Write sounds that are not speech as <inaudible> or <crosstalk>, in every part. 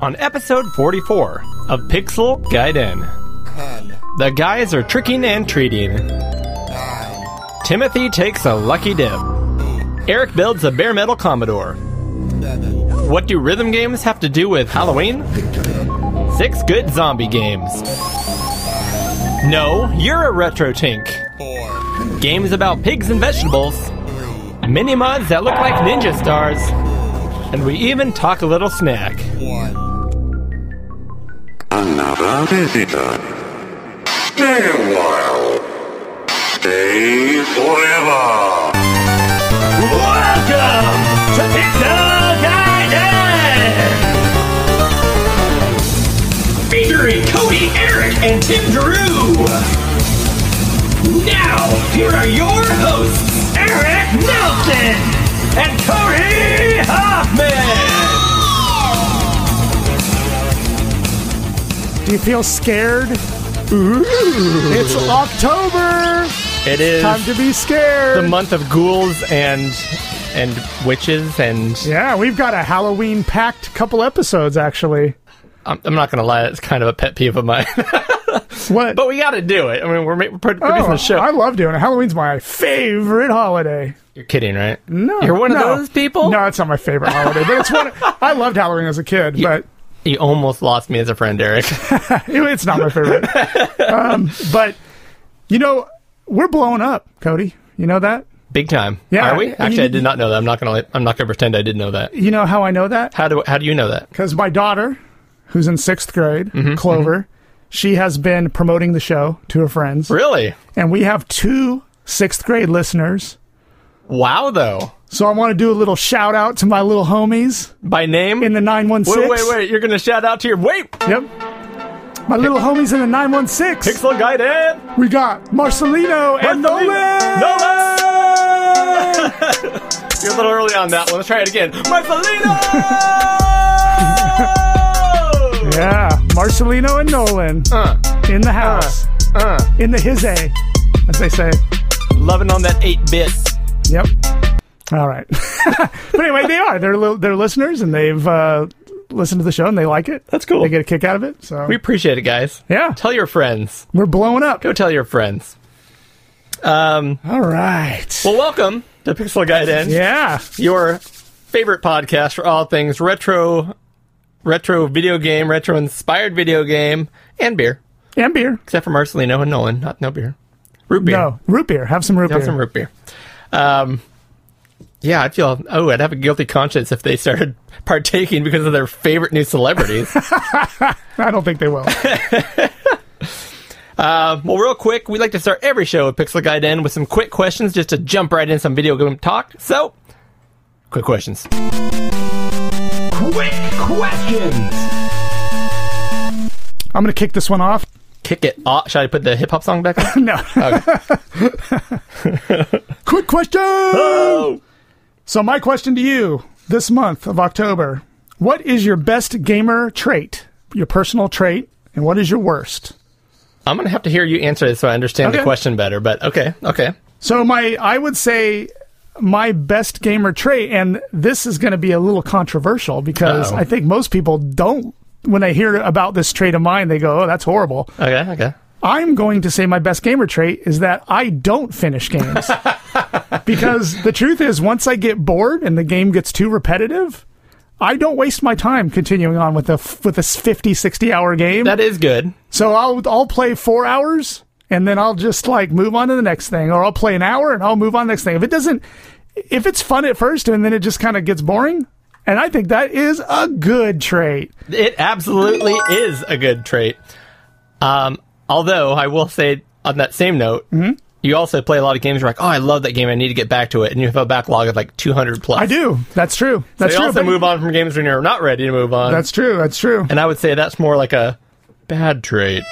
on episode 44 of Pixel Gaiden. Ten. The guys are tricking and treating. Nine. Timothy takes a lucky dip. Eight. Eric builds a bare metal Commodore. Seven. What do rhythm games have to do with Halloween? Six good zombie games. No, you're a retro tink. Four. Games about pigs and vegetables. Three. Mini mods that look like ninja stars. And we even talk a little snack. One. Another visitor. Stay a while. Stay forever. Welcome to Pixel Gaiden! featuring Cody, Eric, and Tim Drew. Now, here are your hosts, Eric Nelson and Cody Hoffman. Do you feel scared? It's October. It is Time to be the scared. month of ghouls and and witches and yeah, we've got a Halloween packed couple episodes actually. I'm, I'm not gonna lie, it's kind of a pet peeve of mine. <laughs> What? but we gotta do it. I mean, we're, ma- we're pro- producing oh, the show. I love doing it. Halloween's my favorite holiday. You're kidding, right? No, You're one no. of those people. No, it's not my favorite holiday, but it's one. I loved Halloween as a kid, but You almost lost me as a friend, Eric. it- it's not my favorite. um, but you know, we're blowing up, Cody. You know that. <laughs> Big time. Yeah, Are we? and Actually, you- I did not know that. I'm not gonna. li- I'm not gonna pretend I didn't know that. You know how I know that? How do How do you know that? because my daughter, who's in sixth grade, Mm-hmm, Clover, she has been promoting the show to her friends, Really? and we have two sixth grade listeners. Wow, though. So I want to do a little shout out to my little homies By name? in the nine one six. wait, wait, wait. You're gonna shout out to your wait Yep. My little homies in the nine one six. pixel guy Dan We got Marcelino and Nolan. Nolan. <laughs> You're a little early on that one. Let's try it again. Marcelino. Yeah, Marcelino and Nolan Uh, in the house, uh. in the his a, as they say. Loving on that eight bit. Yep. All right. <laughs> but anyway, they are. They're li- they're listeners, and they've uh, listened to the show, and they like it. That's cool. They get a kick out of it. So We appreciate it, guys. yeah, Tell your friends. we're blowing up. Go tell your friends. Um, All right. well, welcome to Pixel Guide In. yeah. your favorite podcast for all things retro, retro video game, retro inspired video game, and beer, And beer. except for Marcelino and Nolan. Not no beer, root beer. No root beer. Have some root Have beer. some root beer. Um, yeah, I'd feel. Oh, I'd have a guilty conscience if they started <laughs> partaking because of their favorite new celebrities. <laughs> I don't think they will. Well, real quick, we like to start every show with Pixel Guide In with some quick questions just to jump right in some video game talk. So, quick questions. Quick questions. I'm gonna kick this one off. <laughs> Kick it off. Should I put the hip hop song back on? No. <laughs> <laughs> Quick question. So my question to you this month of October: What is your best gamer trait? Your personal trait, and what is your worst? I'm going to have to hear you answer this so I understand the Okay. question better, but okay, okay. So my, I would say my best gamer trait, and this is going to be a little controversial because Uh-oh. I think most people don't. When they hear about this trait of mine, they go, "Oh, that's horrible." Okay, okay. I'm going to say my best gamer trait is that I don't finish games because the truth is, once I get bored and the game gets too repetitive. I don't waste my time continuing on with a f- with a 50 60 hour game. That is good. So I'll I'll play four hours and then I'll just like move on to the next thing, or I'll play an hour and I'll move on to the next thing. If it doesn't, if it's fun at first and then it just kind of gets boring, and I think that is a good trait. It absolutely is a good trait. Um, although I will say on that same note, Mm-hmm. you also play a lot of games. You're like, oh, I love that game. I need to get back to it, and you have a backlog of like 200 plus. I do. That's true. That's They true. also but- move on from games when you're not ready to move on. That's true. That's true. and I would say that's more like a bad trait.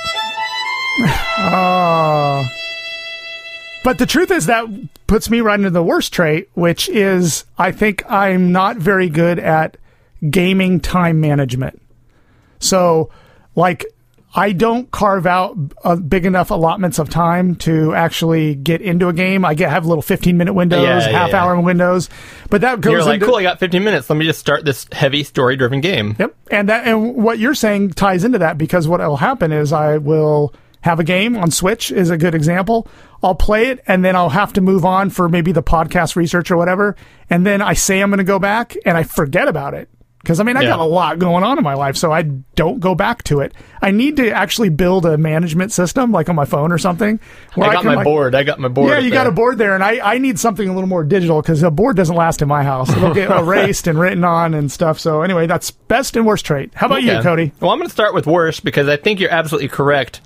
But the truth is that puts me right into the worst trait, which is I think I'm not very good at gaming time management. So, like, I don't carve out uh, big enough allotments of time to actually get into a game. I get have little fifteen minute windows, Yeah, yeah, half yeah. hour windows, but that goes You're like, into cool, I got 15 minutes. Let me just start this heavy story driven game. Yep. And that and what you're saying ties into that because what will happen is I will have a game on Switch is a good example. I'll play it and then I'll have to move on for maybe the podcast research or whatever. And then I say I'm going to go back and I forget about it. Because I mean, I Yeah. got a lot going on in my life, so I don't go back to it. I need to actually build a management system, like on my phone or something. Where I got can, my like- board. I got my board. yeah, up you there. got a board there, and I, I need something a little more digital because a board doesn't last in my house. It'll <laughs> get erased and written on and stuff. So anyway, that's best and worst trait. How about you, Okay. Cody? Well, I'm going to start with worst because I think you're absolutely correct.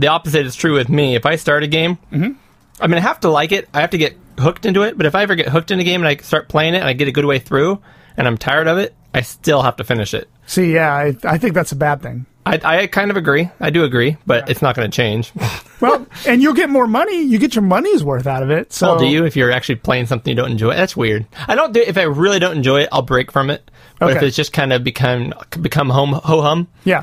The opposite is true with me. If I start a game, Mm-hmm. I mean, I have to like it. I have to get hooked into it. But if I ever get hooked in a game and I start playing it and I get a good way through and I'm tired of it, I still have to finish it. See, yeah, I, I think that's a bad thing. I, I kind of agree. I do agree, but it's not going to change. Well, and you'll get more money. You get your money's worth out of it. So Well, Oh, do you if you're actually playing something you don't enjoy? That's weird. I don't do if I really don't enjoy it, I'll break from it. But if Okay. it's just kind of become become home ho hum, Yeah,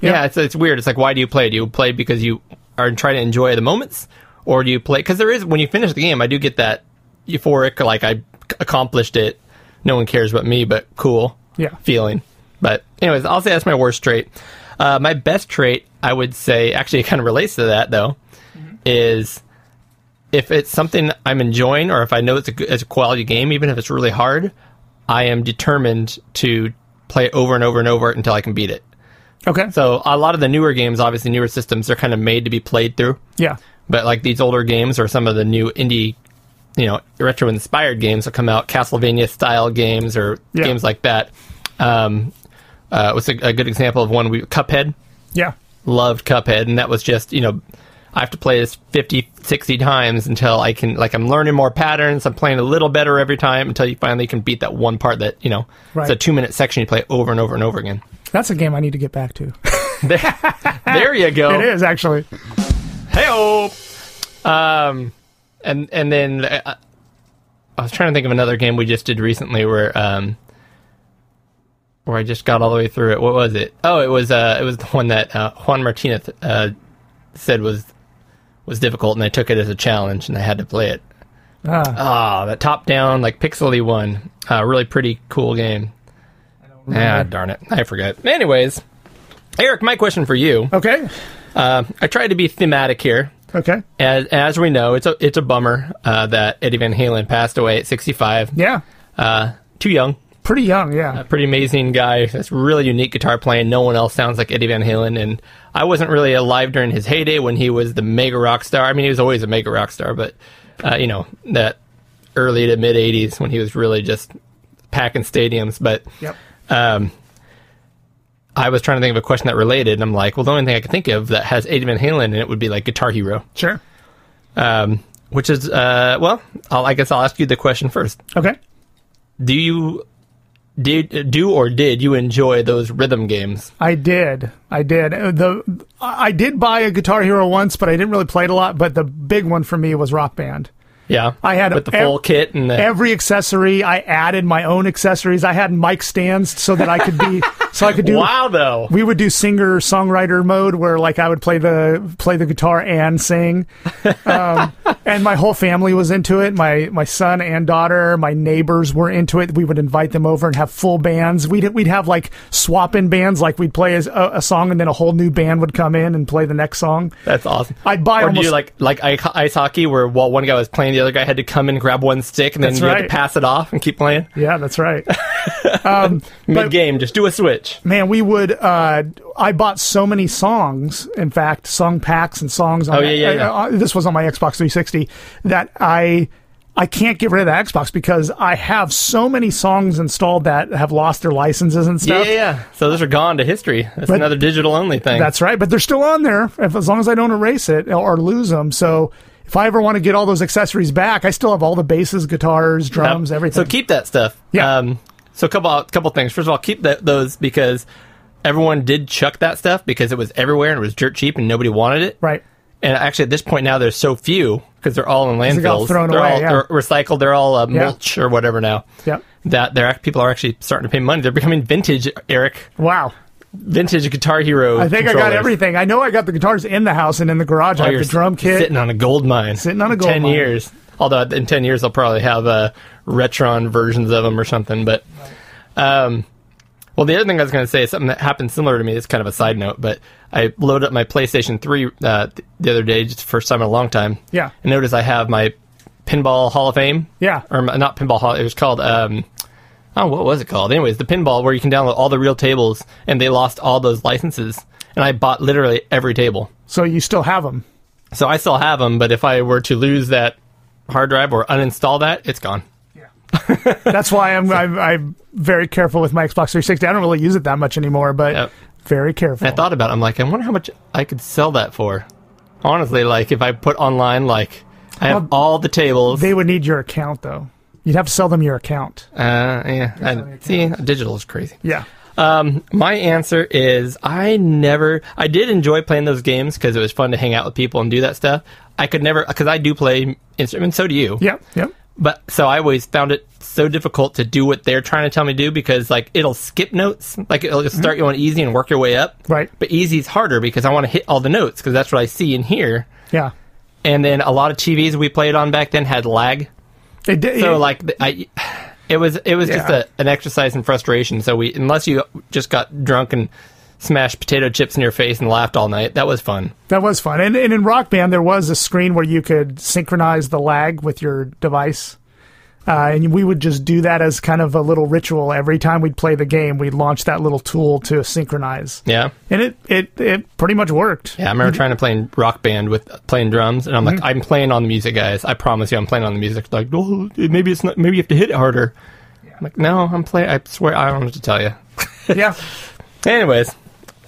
Yeah, it's, it's weird. It's like, why do you play? Do you play because you are trying to enjoy the moments, or do you play because there is when you finish the game? I do get that euphoric, like I accomplished it. No one cares but me, but cool. Yeah. feeling. But anyways, I'll say that's my worst trait. Uh, my best trait, I would say, actually, it kind of relates to that though, is if it's something I'm enjoying or if I know it's a, good- it's a quality game, even if it's really hard, I am determined to play it over and over and over until I can beat it. okay, So a lot of the newer games, obviously newer systems, they're kind of made to be played through. yeah, But like these older games or some of the new indie, you know, retro inspired games that come out, Castlevania style games or Yeah. games like that. Um, uh, was a, a good example of one we Cuphead yeah, loved Cuphead, and that was just, you know, I have to play this 50, 60 times until I can, like, I'm learning more patterns. I'm playing a little better every time until you finally can beat that one part that, you know, it's a Right. two minute section you play over and over and over again. that's a game I need to get back to. There, there you go. Ah, It is actually. Hey Um, and and then uh, I was trying to think of another game we just did recently where um, where I just got all the way through it. What was it? Oh, it was uh, it was the one that uh, Juan Martinez uh, said was was difficult, and I took it as a challenge, and I had to play it. Ah, Ah, that top down like pixely one, uh, really pretty cool game. Ah, darn it, I forgot. Anyways, Eric, my question for you: <laughs> okay, uh, I tried to be thematic here. okay, As, as we know, it's a it's a bummer uh, that Eddie Van Halen passed away at 65. yeah, Uh, too young, pretty young, yeah, a pretty amazing guy. That's really unique guitar playing. No one else sounds like Eddie Van Halen. And I wasn't really alive during his heyday when he was the mega rock star. I mean, he was always a mega rock star, but uh, you know that early to mid 80s when he was really just packing stadiums. But yep, um, I was trying to think of a question that related, and I'm like, well, the only thing I can think of that has Eddie Van Halen in it would be like Guitar Hero sure, um, which is uh, well, I'll, I guess I'll ask you the question first. okay. Do you did do or did you enjoy those rhythm games? I did. I did. Uh, The I I did buy a Guitar Hero once, but I didn't really play it a lot. But the big one for me was Rock Band. Yeah, I had with the ev- full kit and the Every accessory, I added my own accessories. I had mic stands so that I could be so I could <laughs> do. wow though. We would do singer songwriter mode where like I would play the play the guitar and sing, um, and my whole family was into it. My my son and daughter, my neighbors were into it. We would invite them over and have full bands. We'd we'd have like swap in bands, like we'd play as a, a song and then a whole new band would come in and play the next song. That's awesome. I'd or buy do almost- you like like i- ice hockey where while one guy was playing, the other guy had to come and grab one stick and then That's you had to right. pass it off and keep playing Yeah, that's right. mid game. Just do a switch. Man, we would. Uh, I bought so many songs. In fact, song packs and songs. On Oh, yeah, yeah, yeah. uh, uh, this was on my Xbox 360 that I I can't get rid of the Xbox because I have so many songs installed that have lost their licenses and Yeah, stuff. yeah, yeah. So those are gone to history. That's But- another digital only thing. That's right, but they're still on there if, as long as I don't erase it or lose them. So if I ever want to get all those accessories back, I still have all the basses, guitars, Yep. drums, everything. So keep that stuff. Yeah. Um, so a couple couple things. First of all, keep that, those because everyone did chuck that stuff because it was everywhere and it was dirt cheap and nobody wanted it. right. And actually, at this point now, there's so few because they're all in they got landfills. thrown are away, all yeah. they're recycled. They're all uh, Yeah. mulch or whatever now. Yep. That they're act- people are actually starting to pay money. They're becoming vintage, Eric. Wow. vintage Guitar Hero. I think I got everything. I know I got the guitars in the house and in the garage. I have the drum kit. sitting on a gold mine. Sitting on a gold ten mine. years. Although in ten years they'll probably have uh, retron versions of them or something. But, um, well, the other thing I was going to say is something that happened similar to me. It's kind of a side note, but I loaded up my PlayStation Three uh, th- the other day, just the first time in a long time. Yeah. and noticed I have my Pinball Hall of Fame. Yeah. or my- not Pinball Hall. It was called. Um, Oh, what was it called? Anyways, the pinball where you can download all the real tables, and they lost all those licenses. And I bought literally every table. So you still have them. So I still have them, but if I were to lose that hard drive or uninstall that, it's gone. That's why I'm, I'm I'm very careful with my Xbox 360. I don't really use it that much anymore, but Yep. very careful. I thought about it. I'm like, I wonder how much I could sell that for. Honestly, like if I put online, like I have Well, all the tables. they would need your account though. You'd have to sell them your account. uh, yeah, I, see, digital is crazy. Yeah. Um, my answer is I never. I did enjoy playing those games because it was fun to hang out with people and do that stuff. I could never because I do play instruments. So do you. Yep. Yep. But so I always found it so difficult to do what they're trying to tell me to do because like it'll skip notes, like it'll start you on easy and work your way up. Mm-hmm. Right. But easy is harder because I want to hit all the notes because that's what I see and hear. Yeah. And then a lot of TVs we played on back then had lag, It, did- so it- like the- I, it was it was just Yeah. a, an exercise in frustration. So we unless you just got drunk and smashed potato chips in your face and laughed all night, that was fun. that was fun. And, and in Rock Band, there was a screen where you could synchronize the lag with your device. Uh, and we would just do that as kind of a little ritual. Every time we'd play the game, we'd launch that little tool to synchronize. Yeah. And it, it, it pretty much worked. Yeah, I remember trying to play in rock band with playing drums, and I'm like, I'm playing on the music, guys. I promise you, I'm playing on the music. Like, oh, maybe it's not. Maybe you have to hit it harder. I'm like, no, I'm playing. I swear, I don't know what to tell you. yeah. Anyways,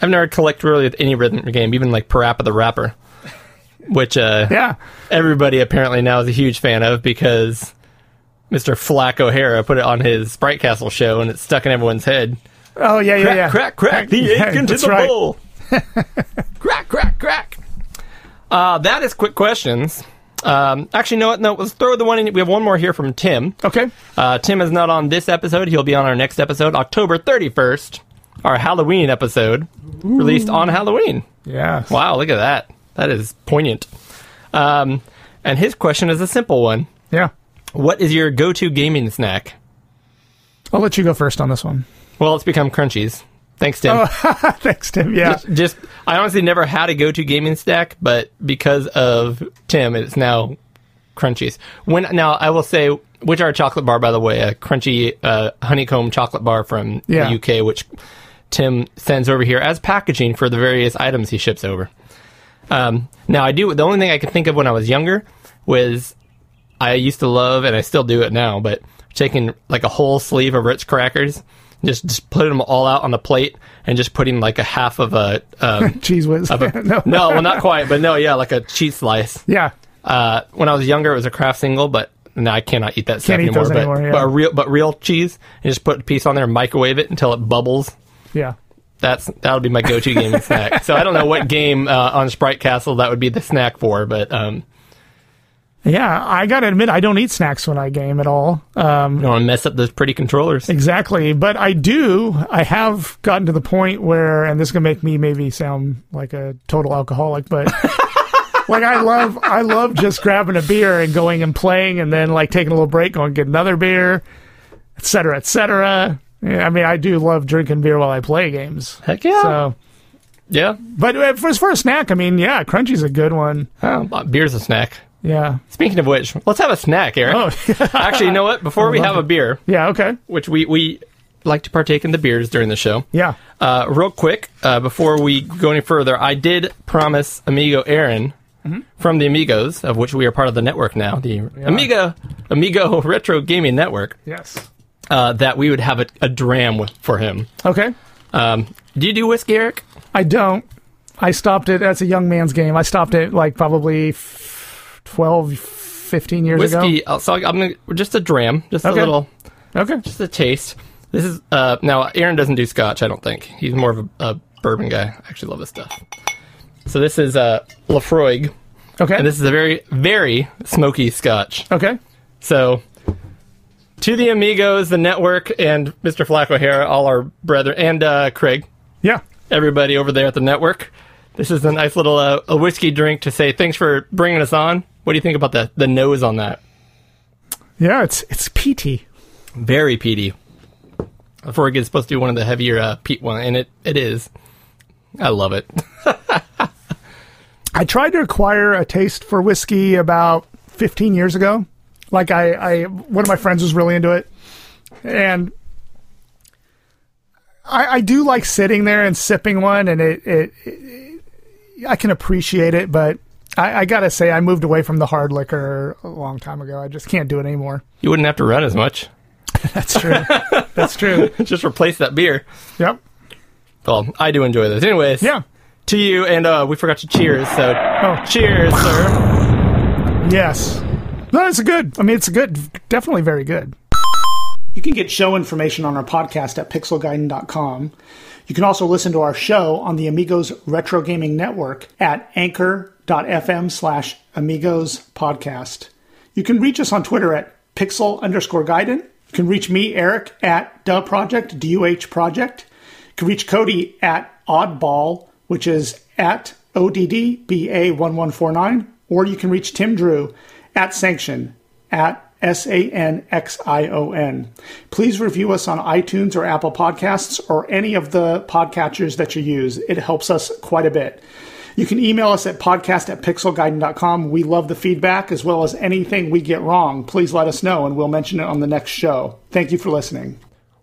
I've never collected really with any rhythm game, even like Parappa the Rapper, <laughs> which uh, Yeah. everybody apparently now is a huge fan of because Mr. Flack O'Hara put it on his Sprite Castle show, and it's stuck in everyone's head. Oh, yeah, yeah, crack, yeah. crack, crack, the Yeah, egg into that's the right. <laughs> bowl. crack, crack, crack. Uh, that is quick questions. Um, actually, no, no, let's throw the one in. We have one more here from Tim. Okay. Uh, Tim is not on this episode. He'll be on our next episode, October 31st, our Halloween episode, released on Halloween. Yeah. Wow, look at that. That is poignant. Um, and his question is a simple one Yeah. What is your go to gaming snack? I'll let you go first on this one. Well, it's become Crunchies. Thanks, Tim. <laughs> Oh. Thanks, Tim. Yeah. just I honestly never had a go-to gaming stack, but because of Tim, it's now Crunchies. When now I will say, which are a chocolate bar by the way, a crunchy uh, honeycomb chocolate bar from Yeah. the UK, which Tim sends over here as packaging for the various items he ships over. Um, now I do the only thing I could think of when I was younger was I used to love, and I still do it now, but taking like a whole sleeve of Ritz crackers, just just putting them all out on the plate, and just putting like a half of a um, <laughs> Cheese whiz. of <laughs> a no. well, not quite, but no, yeah, like a cheese slice. Yeah. Uh, when I was younger, it was a craft single, but now I cannot eat that stuff eat anymore. those but, anymore, yeah. but a real, but real cheese, and just put a piece on there, and microwave it until it bubbles. Yeah. That's that'll be my <laughs> go-to gaming snack. So I don't know what game uh, on Sprite Castle that would be the snack for, but um, Yeah. I got to admit, I don't eat snacks when I game at all. you don't want to mess up those pretty controllers. Exactly. But I do. I have gotten to the point where, and this is going to make me maybe sound like a total alcoholic, <laughs> but. Like I love, I love just grabbing a beer and going and playing, and then like taking a little break, going get another beer, et cetera, et cetera. Yeah, I mean, I do love drinking beer while I play games. Heck yeah, So, yeah. but uh, for, as far as snack, I mean, yeah, crunchy's a good one. Oh, but beer's a snack. Yeah, Speaking of which, let's have a snack, Eric. Oh. <laughs> Actually, you know what? Before we have a beer, yeah, okay, which we, we like to partake in the beers during the show, yeah, uh, real quick, uh, before we go any further, I did promise Amigo Aaron from the Amigos, of which we are part of the network now, the Amiga Amigo <laughs> Retro Gaming Network, yes, uh, that we would have a, a dram for him. okay. Um, do you do whiskey, Eric? I don't. I stopped it. That's a young man's game. I stopped it like probably f- 12, 15 years whiskey. uh, So I'm gonna, just a dram, just Okay. a little. ago. Okay, just a taste. This is uh, now Aaron doesn't do Scotch. I don't think he's more of a, a bourbon guy. I actually love this stuff. So this is uh, Lafroig, okay, and this is a very very smoky Scotch. okay. So to the amigos, the network, and Mr. Flack O'Hara, all our brethren, and uh, Craig. Yeah, everybody over there at the network. This is a nice little uh, a whiskey drink to say thanks for bringing us on. What do you think about the the nose on that? Yeah, it's it's peaty. Very peaty. Before it gets supposed to do one of the heavier uh, peat one, and it it is. I love it. <laughs> I tried to acquire a taste for whiskey about 15 years ago. Like I, I one of my friends was really into it, and I, I do like sitting there and sipping one, and it, it, it- I can appreciate it, but I, I gotta say I moved away from the hard liquor a long time ago. I just can't do it anymore. You wouldn't have to run as much. <laughs> That's true. <laughs> That's true. Just replace that beer. Yep. Well, I do enjoy this. Anyways, Yeah. To you, and uh, we forgot to cheers. So, Oh. cheers, sir. Yes. No, it's good. I mean, it's good. Definitely very good. You can get show information on our podcast at pixelguiden.com. You can also listen to our show on the Amigos Retro Gaming Network at anchor.fm slash Amigos Podcast. You can reach us on Twitter at pixel underscore guiden. You can reach me, Eric, at duh project, D-U-H project. You can reach Cody at oddball, which is at ODDBA1149. Or you can reach Tim Drew at sanction, at S A N X I O N. Please review us on iTunes or Apple Podcasts or any of the podcatchers that you use. It helps us quite a bit. You can email us at podcast at pixelguiden.com. We love the feedback as well as anything we get wrong. Please let us know and we'll mention it on the next show. Thank you for listening.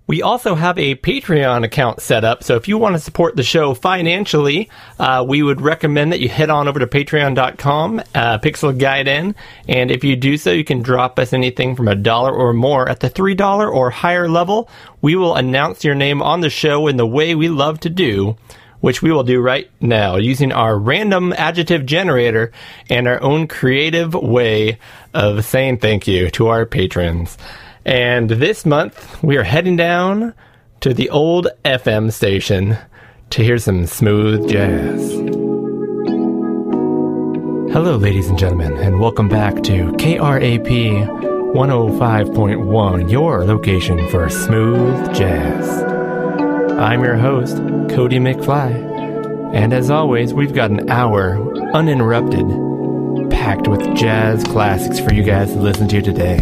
We also have a Patreon account set up. So, if you want to support the show financially, uh, we would recommend that you head on over to patreon.com, uh, Pixel Guide In. And if you do so, you can drop us anything from a dollar or more at the $3 or higher level. We will announce your name on the show in the way we love to do. which we will do right now using our random adjective generator and our own creative way of saying thank you to our patrons. And this month, we are heading down to the old FM station to hear some smooth jazz. Hello, ladies and gentlemen, and welcome back to KRAP 105.1, your location for smooth jazz. I'm your host, Cody McFly. And as always, we've got an hour uninterrupted, packed with jazz classics for you guys to listen to today.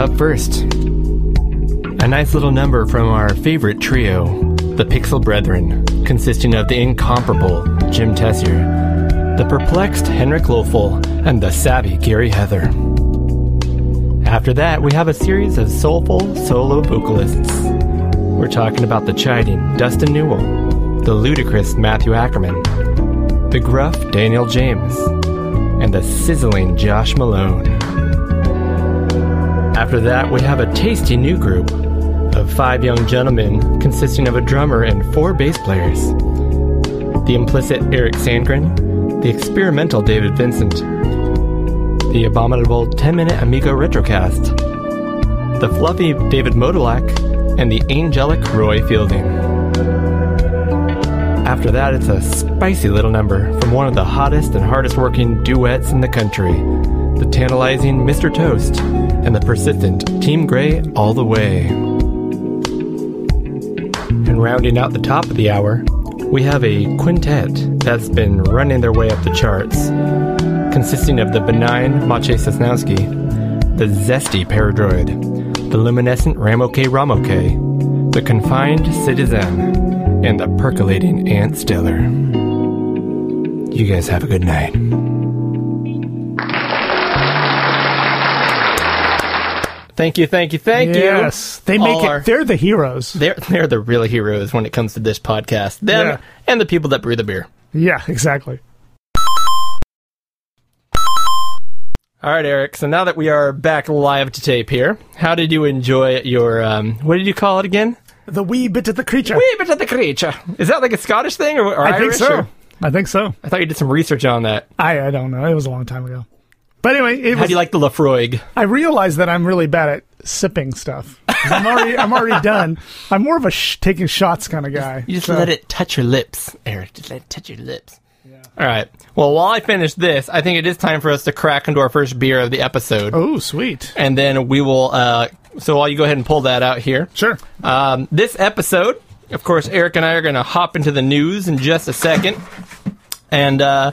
Up first, a nice little number from our favorite trio, the Pixel Brethren, consisting of the incomparable Jim Tessier, the perplexed Henrik Lofel, and the savvy Gary Heather. After that, we have a series of soulful solo vocalists. We're talking about the chiding Dustin Newell, the ludicrous Matthew Ackerman, the gruff Daniel James, and the sizzling Josh Malone. After that, we have a tasty new group of five young gentlemen consisting of a drummer and four bass players the implicit Eric Sandgren, the experimental David Vincent, the abominable 10 minute Amigo Retrocast, the fluffy David Modulak, and the angelic Roy Fielding. After that, it's a spicy little number from one of the hottest and hardest working duets in the country the tantalizing Mr. Toast and the persistent Team Grey All the Way. And rounding out the top of the hour, we have a quintet that's been running their way up the charts, consisting of the benign Maciej Sosnowski, the zesty paradroid, the luminescent Ramoke Ramoke, the confined citizen, and the percolating Aunt Stellar. You guys have a good night. Thank you, thank you, thank you. yes. They make All it, our- they're the heroes. they're they're the real heroes when it comes to this podcast. Them Yeah. and the people that brew the beer. Yeah, exactly. All right, Eric. So now that we are back live to tape here, how did you enjoy your um? What did you call it again? <laughs> The wee bit of the creature. Wee bit of the creature. Is that like a Scottish thing or, or I think Irish, so. or- I think so. I thought you did some research on that. I, I don't know. It was a long time ago. But anyway, it How was, do you like the Lafroig? I realize that I'm really bad at sipping stuff. 'Cause I'm already, <laughs> I'm already done. I'm more of a sh- taking shots kind of guy. You just So- let it touch your lips, Eric. Just let it touch your lips. All right. Well, while I finish this, I think it is time for us to crack into our first beer of the episode, Oh, sweet. and then we will. uh So, while you go ahead and pull that out here, Sure. Um, this episode Of course, Eric and I are going to hop into the news in just a second. And uh,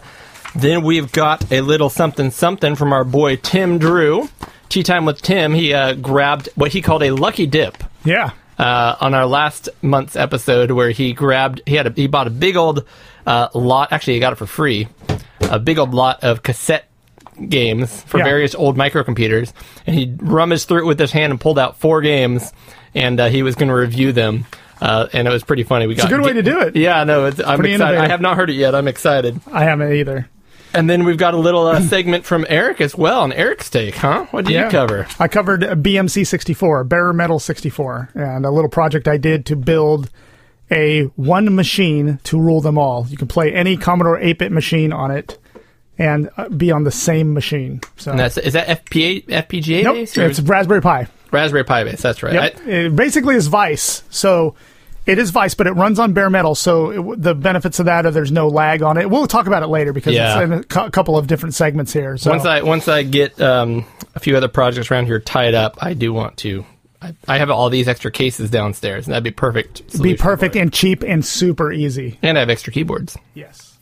then we've got a little something something from our boy Tim Drew. Tea Time with Tim, he uh, grabbed what he called a lucky dip Yeah. uh, on our last month's episode where he grabbed he had a, he bought a big old uh, lot actually he got it for free a big old lot of cassette games for Yeah. various old microcomputers and he rummaged through it with his hand and pulled out four games and uh, he was going to review them uh, and it was pretty funny we got a good way to do it. yeah no it's, I'm Pretty excited I innovative. have not heard it yet I'm excited I haven't either. and then we've got a little uh, segment from Eric as well on Eric's take huh what did Yeah. you cover I covered uh, BMC 64, Bare Metal 64, and a little project I did to build a one machine to rule them all. You can play any Commodore 8 bit machine on it and uh, be on the same machine. So and that's is that FPA FPGA nope, based or it's Raspberry Pi. Raspberry Pi based that's right I- Yep. it basically is Vice. So it is Vice, but it runs on bare metal. So it, w- the benefits of that are there's no lag on it. We'll talk about it later because Yeah. it's in a cou- couple of different segments here. So Once I once I get um, a few other projects around here tied up, I do want to. I, I have all these extra cases downstairs, and that'd be perfect. be solution perfect for it. and cheap and super easy. And I have extra keyboards. Yes.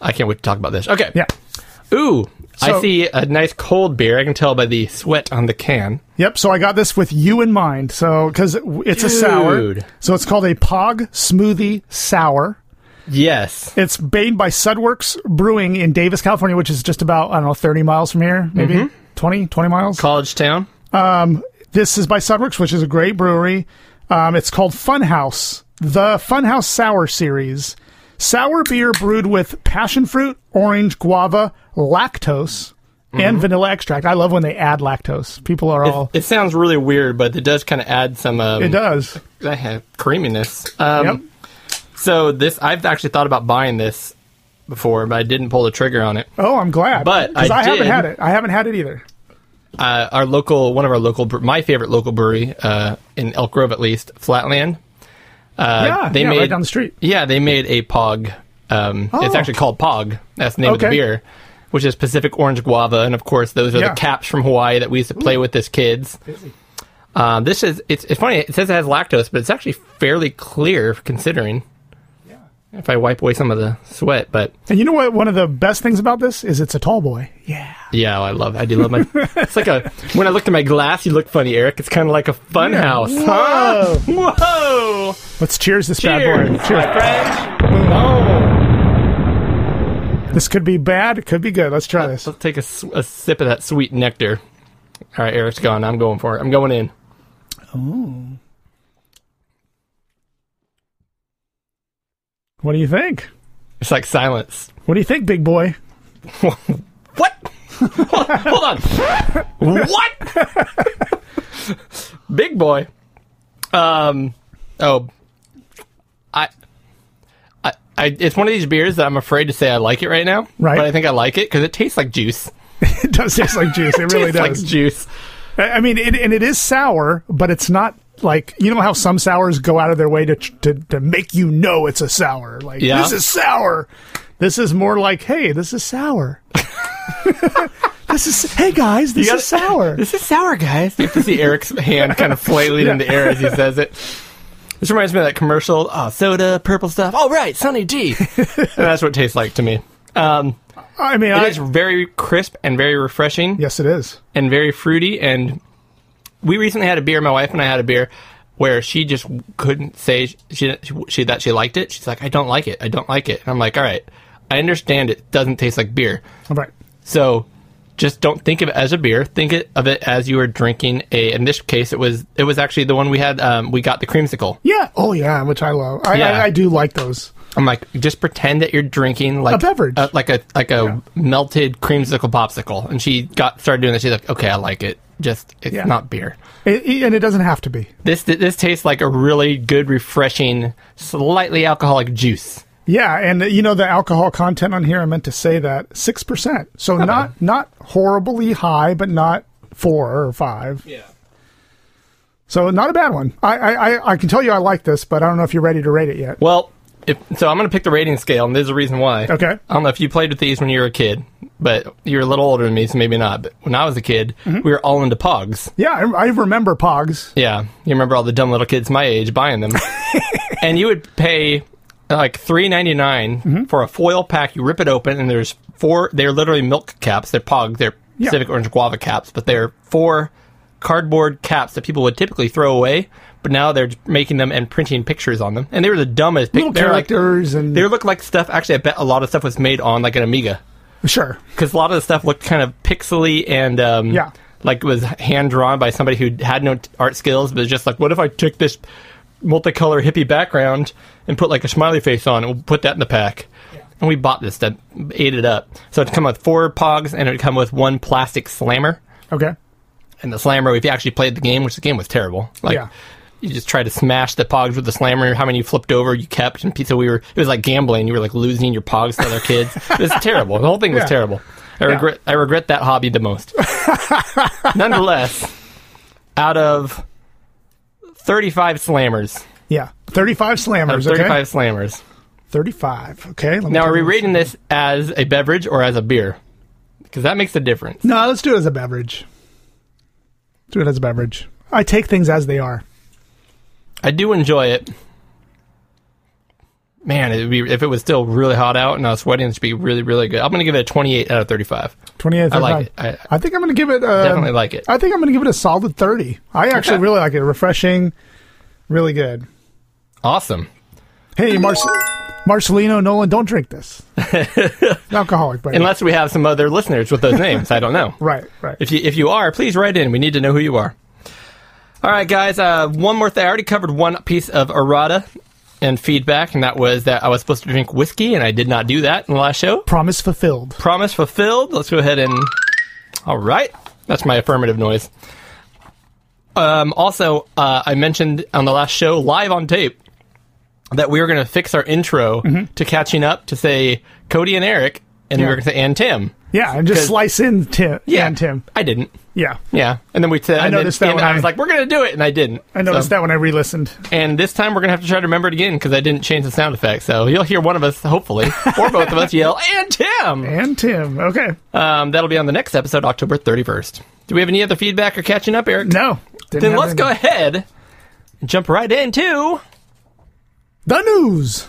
I can't wait to talk about this. Okay. Yeah. Ooh, I So- see a nice cold beer. I can tell by the sweat on the can. Yep. So I got this with you in mind. So because it's a sour, Dude. so it's called a Pog Smoothie Sour. Yes. It's made by Sudworks Brewing in Davis, California, which is just about I don't know thirty miles from here, maybe Mm-hmm. twenty, twenty 20, 20 miles. College Town. This is by Sudworks, which is a great brewery. Um, it's called Funhouse, the Funhouse Sour Series. Sour beer brewed with passion fruit, orange, guava, lactose, Mhm. and vanilla extract. I love when they add lactose. People are all. It sounds really weird, but it does kind of add some. Um, Oh. It does. I have creaminess. Um, Yep. So this, I've actually thought about buying this before, but I didn't pull the trigger on it. Oh, I'm glad. But because I I, haven't did- had it. I haven't had it either. uh, our local, one of our local, bre- my favorite local brewery uh, in Elk Grove, at least, Flatland. Uh, yeah, they Ah, yeah, made right down the street. Yeah, they made a pog. Um, It's Oh. actually called pog. That's the name of the Okay. beer, which is Pacific Orange Guava, and of course, those are Yeah. Mm. the caps from Hawaii that we used to play with as kids. Um, this is it's, it's funny. It says it has lactose, but it's actually fairly clear considering. If I wipe away some of the sweat, but And you know what? One of the best things about this is it's a tall boy. Yeah. yeah, oh, I love. I do love my. it's like a when I looked at my glass, you look funny, Eric. It's kind of like a fun house. huh? Whoa! Let's cheers this Cheers, bad boy. Cheers. my friends. Oh. This could be bad. It could be good. Let's try this. Let's take a, s- a sip of that sweet nectar. All right, Eric's gone. I'm going for it. I'm going in. What do you think? It's like silence. What do you think, big boy? <laughs> What? <laughs> Hold on. what? Big boy. Um. Oh. I. I. I. It's one of these beers that I'm afraid to say I like it right now. Right. But I think I like it because it tastes like juice. It does taste <laughs> like juice. It really tastes like does. juice. I I mean, it, and it is sour, but it's not like you know how some sours go out of their way to to, to make you know it's a sour. Like Yeah. this is sour. This is more like, hey, this is sour. <laughs> this is hey guys, this gotta- is <laughs> sour. This is sour, guys. You have to <laughs> see Eric's hand kind of flailing in the air as he says it. This reminds me of that commercial. Oh, soda, purple stuff. All right, Sunny <laughs> D. and that's what it tastes like to me. Um, I mean, it I, is very crisp and very refreshing yes, it is. and very fruity. And we recently had a beer. My wife and I had a beer where she just couldn't say she, she, she that she liked it. She's like, I don't like it. I don't like it. And I'm like, all right, I understand it doesn't taste like beer. All right. So just don't think of it as a beer. Think it, of it as you are drinking a. In this case, it was it was actually the one we had. Um, we got the creamsicle. Yeah. Oh yeah, which I love. I, Yeah. I, I do like those. I'm like, just pretend that you're drinking like A beverage. uh, like a like a melted creamsicle popsicle. And she got started doing that. She's like, okay, I like it. Just it's Yeah. not beer. It, it- and it doesn't have to be. This this tastes like a really good, refreshing, slightly alcoholic juice. Yeah, and uh, you know the alcohol content on here. I meant to say that six percent. So not not horribly high, but not four or five. Yeah. So not a bad one. I I, I I can tell you I like this, but I don't know if you're ready to rate it yet. Well, if, so I'm going to pick the rating scale, and there's a reason why. Okay. I don't know if you played with these when you were a kid, but you're a little older than me, so maybe not. But when I was a kid, we were all into Pogs. Yeah, I, I remember Pogs. <laughs> Yeah, you remember all the dumb little kids my age buying them. and you would pay like three ninety Mm-hmm. for a foil pack. You rip it open, and there's four. They're literally milk caps. They're pog. They're Yeah. Pacific Orange Guava caps, but they're four cardboard caps that people would typically throw away. But now they're making them and printing pictures on them, and they were the dumbest. pic- Little they're like- characters and- they look like stuff. Actually, I bet a lot of stuff was made on like an Amiga Sure. because a lot of the stuff looked kind of pixely and um, Yeah. like was hand drawn by somebody who had no t- art skills, but was just like, what if I took this multicolor hippie background and put like a smiley face on and we'll put that in the pack. And we bought this that ate it up. So it'd come with four pogs and it'd come with one plastic slammer. Okay. And the slammer, if you actually played the game, which the game was terrible, like Yeah. you just tried to smash the pogs with the slammer. How many you flipped over, you kept, and so we were. It was like gambling. You were like losing your pogs to other kids. It <laughs> was terrible. The whole thing was Yeah. terrible. I regret. I regret that hobby the <laughs> most. Nonetheless, out of thirty-five slammers, Yeah. 35 out of slammers. thirty-five Okay. slammers. 35. Okay. let me Now, take are we a- rating this as a beverage or as a beer? Because that makes a difference. No, let's do it as a beverage. Do it as a beverage. I take things as they are. I do enjoy it. Man, it'd be if it was still really hot out and I was sweating, it'd be really, really good. I'm gonna give it a 28 out of 35. 28 I like 35. it. I think I'm going to give it uh, Definitely like it. I think I'm going to give it a solid 30. I actually really like it. Refreshing. Really good. Awesome. Hey, Marce- Marcelino Nolan, don't <laughs> drink this. Alcoholic, buddy. Unless we have some other listeners with those names, I don't know. right, right. If you if you are, please write in. We need to know who you are. All right, guys. Uh, one more thing. I already covered one piece of errata and feedback, and that was that I was supposed to drink whiskey, and I did not do that in the last show. Promise fulfilled. promise fulfilled. Let's go ahead and. All right. That's my affirmative noise. Um, also, uh, I mentioned on the last show, live on tape, that we were going to fix our intro Mm-hmm. to catching up to say Cody and Eric, and we were going to say and Tim. Yeah, and just 'Cause- slice in Tim. Yeah, and Tim. I didn't. Yeah, Yeah. And then we said, I noticed that and when I was I- like, we're going to do it, and I didn't. I noticed that when I re-listened. And this time we're going to have to try to remember it again because I didn't change the sound effect. So you'll hear one of us, hopefully, or both of us yell, and Tim! And Tim. Okay. Um, that'll be on the next episode, October 31st. Do we have any other feedback or catching up, Eric? No. Didn't Then have let's any. go ahead and jump right into. The news.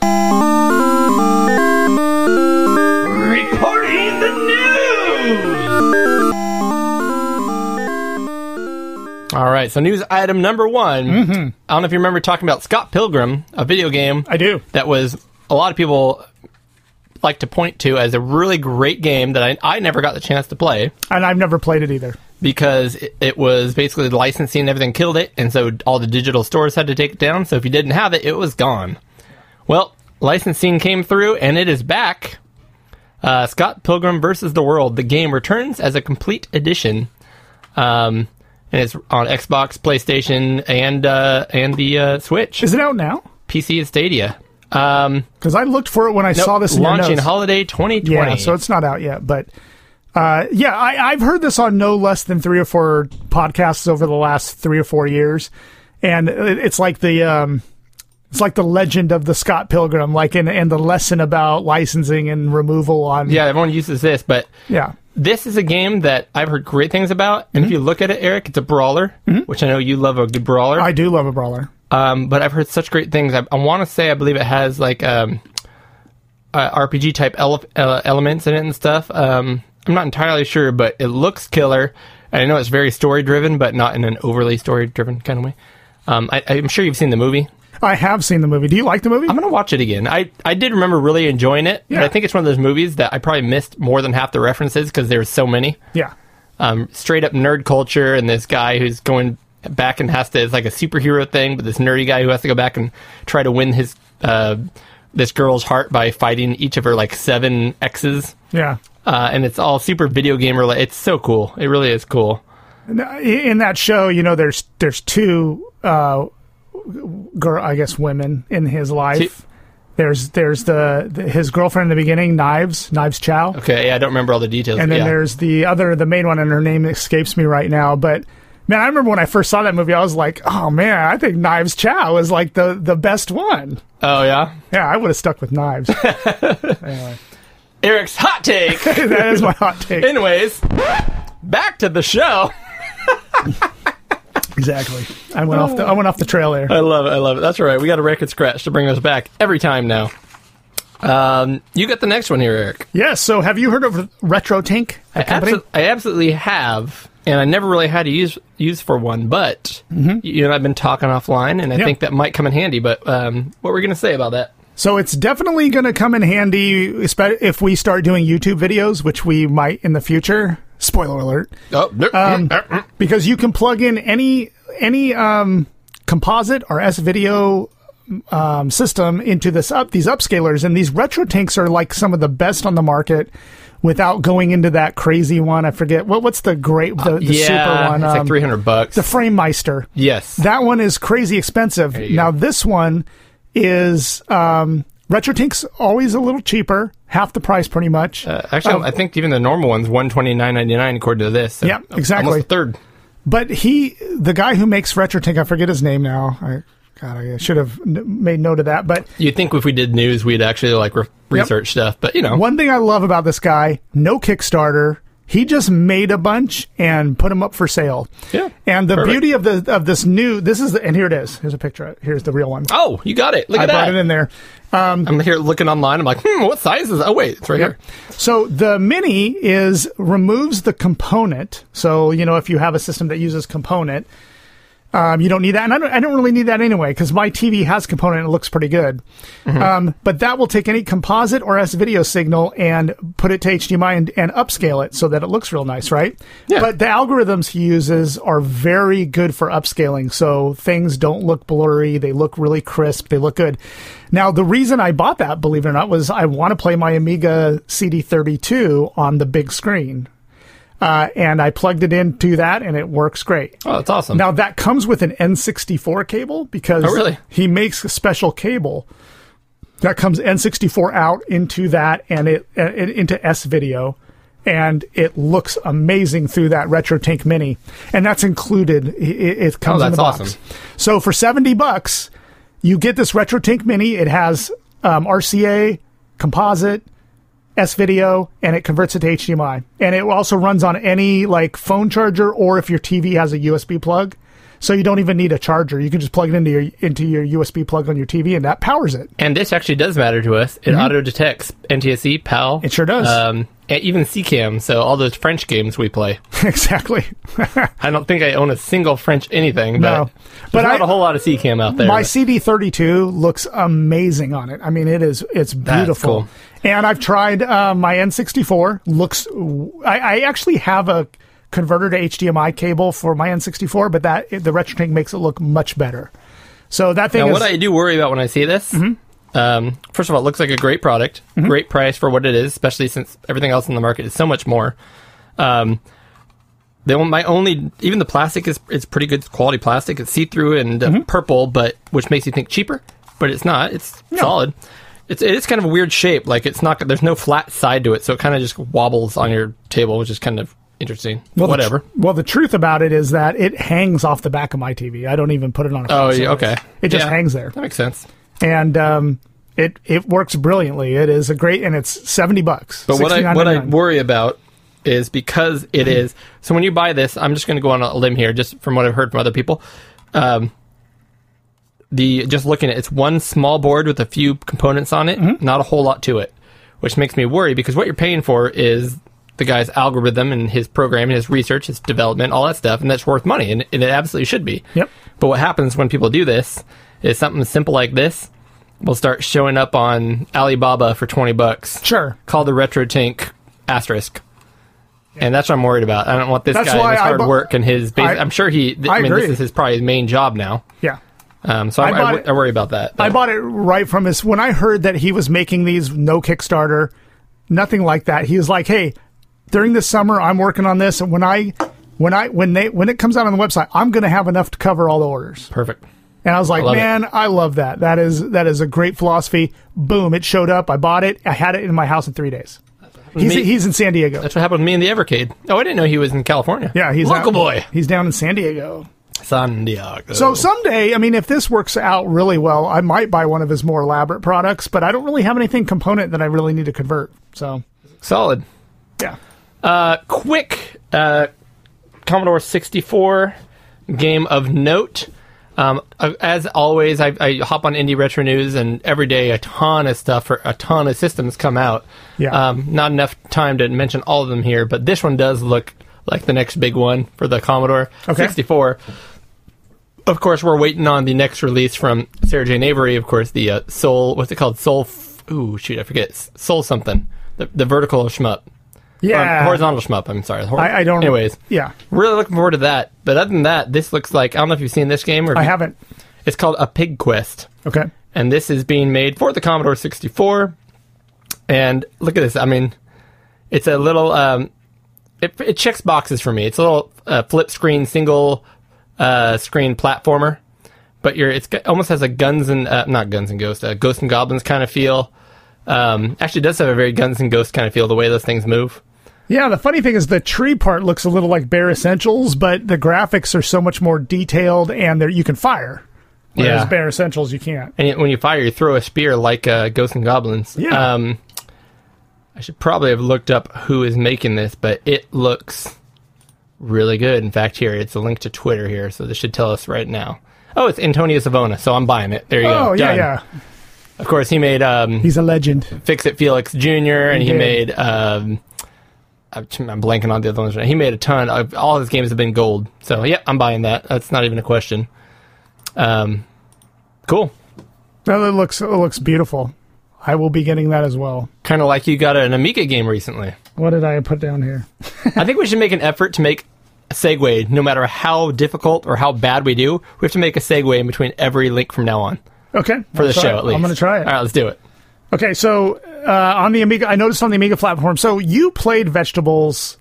Reporting the news! All right, so news item number one. Mm-hmm. I don't know if you remember talking about Scott Pilgrim, a video game I do. that was a lot of people like to point to as a really great game that I, I never got the chance to play And I've never played it either. because it, it was basically the licensing and everything killed it, and so all the digital stores had to take it down. So if you didn't have it, it was gone. Well, licensing came through, and it is back. Uh, Scott Pilgrim versus the World. The game returns as a complete edition, um, and it's on Xbox, PlayStation, and uh, and the uh, Switch, Is it out now? PC, and Stadia. Um, Because I looked for it when I saw this in your launching notes. holiday 2020. Yeah, so it's not out yet, but uh, yeah, I, I've heard this on no less than three or four podcasts over the last three or four years, and it, it's like the um, it's like the legend of the Scott Pilgrim, like and and the lesson about licensing and removal on yeah, everyone uses this, but yeah this is a game that I've heard great things about, Mm-hmm. and if you look at it, Eric, it's a brawler, which I know you love a good brawler. I do love a brawler. um, but I've heard such great things. I, I want to say I believe it has like um, uh, RPG type ele- uh, elements in it and stuff. Um, I'm not entirely sure, but it looks killer. And I know it's very story driven, but not in an overly story driven kind of way. Um, I, I'm sure you've seen the movie. I have seen the movie. Do you like the movie? I'm gonna watch it again. I, I did remember really enjoying it, but Yeah. I think it's one of those movies that I probably missed more than half the references because there's so many yeah, um, straight up nerd culture and this guy who's going back and has to it's like a superhero thing, but this nerdy guy who has to go back and try to win his uh, this girl's heart by fighting each of her like seven exes. yeah. Uh, and it's all super video game related. It's so cool. It really is cool. And, uh, in that show, you know, there's there's two uh, girl, I guess, women in his life. Two- There's there's the, the his girlfriend in the beginning, Knives, Knives Chow, Okay, yeah, I don't remember all the details. and but then yeah. there's the other, the main one, and her name escapes me right now. But man, I remember when I first saw that movie, I was like, oh man, I think Knives Chow is like the the best one. oh yeah, Yeah, I would have stuck <laughs> with Knives. <laughs> Eric's hot <laughs> take. that is my hot take. Anyways, back to the show. Exactly. I went off the I went off the trail there. I love it. I love it. That's all right. We got a record scratch to bring us back every time now. Um, you got the next one here, Eric. Yes. So, have you heard of Retro Tank? I, abso- I absolutely have, and I never really had to use use for one, but you and I've been talking offline, and I Mm-hmm. Yeah. think that might come in handy. But um, what were you going to say about that? So it's definitely going to come in handy espe- if we start doing YouTube videos, which we might in the future. Spoiler alert. Oh, Um, because you can plug in any any um, composite or S video um, system into this up these upscalers, and these retro tanks are like some of the best on the market. Without going into that crazy one, I forget what what's the great the, the super yeah, one it's um, like three hundred bucks. the Framemeister. yes, That one is crazy expensive. you Now this one is um, RetroTink's always a little cheaper, half the price pretty much. Uh, actually, I think even the normal one's one twenty nine ninety nine according to this. So Oh. Yeah, exactly. Almost a third. but he, the guy who makes RetroTink, I forget his name now. I, God, I should have n- made note of that. But You'd think if we did news, we'd actually like re- research stuff, but you know, one thing I love about this guy, no Kickstarter. He just made a bunch and put them up for sale. Yeah, And the perfect. beauty of the of this new this is the, and here it is. Here's a picture. of it. Here's the real one. Oh, you got it. Look I at brought that. it in there. I'm here looking online. I'm like, hmm, what size is that? Oh, wait, it's right here. So the mini is removes the component. So you know if you have a system that uses component, um, you don't need that, and I don't. I don't really need that anyway because my TV has component. And it looks pretty good. Um, but that will take any composite or S video signal and put it to HDMI and, and upscale it so that it looks real nice, right? Yeah. But the algorithms he uses are very good for upscaling. So things don't look blurry. They look really crisp. They look good. Now, the reason I bought that, believe it or not, was I want to play my Amiga CD32 on the big screen. Uh, and I plugged it into that and it works great. Oh, that's awesome. Now that comes with an N64 cable because Oh, really? he makes a special cable that comes N64 out into that and it, uh, it into S video and it looks amazing through that retro tank mini and that's included it, it comes in Oh, that's the box awesome. so for 70 bucks you get this retro tank mini it has um, rca composite S video and it converts it to HDMI. And it also runs on any like phone charger or if your TV has a USB plug. So you don't even need a charger. You can just plug it into your into your USB plug on your TV and that powers it. <laughs> and this actually does matter to us. It auto detects NTSC, PAL. Mm-hmm. It sure does. Um, and even CCAM, so all those French games we play. exactly. I don't think I own a single French anything, but, No. But there's not I- a whole lot of CCAM out there. My CD32 looks amazing on it. I mean, it is it's beautiful. cool. And I've tried uh, my N64. Looks. I, I actually have a converter to HDMI cable for my N64, but that the RetroTink makes it look much better. So that thing Now, is what I do worry about when I see this, Mm-hmm. um, first of all, it looks like a great product, great price for what it is, especially since everything else in the market is so much more. Um, the on- my only, even the plastic is it's pretty good quality plastic. It's see through and Mm-hmm. uh, purple, but which makes you think cheaper, but it's not. It's solid. It's it's kind of a weird shape. Like it's not. There's no flat side to it, so it kind of just wobbles on your table, which is kind of interesting. Well, the tr- Whatever. well, the truth about it is that it hangs off the back of my TV. I don't even put it on. a Oh, console. yeah, okay. It just Yeah. hangs there, that makes sense. and um, it it works brilliantly. It is a great, and it's seventy bucks. But what I what I $69.99. worry about is because Mm-hmm. it is so when you buy this, I'm just going to go on a limb here, just from what I've heard from other people. Um, the just looking at it's one small board with a few components on it, Mm-hmm. not a whole lot to it, which makes me worry because what you're paying for is the guy's algorithm and his program and his research, his development, all that stuff, and that's worth money, and, and it absolutely should be. Yep. But what happens when people do this is something simple like this will start showing up on Alibaba for twenty bucks sure. called the retro tank asterisk. And that's what I'm worried about. I don't want this That's guy why and his I hard bu- work and his. Base, I- I'm sure he. Th- I I, mean, agree. this is his probably his main job now. Yeah. Um, so I I, bought I, wor- it- I worry about that. I bought it right from his when I heard that he was making these no Kickstarter, nothing like that. He was like, "Hey, during the summer I'm working on this, and when I when I when they when it comes out on the website, I'm going to have enough to cover all the orders." Perfect. And I was like, love it. man, I love that. That is that is a great philosophy. Boom, it showed up. I bought it. I had it in my house in three days. He's, me. he's in San Diego. That's what happened with me in the Evercade. Oh, I didn't know he was in California. yeah, he's local out- boy. He's down in San Diego. San Diego. So someday, I mean, if this works out really well, I might buy one of his more elaborate products. But I don't really have anything component that I really need to convert. So solid. yeah, Uh, quick. Uh, Commodore 64 game of note. Um, uh, as always, I, I hop on Indie Retro News, and every day a ton of stuff for a ton of systems come out. Yeah. Um, not enough time to mention all of them here, but this one does look like the next big one for the Commodore Okay. 64. Of course, we're waiting on the next release from Sarah Jane Avery. Of course, the uh, Soul. What's it called? Soul. F- Ooh, shoot, I forget. S- Soul something. The, the vertical shmup. Um, Yeah. horizontal shmup. I'm sorry. Hor- I, I don't. Anyways, Yeah. really looking forward to that. But other than that, this looks like I don't know if you've seen this game or if I you- haven't. It's called A Pig Quest, Okay. and this is being made for the Commodore 64. And look at this. I mean, it's a little. Um, it, it checks boxes for me. It's a little uh, flip screen, single uh, screen platformer, but you're. It's got- almost has a guns and uh, not guns and ghosts, uh, ghosts and goblins kind of feel. Um, actually, it does have a very guns and ghosts kind of feel the way those things move. Yeah, the funny thing is the tree part looks a little like Bare Essentials, but the graphics are so much more detailed and there you can fire. Whereas Bare Essentials you can't. And yet when you fire, you throw a spear like uh, Ghosts and Goblins. Yeah. Um, I should probably have looked up who is making this, but it looks really good. In fact, here it's a link to Twitter here, so this should tell us right now. Oh, it's Antonio Savona, so I'm buying it. There you go. Oh Done. yeah, yeah. Of course, he made um, He's a legend. Fix It Felix Jr. and he did. made um, I'm I'm blanking on the other ones. right now. He made a ton. Of, all his games have been gold. So yeah, I'm buying that. That's not even a question. Um, cool. No, that looks it looks beautiful. I will be getting that as well. Kind of like you got an Amiga game recently. What did I put down here? I think we should make an effort to make a segue, no matter how difficult or how bad we do. We have to make a segue in between every link from now on Okay. for the show, at least. I'm going to try it. All right, let's do it. Okay, so uh, on the Amiga, I noticed on the Amiga platform. So you played Vegetables,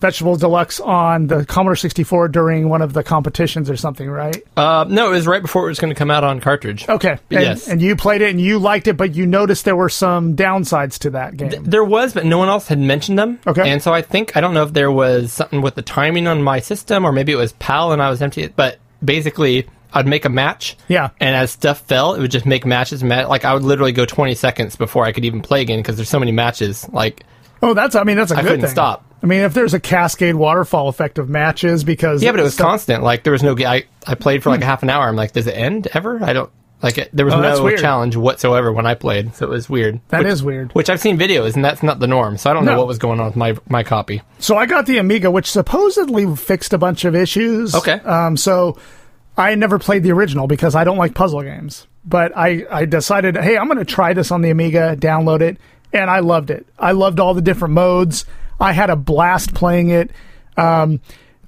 Vegetables Deluxe on the Commodore 64 during one of the competitions or something, right? Uh, no, it was right before it was going to come out on cartridge. Okay. And, Yes. And you played it and you liked it, but you noticed there were some downsides to that game. There was, but no one else had mentioned them. Okay. And so I think, I don't know if there was something with the timing on my system or maybe it was PAL and I was empty, but basically I'd make a match. Yeah. And as stuff fell, it would just make matches. ma- Like I would literally go 20 seconds before I could even play again because there's so many matches. Like, oh, that's I mean that's a good couldn't thing. stop. I mean, if there's a cascade waterfall effect of matches because Yeah, but it was stuff- constant. Like there was no. I I played for like a half an hour. I'm like, does it end ever? I don't like it. There was Oh, that's no weird. challenge whatsoever when I played, so it was weird. That That is is weird. Which I've seen videos, and that's not the norm. So I don't No. know what was going on with my my copy. So I got the Amiga, which supposedly fixed a bunch of issues. Okay. Um, so I never played the original because I don't like puzzle games. But I, I decided, hey, I'm going to try this on the Amiga, download it, and I loved it. I loved all the different modes. I had a blast playing it. Um,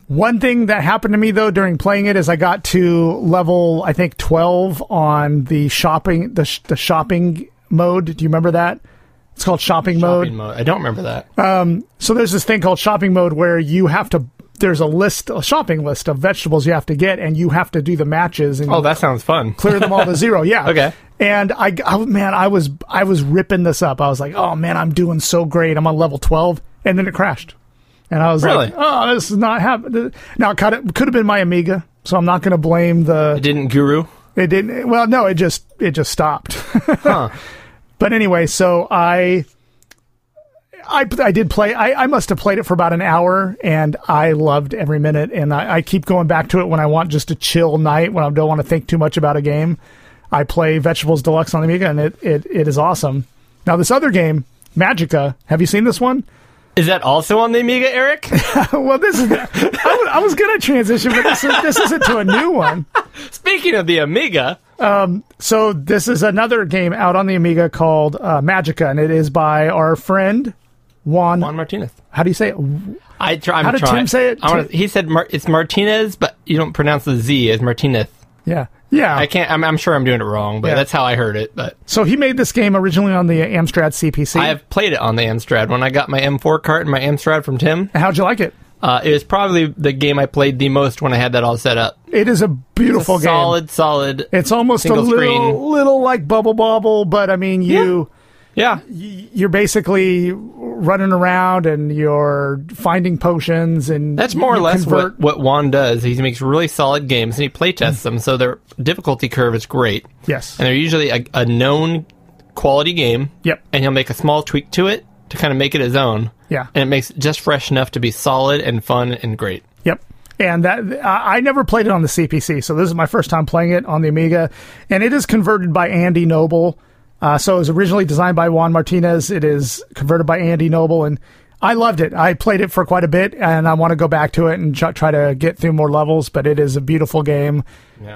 one thing that happened to me though during playing it is I got to level I think 12 on the shopping the, sh- the shopping mode. Do you remember that? It's called shopping mode. Shopping mode. I don't remember that. So there's this thing called shopping mode where you have to there's a list a shopping list of vegetables you have to get and you have to do the matches and oh, that sounds fun. clear them all to <laughs> zero. Yeah. Okay. And I, I man, I was I was ripping this up. I was like, "Oh man, I'm doing so great. I'm on level 12." And then it crashed. And I was Really? like, "Oh, this is not happening." Now, it could have, could have been my Amiga, so I'm not going to blame the Didn't Guru? it didn't. Well, no, it just it just stopped. <laughs> Huh. But anyway, so I. I, I did play. I, I must have played it for about an hour, and I loved every minute. And I, I keep going back to it when I want just a chill night when I don't want to think too much about a game. I play Vegetables Deluxe on the Amiga, and it, it, it is awesome. Now this other game, Magica. Have you seen this one? <laughs> Is that also on the Amiga, Eric? <laughs> well, this is. I was, <laughs> I was gonna transition, but this, is, this isn't to a new one. Speaking of the Amiga, So this is another game out on the Amiga called uh, Magica, and it is by our friend Juan. Juan Martinez. How do you say it? I try, I'm How did trying. Tim say it? I wanna, Tim- he said Mar- it's Martinez, but you don't pronounce the Z as Martinez. Yeah, yeah. I can't. I'm, I'm sure I'm doing it wrong, but Yeah. that's how I heard it. But so he made this game originally on the Amstrad CPC. I have played it on the Amstrad. When I got my M4 cart and my Amstrad from Tim, How'd you like it? uh, it was probably the game I played the most when I had that all set up. It is a beautiful game. Solid, solid. It's almost a Single little, screen. little like Bubble Bobble, but I mean, you yeah. you're basically running around and you're finding potions and That's more or you less convert- what, what Juan does. He makes really solid games and he playtests them, so their difficulty curve is great. Yes. And they're usually a, a known quality game. Yep. And he'll make a small tweak to it to kind of make it his own. Yeah. And it makes it just fresh enough to be solid and fun and great. Yep. and that I I never played it on the CPC, so this is my first time playing it on the Amiga, and it is converted by Andy Noble. Uh, so it was originally designed by Juan Martinez. It is converted by Andy Noble, and I loved it. I played it for quite a bit, and I want to go back to it and ch- try to get through more levels. But it is a beautiful game,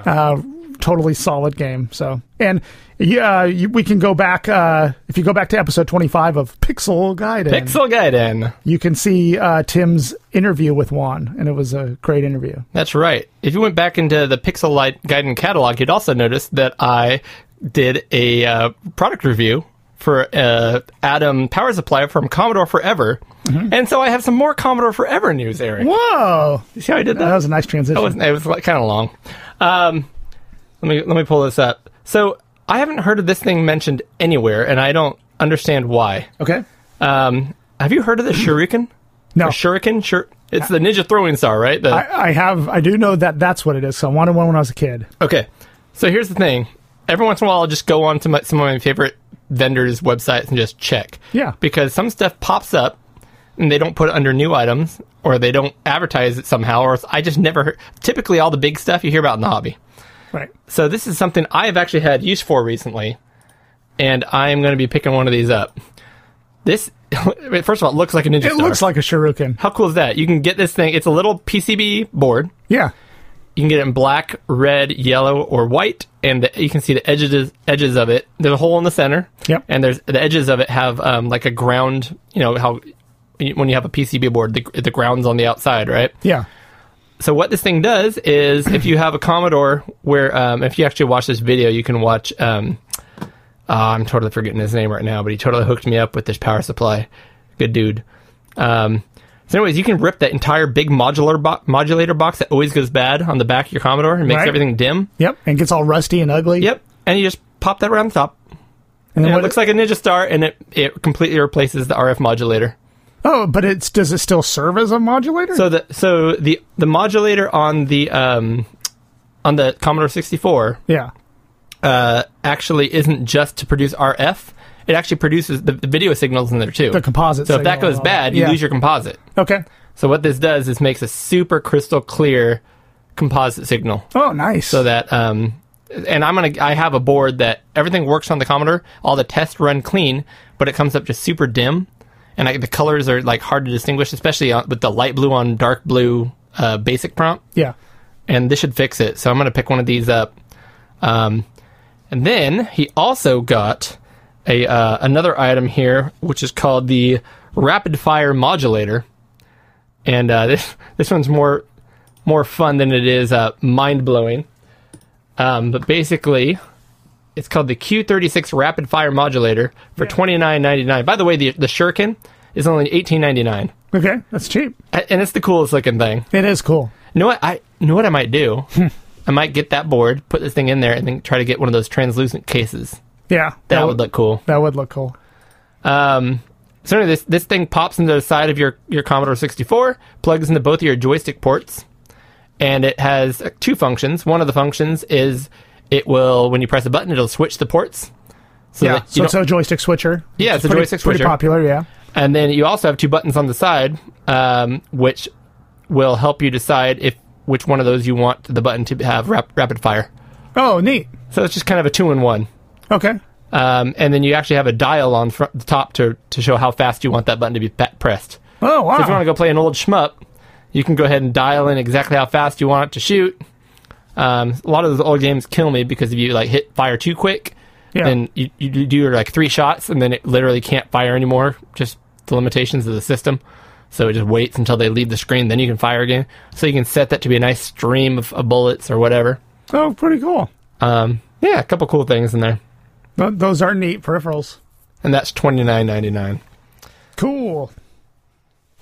uh, totally solid game. So, and yeah, you, we can go back uh, if you go back to episode twenty-five of Pixel Guide Pixel Gaiden. you can see uh, Tim's interview with Juan, and it was a great interview. That's right. If you went back into the Pixel Light Guiden catalog, you'd also notice that I did a uh, product review for uh, Atom Power Supply from Commodore Forever, and so I have some more Commodore Forever news, Eric. Whoa, You see how I did that was a nice transition. That was it was kind of long. Um, let me let me pull this up. So I haven't heard of this thing mentioned anywhere, and I don't understand why. okay. Um, have you heard of the Shuriken? Mm-hmm. No, Or Shuriken? Shur- it's the ninja throwing star, right? The- I, I have. I do know that that's what it is. So I wanted one when I was a kid. Okay, so here's the thing. Every once in a while, I'll just go on to my, some of my favorite vendors' websites and just check. Yeah. Because some stuff pops up and they don't put it under new items or they don't advertise it somehow, or it's- I just never heard. Typically, all the big stuff you hear about in the hobby. Right. So this is something I have actually had use for recently, and I am going to be picking one of these up. This, <laughs> first of all, it looks like a ninja. It looks like a shuriken. how cool is that? You can get this thing. It's a little PCB board. Yeah. You can get it in black, red, yellow, or white, and the, you can see the edges edges of it. There's a hole in the center. Yep. And there's the edges of it have um, like a ground. You know how when you have a PCB board, the, the ground's on the outside, right? Yeah. so what this thing does is if you have a commodore where um, if you actually watch this video you can watch um, uh, i'm totally forgetting his name right now but he totally hooked me up with this power supply good dude um, so anyways you can rip that entire big modular bo- modulator box that always goes bad on the back of your commodore and makes Right. everything dim Yep. And it gets all rusty and ugly. yep and you just pop that around the top And then and what it looks like a ninja star and it, it completely replaces the rf modulator Oh, but it's does it still serve as a modulator? So the so the the modulator on the um on the Commodore 64 yeah. uh actually isn't just to produce RF. It actually produces the, the video signals in there too. The composite So if that signal and goes all that. bad, you Yeah. lose your composite. Okay. So what this does is makes a super crystal clear composite signal Oh, nice. so that um and I'm gonna I have a board that everything works on the Commodore. All the tests run clean, but it comes up just super dim, and I, the colors are like hard to distinguish, especially on, with the light blue on dark blue uh, basic prompt. yeah. And this should fix it. So I'm gonna pick one of these up. Um, and then he also got a uh, another item here, which is called the rapid fire modulator, and uh, <laughs> this this one's more more fun than it is uh, mind blowing. Um, but basically, it's called the Q36 rapid fire modulator for twenty nine ninety nine. By the way, the the shuriken is only eighteen ninety nine, Okay. That's cheap. and it's the coolest looking thing. It is cool. You know what I you know what I might do? Hmm. I might get that board, put this thing in there, and then try to get one of those translucent cases. Yeah. That would look cool. That would look cool. Um, so anyway, this this thing pops into the side of your your Commodore 64, plugs into both of your joystick ports, and it has uh, two functions. One of the functions is it will when you press a button, it'll switch the ports. So Yeah. that you So it's don't- a joystick switcher. Yeah, which it's is a pretty- joystick Pretty switcher. popular. Yeah. and then you also have two buttons on the side, um, which will help you decide if which one of those you want the button to have rap- rapid fire. Oh, neat. So it's just kind of a two in one. Okay. Um, and then you actually have a dial on fr- the top to, to show how fast you want that button to be pa- pressed. Oh wow. So if you want to go play an old shmup, you can go ahead and dial in exactly how fast you want it to shoot. Um, a lot of those old games kill me because if you like hit fire too quick, yeah. then you, you do your like three shots and then it literally can't fire anymore. Just the limitations of the system. So it just waits until they leave the screen, then you can fire again. So you can set that to be a nice stream of, of bullets or whatever. oh, pretty cool. Um, yeah, a couple cool things in there, Th- Those are neat peripherals. and that's twenty nine ninety nine. Cool.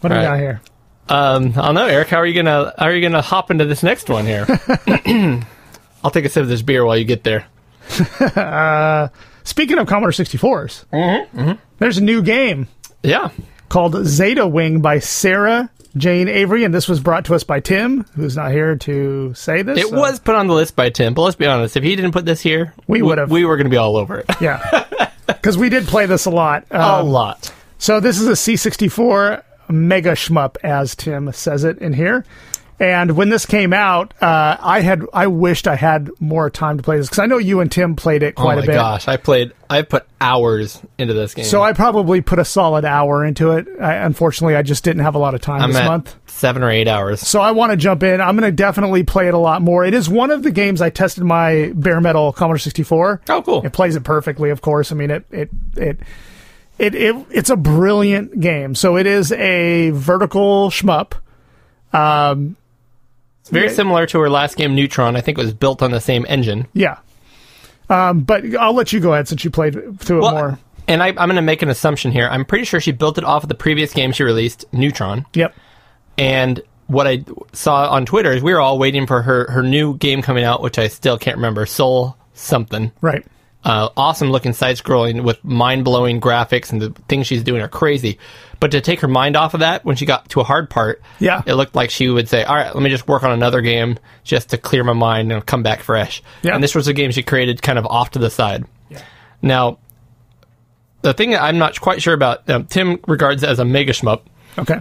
What do we All got right. here? Um, I don't know, Eric. How are you gonna how are you gonna hop into this next one <laughs> here? <clears throat> I'll take a sip of this beer while you get there. Speaking of Commodore 64s, Mm-hmm, there's a new game Yeah, called Zeta Wing by Sarah Jane Avery, and this was brought to us by Tim, who's not here to say this. it so- was put on the list by Tim, but let's be honest. If he didn't put this here, We would've. we were gonna be all over it <laughs> Yeah. Because we did play this a lot. a Um, lot. So this is a C64 mega shmup, as Tim says it in here. And when this came out, uh, I had I wished I had more time to play this because I know you and Tim played it Oh quite my a bit. gosh, I played. I put hours into this game. So I probably put a solid hour into it. I, unfortunately, I just didn't have a lot of time I'm this at month. seven or eight hours. So I want to jump in. I'm going to definitely play it a lot more. It is one of the games I tested my bare metal Commodore 64. Oh, cool. It plays it perfectly, of course. I mean, it it it it, it it's a brilliant game. So it is a vertical shmup. It's very similar to her last game, Neutron. I think it was built on the same engine. Yeah. Um, but I'll let you go ahead since you played through it more. and I, I'm going to make an assumption here. I'm pretty sure she built it off of the previous game she released, Neutron. Yep. And what I saw on Twitter is we were all waiting for her her new game coming out, which I still can't remember. Soul something. Right. uh, awesome looking side scrolling with mind blowing graphics, and the things she's doing are crazy. But to take her mind off of that, when she got to a hard part, Yeah. it looked like she would say, "All right, let me just work on another game just to clear my mind and come back fresh." Yeah. And this was a game she created kind of off to the side. Now, the thing that I'm not quite sure about, um, Tim regards it as a mega shmup, Okay.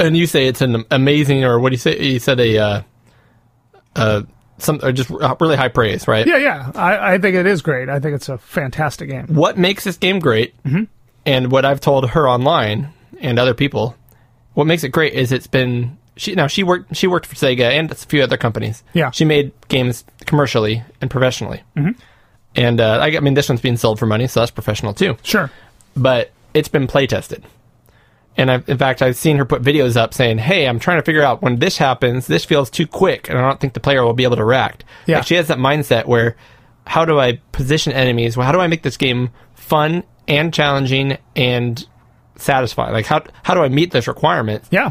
and you say it's an amazing, or what do you say? You said a, uh, uh, some, or just really high praise, right? Yeah, yeah. I, I think it is great. I think it's a fantastic game. what makes this game great Mm-hmm. and what I've told her online and other people, what makes it great is it's been she now she worked she worked for Sega and a few other companies. Yeah. She made games commercially and professionally. Mm-hmm. And uh, I, I mean this one's being sold for money, so that's professional too. Sure. But it's been play tested. And I've, in fact, I've seen her put videos up saying, "Hey, I'm trying to figure out when this happens. This feels too quick, and I don't think the player will be able to react." Yeah. Like she has that mindset where, how do I position enemies? Well, how do I make this game fun and challenging and satisfying? Like how how do I meet those requirements? Yeah.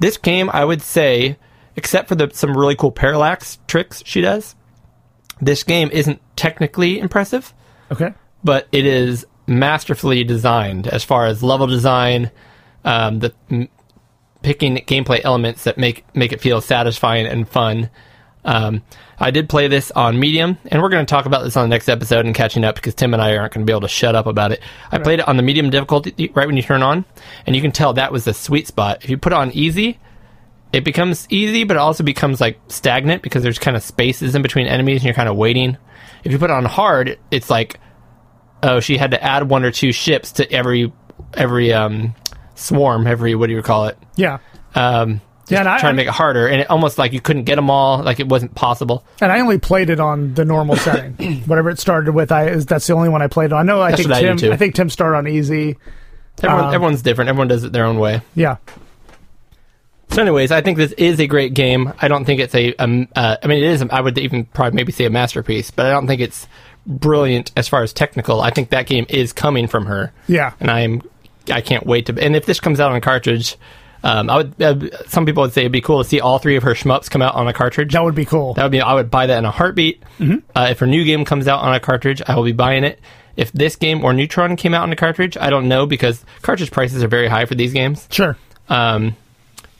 This game, I would say, except for the some really cool parallax tricks she does, this game isn't technically impressive Okay. but it is masterfully designed as far as level design, um, the m- picking gameplay elements that make make it feel satisfying and fun. Um, I did play this on Medium, and we're going to talk about this on the next episode and catching up because Tim and I aren't going to be able to shut up about it. I played it on the Medium difficulty right when you turn on, and you can tell that was the sweet spot. If you put it on Easy, it becomes easy, but it also becomes like stagnant because there's kind of spaces in between enemies and you're kind of waiting. If you put it on hard, it's like oh, she had to add one or two ships to every every um, swarm, every what do you call it? Yeah. Um, Yeah, and I, trying to make it harder, and it almost like you couldn't get them all, like it wasn't possible. and I only played it on the <coughs> normal setting. Whatever it started with, I is that's the only one I played on. I know I That's think what I do Tim too. I think Tim started on easy. Everyone, Um, everyone's different. Everyone does it their own way. Yeah. So, anyways, I think this is a great game. I don't think it's a, um, uh, I mean, it is. I would even probably maybe say a masterpiece, but I don't think it's brilliant as far as technical. I think that game is coming from her. Yeah. and I'm, I can't wait to. And if this comes out on cartridge, um, I would. Uh, some people would say it'd be cool to see all three of her shmups come out on a cartridge. That would be cool. That would be. I would buy that in a heartbeat. Mm-hmm. Uh, if a new game comes out on a cartridge, I will be buying it. If this game or Neutron came out on a cartridge, I don't know because cartridge prices are very high for these games. sure. Um,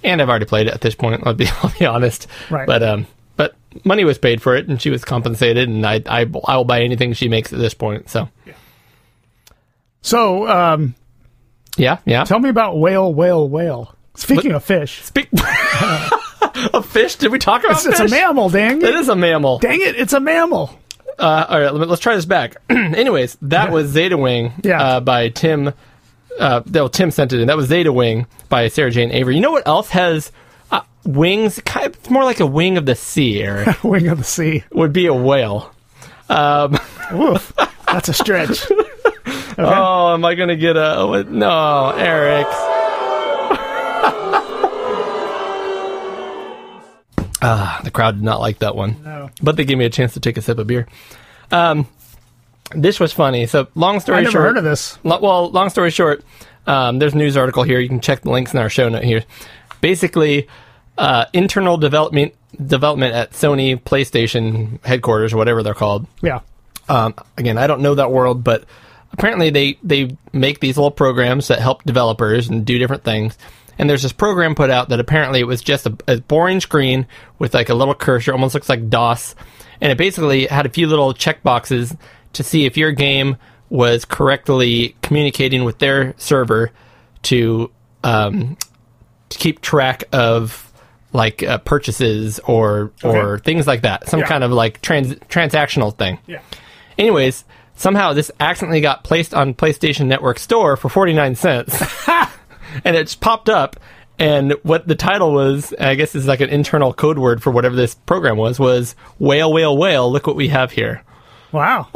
and I've already played it at this point. I'll be, <laughs> I'll be honest. Right. But um, but money was paid for it, and she was compensated, and I I, I will buy anything she makes at this point. So So, um, yeah, yeah. tell me about whale, whale, whale. Speaking of fish, Speak. <laughs> a fish? Did we talk about it's, it's a fish? mammal, dang It it. is a mammal. Dang it, it's a mammal. <laughs> Uh, all right, let me- let's try this back. <clears throat> Anyways, that was Zeta Wing Yeah. uh, by Tim. Uh, no, Tim sent it in. That was Zeta Wing by Sarah Jane Avery. You know what else has uh, wings? Kind of, it's more like a wing of the sea, <laughs> Eric. Wing of the sea. would be a whale. Woof. That's <laughs> a stretch. Oh, am I going to get a. What? No, Eric. <laughs> ah, the crowd did not like that one. No. But they gave me a chance to take a sip of beer. Um, this was funny. So, long story I never short. heard of this. Lo- well, long story short, um, there's a news article here. You can check the links in our show note here. Basically, uh, internal development development at Sony PlayStation headquarters, or whatever they're called. Yeah. Um, again, I don't know that world, but apparently they they make these little programs that help developers and do different things. And there's this program put out that apparently it was just a, a boring screen with like a little cursor, almost looks like DOS, and it basically had a few little checkboxes to see if your game was correctly communicating with their server to um, to keep track of like uh, purchases or or Okay. things like that. Some Yeah. kind of like trans transactional thing. Yeah. Anyways, somehow this accidentally got placed on PlayStation Network store for 49 <laughs> cents. and it's popped up and what the title was, I guess is like an internal code word for whatever this program was was whale whale whale, look what we have here. Wow.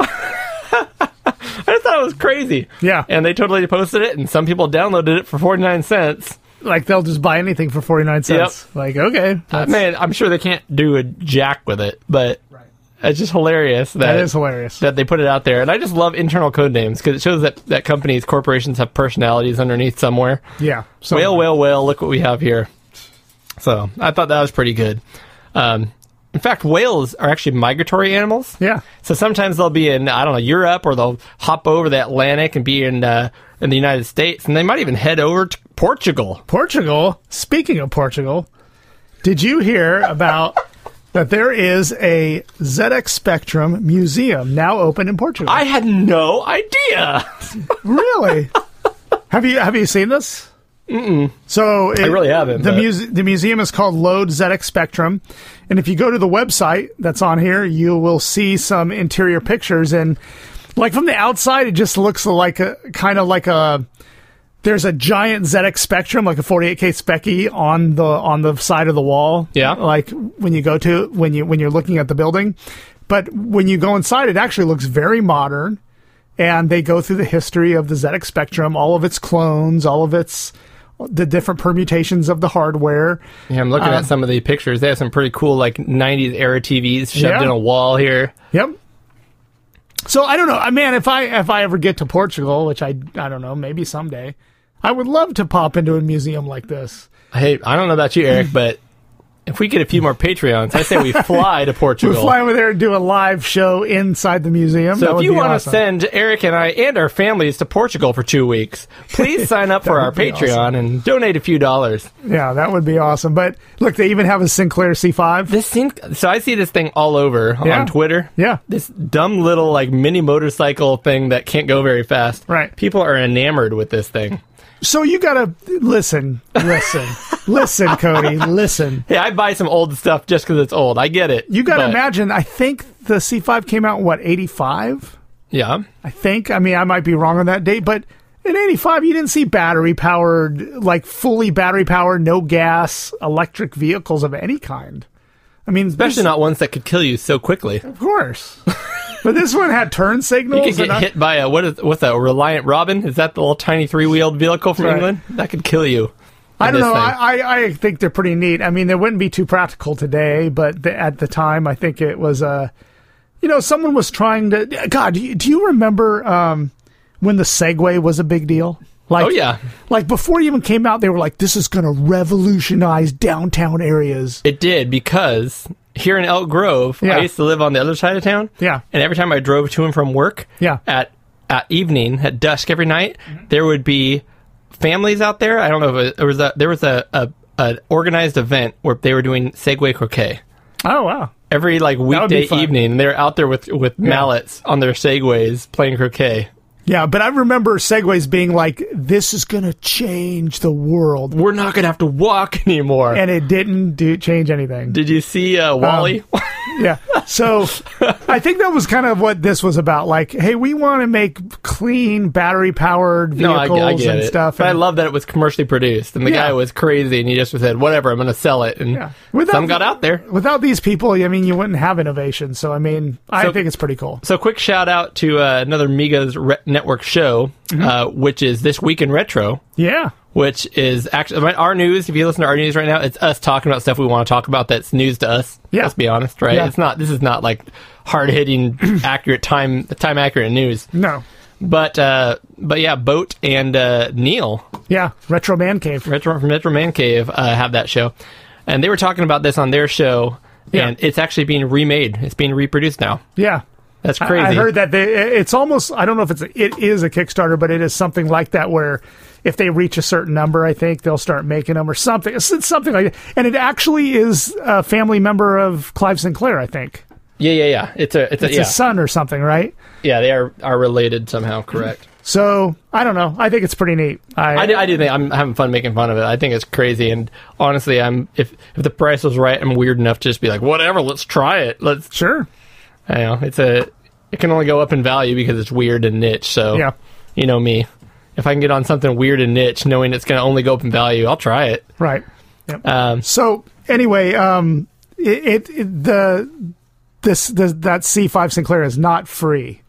I just thought it was crazy. Yeah. And they totally posted it and some people downloaded it for 49 cents. like they'll just buy anything for 49 cents. Like, okay. Uh, That's, man, I'm sure they can't do a jack with it, but it's just hilarious that, that is hilarious. Uh, that they put it out there. And I just love internal code names because it shows that, that companies, corporations have personalities underneath somewhere. yeah. So Whale, whale, whale, look what we have here. So I thought that was pretty good. Um, in fact, whales are actually migratory animals. Yeah. So sometimes they'll be in I don't know Europe or they'll hop over the Atlantic and be in uh, in the United States and they might even head over to Portugal. Portugal, speaking of Portugal, did you hear about that there is a ZX Spectrum museum now open in Portugal? I had no idea. really? have you have you seen this? Mm-mm. So it, I really haven't, The but- muse- the museum is called Load ZX Spectrum, and if you go to the website that's on here, you will see some interior pictures and like from the outside, it just looks like a kind of like a there's a giant ZX Spectrum, like a 48K Specky on the on the side of the wall. Yeah. like when you go to when you when you're looking at the building, but when you go inside, it actually looks very modern. And they go through the history of the ZX Spectrum, all of its clones, all of its the different permutations of the hardware. Yeah, I'm Um, looking at some of the pictures. They have some pretty cool like 90s era TVs shoved Yeah. in a wall here. Yep. So I don't know, Uh, man. If I if I ever get to Portugal, which I I don't know, maybe someday, I would love to pop into a museum like this. Hey, I don't know about you, Eric, but if we get a few more Patreons, I <laughs> say we fly to We Portugal. fly over there and do a live show inside the museum. that So would if you be want awesome. to send Eric and I and our families to Portugal for two weeks, <laughs> please sign up for our would be Patreon and donate a few dollars. yeah, that would be awesome. But look, they even have a Sinclair C5. This thing, so I see this thing all over Yeah. on Twitter. Yeah. this dumb little like mini motorcycle thing that can't go very fast. Right. people are enamored with this thing. So you gotta listen, <laughs> listen, listen, Cody, listen. Hey, I buy some old stuff just because it's old. I get it. You gotta but- imagine. I think the C5 came out in, what eighty five. Yeah, I think. I mean, I might be wrong on that date, but in 85, you didn't see battery powered, like fully battery powered, no gas electric vehicles of any kind. I mean, especially not ones that could kill you so quickly. of course. but this one had turn <laughs> signals. You could get and I- hit by a what is what's that? A Reliant Robin? Is that the little tiny three wheeled vehicle from Right. England that could kill you? I don't This know. thing. I, I, I think they're pretty neat. I mean, they wouldn't be too practical today, but the, at the time, I think it was Uh, you know, someone was trying to. God, do you, do you remember um, when the Segway was a big deal? Like, Oh yeah, Like before it even came out, they were like, "This is going to revolutionize downtown areas." It did because here in Elk Grove, Yeah. I used to live on the other side of town. Yeah. And every time I drove to and from work, Yeah. at at evening at dusk every night, there would be families out there. I don't know if it, there was a there was a, a an organized event where they were doing Segway croquet Oh wow! every like would be weekday fun. evening, and they were out there with with mallets on their Segways playing croquet. Yeah, but I remember segways being like, "This is going to change the world," We're not gonna have to walk <laughs> anymore. and it didn't do change anything. did you see uh, Wally? Yeah. So I think that was kind of what this was about. Like, hey, we want to make clean battery powered <laughs> No, I, vehicles I get and it. stuff. But I and- love that it was commercially produced, and the Yeah. guy was crazy, and he just said, "Whatever, I'm going to sell it." And Yeah. Without some the- got out there. Without these people, I mean, you wouldn't have innovation. So, I mean, I So- think it's pretty cool. So, quick shout out to uh, another Miga's re- network show, Mm-hmm. uh, which is this week in retro, Yeah. which is actually I mean, our news. If you listen to our news right now, it's us talking about stuff we want to talk about that's news to us. Yeah. Let's be honest, right? Yeah. It's not. This is not like hard <clears throat> hitting, accurate time time accurate news. No. But uh, but yeah, Boat and uh, Neil Yeah. Retro Man Cave. Retro from Retro Man Cave uh, have that show, and they were talking about this on their show, Yeah. and it's actually being remade. It's being reproduced now. Yeah. That's I- crazy. I heard that they, it's almost I don't know if it's a, it is a Kickstarter, but it is something like that where if they reach a certain number, I think they'll start making them or something. It's, it's something like that. And it actually is a family member of Clive Sinclair, I think. Yeah, yeah, yeah. It's a, it's a, It's yeah, his son or something, right? yeah. They are are related somehow. Correct. So I don't know. I think it's pretty neat. I, I do, I do think I'm having fun making fun of it. I think it's crazy, and honestly, I'm if if the price was right, I'm weird enough to just be like, whatever, let's try it. Let's, sure. I know it's a, it can only go up in value because it's weird and niche. So Yeah. you know me, if I can get on something weird and niche, knowing it's going to only go up in value, I'll try it. Right. Yep. Um, So anyway, um, it, it, it the this the, that C five Sinclair is not free.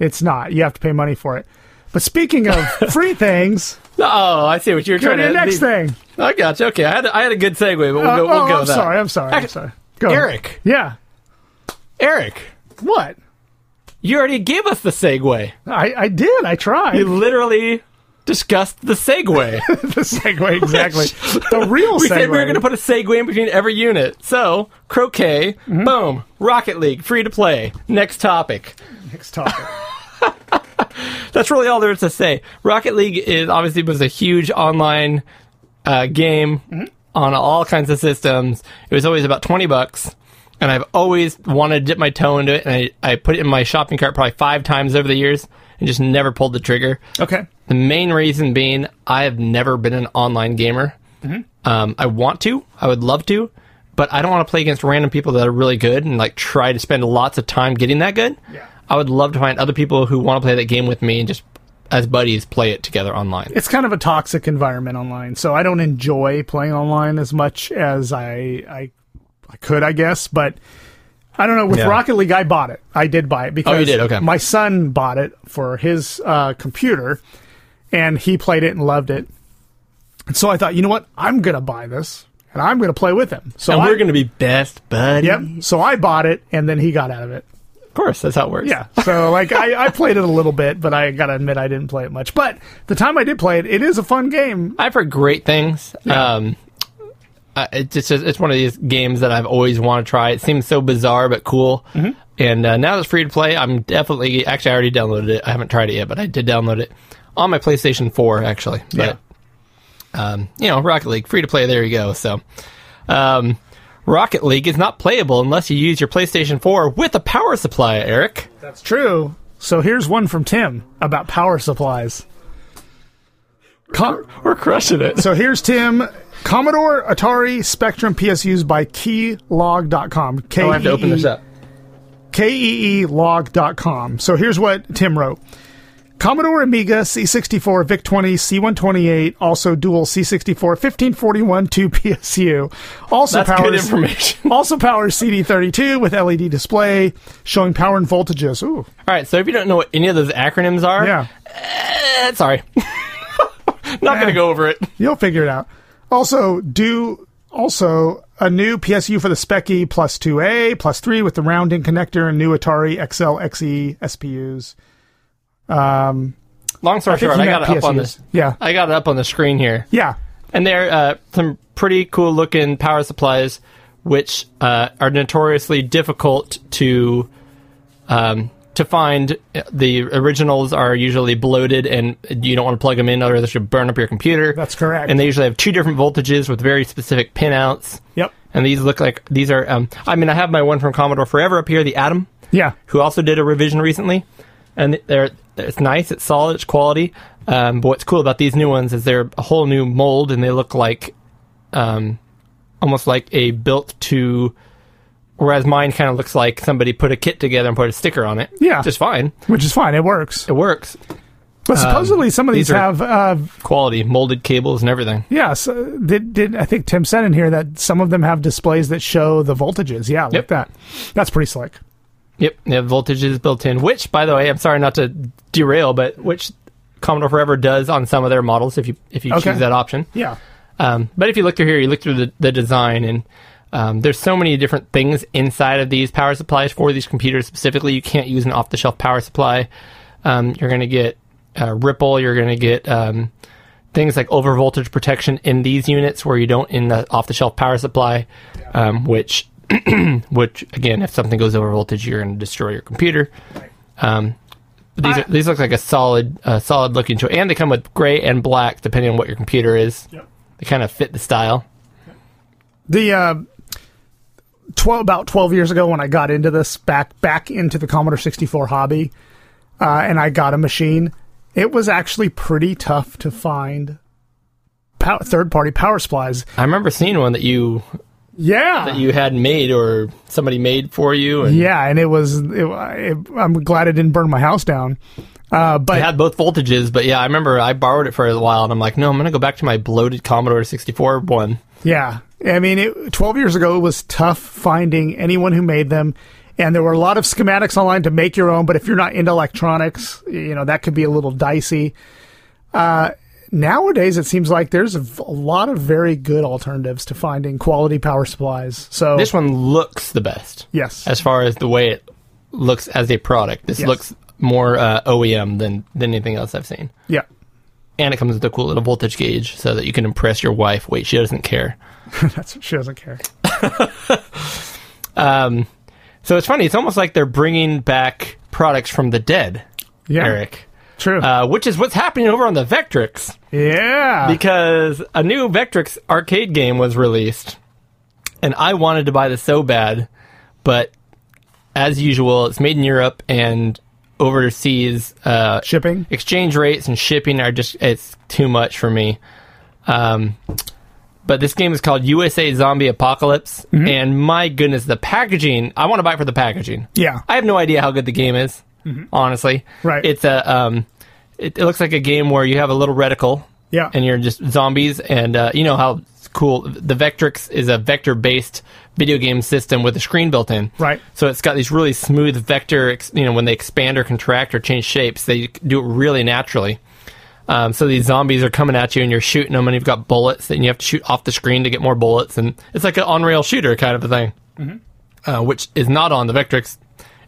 It's not. You have to pay money for it. But <laughs> speaking of free things, Oh, I see what you're go trying to the next lead- thing. I got you. Okay, I had I had a good segue, but we'll Uh, go. We'll oh, go I'm with that. sorry. I'm sorry. I'm Ac- sorry. Go, Eric, Yeah. Eric, What? you already gave us the segue. I, I did. I tried. You literally discussed the segue. <laughs> the <laughs> segue exactly. The real we segue. said we were going to put a segue in between every unit. So croquet, Mm-hmm. boom, Rocket League, free to play. Next topic. next topic. That's really all there is to say. Rocket League is obviously was a huge online uh, game on all kinds of systems. It was always about twenty bucks, and I've always wanted to dip my toe into it. And I, I put it in my shopping cart probably five times over the years, and just never pulled the trigger. Okay. The main reason being I have never been an online gamer. Mm-hmm. Um, I want to, I would love to, but I don't want to play against random people that are really good and like try to spend lots of time getting that good. Yeah. I would love to find other people who want to play that game with me and just as buddies play it together online. It's kind of a toxic environment online, so I don't enjoy playing online as much as I I, I could, I guess. But I don't know. With Yeah. Oh, Rocket League, I bought it. I did buy it because did? Okay. my son bought it for his uh, computer, and he played it and loved it. And so I thought, you know what? I'm gonna buy this, and I'm gonna play with him. So and I, we're going to be best buddies. Yep. So I bought it, and then he got out of it. Of course, that's how it works. Yeah. So like I, I played it a little bit, but I gotta admit I didn't play it much. But the time I did play it, it is a fun game. I've heard great things. Um, I, it's just it's one of these games that I've always wanted to try. It seems so bizarre but cool. And uh, now that it's free to play, I'm definitely actually I already downloaded it. I haven't tried it yet, but I did download it on my PlayStation 4 actually. But um, you know, Rocket League free to play. There you go. So. Um, Rocket League is not playable unless you use your PlayStation 4 with a power supply, Eric. That's true. So here's one from Tim about power supplies. Com- We're crushing it. so here's Tim. Commodore, Atari, Spectrum, PSUs by keylog.com. K Oh, I have to open this up. E keelog.com. So here's what Tim wrote. Commodore Amiga C64 VIC 20 C128 also dual C64 1541 2 PSU also That's good powers information. <laughs> also powers CD32 with LED display showing power and voltages. Ooh. All right, so if you don't know what any of those acronyms are, Yeah. eh, sorry. <laughs> Not going to go over it. You'll figure it out. Also, do also a new PSU for the Speccy plus 2A plus 3 with the rounding connector and new Atari XL XE SPUs. Long story think short, you I meant got it up on PSUs. this. Yeah. I got it up on the screen here, Yeah. and they're uh, some pretty cool looking power supplies, which uh, are notoriously difficult to um, to find. The originals are usually bloated, and you don't want to plug them in, otherwise it should burn up your computer. That's correct. And they usually have two different voltages with very specific pinouts. Yep. And these look like these are. Um, I mean, I have my one from Commodore Forever up here, the Atom, Yeah. who also did a revision recently, and they're it's nice, it's solid, it's quality. Um, but what's cool about these new ones is they're a whole new mold, and they look like, um, almost like a built to. Whereas mine kind of looks like somebody put a kit together and put a sticker on it. Yeah. just fine. Which is fine. It works. It works. But supposedly some of these, Um, these are- have uh, Quality, molded cables and everything. Yes, uh, did did I think Tim said in here that some of them have displays that show the voltages? Yeah, like Yep. that. That's pretty slick. Yep, they have voltages built in. Which, by the way, I'm sorry not to derail, but which Commodore Forever does on some of their models if you if you Okay. choose that option. Yeah, Um, but if you look through here, you look through the, the design, and um, there's so many different things inside of these power supplies for these computers specifically. You can't use an off the shelf power supply. Um, you're going to get uh, ripple. You're going to get um, things like overvoltage protection in these units where you don't in the off the shelf power supply, um, which <clears throat> which again, if something goes over voltage, you're going to destroy your computer. Um, but these, are, these look like a solid, uh, solid looking toy, and they come with gray and black depending on what your computer is they kind of fit the style. the uh, twelve about twelve years ago when I got into this back back into the Commodore sixty four hobby, uh, and I got a machine. It was actually pretty tough to find pow- third party power supplies. I remember seeing one that you Yeah. you had made or somebody made for you, and yeah, and it was. It, it, I'm glad it didn't burn my house down. Uh, but it had both voltages. But yeah, I remember I borrowed it for a while, and I'm like, no, I'm gonna go back to my bloated Commodore 64 one. Yeah. I mean, it, 12 years ago, it was tough finding anyone who made them. And there were a lot of schematics online to make your own, but if you're not into electronics, you know, that could be a little dicey. Uh, nowadays, it seems like there's a, v- a lot of very good alternatives to finding quality power supplies. So, This one looks the best yes. as far as the way it looks as a product. This Yes. looks more uh, OEM than than anything else I've seen. Yeah. <laughs> And it comes with a cool little voltage gauge so that you can impress your wife. Wait, she doesn't care. That's, she doesn't care. Um, so it's funny. It's almost like they're bringing back products from the dead, Yeah. Eric. True. Uh, which is what's happening over on the Vectrix yeah. because a new Vectrix arcade game was released, and I wanted to buy this so bad, but as usual, it's made in Europe and overseas uh, Shipping. exchange rates and shipping are just it's too much for me. Um, but this game is called USA Zombie Apocalypse, and my goodness, the packaging! I want to buy it for the packaging. Yeah. I have no idea how good the game is, honestly. Mm-hmm. Right. It's a um, it, it looks like a game where you have a little reticle, Yeah. and you're just zombies, and uh, you know how cool the Vectrix is a vector-based video game system with a screen built in. Right. So it's got these really smooth vector. ex- You know, when they expand or contract or change shapes, they do it really naturally. Um, so these zombies are coming at you, and you're shooting them, and you've got bullets, and you have to shoot off the screen to get more bullets, and it's like an on-rail shooter kind of a thing, uh, which is not on the Vectrix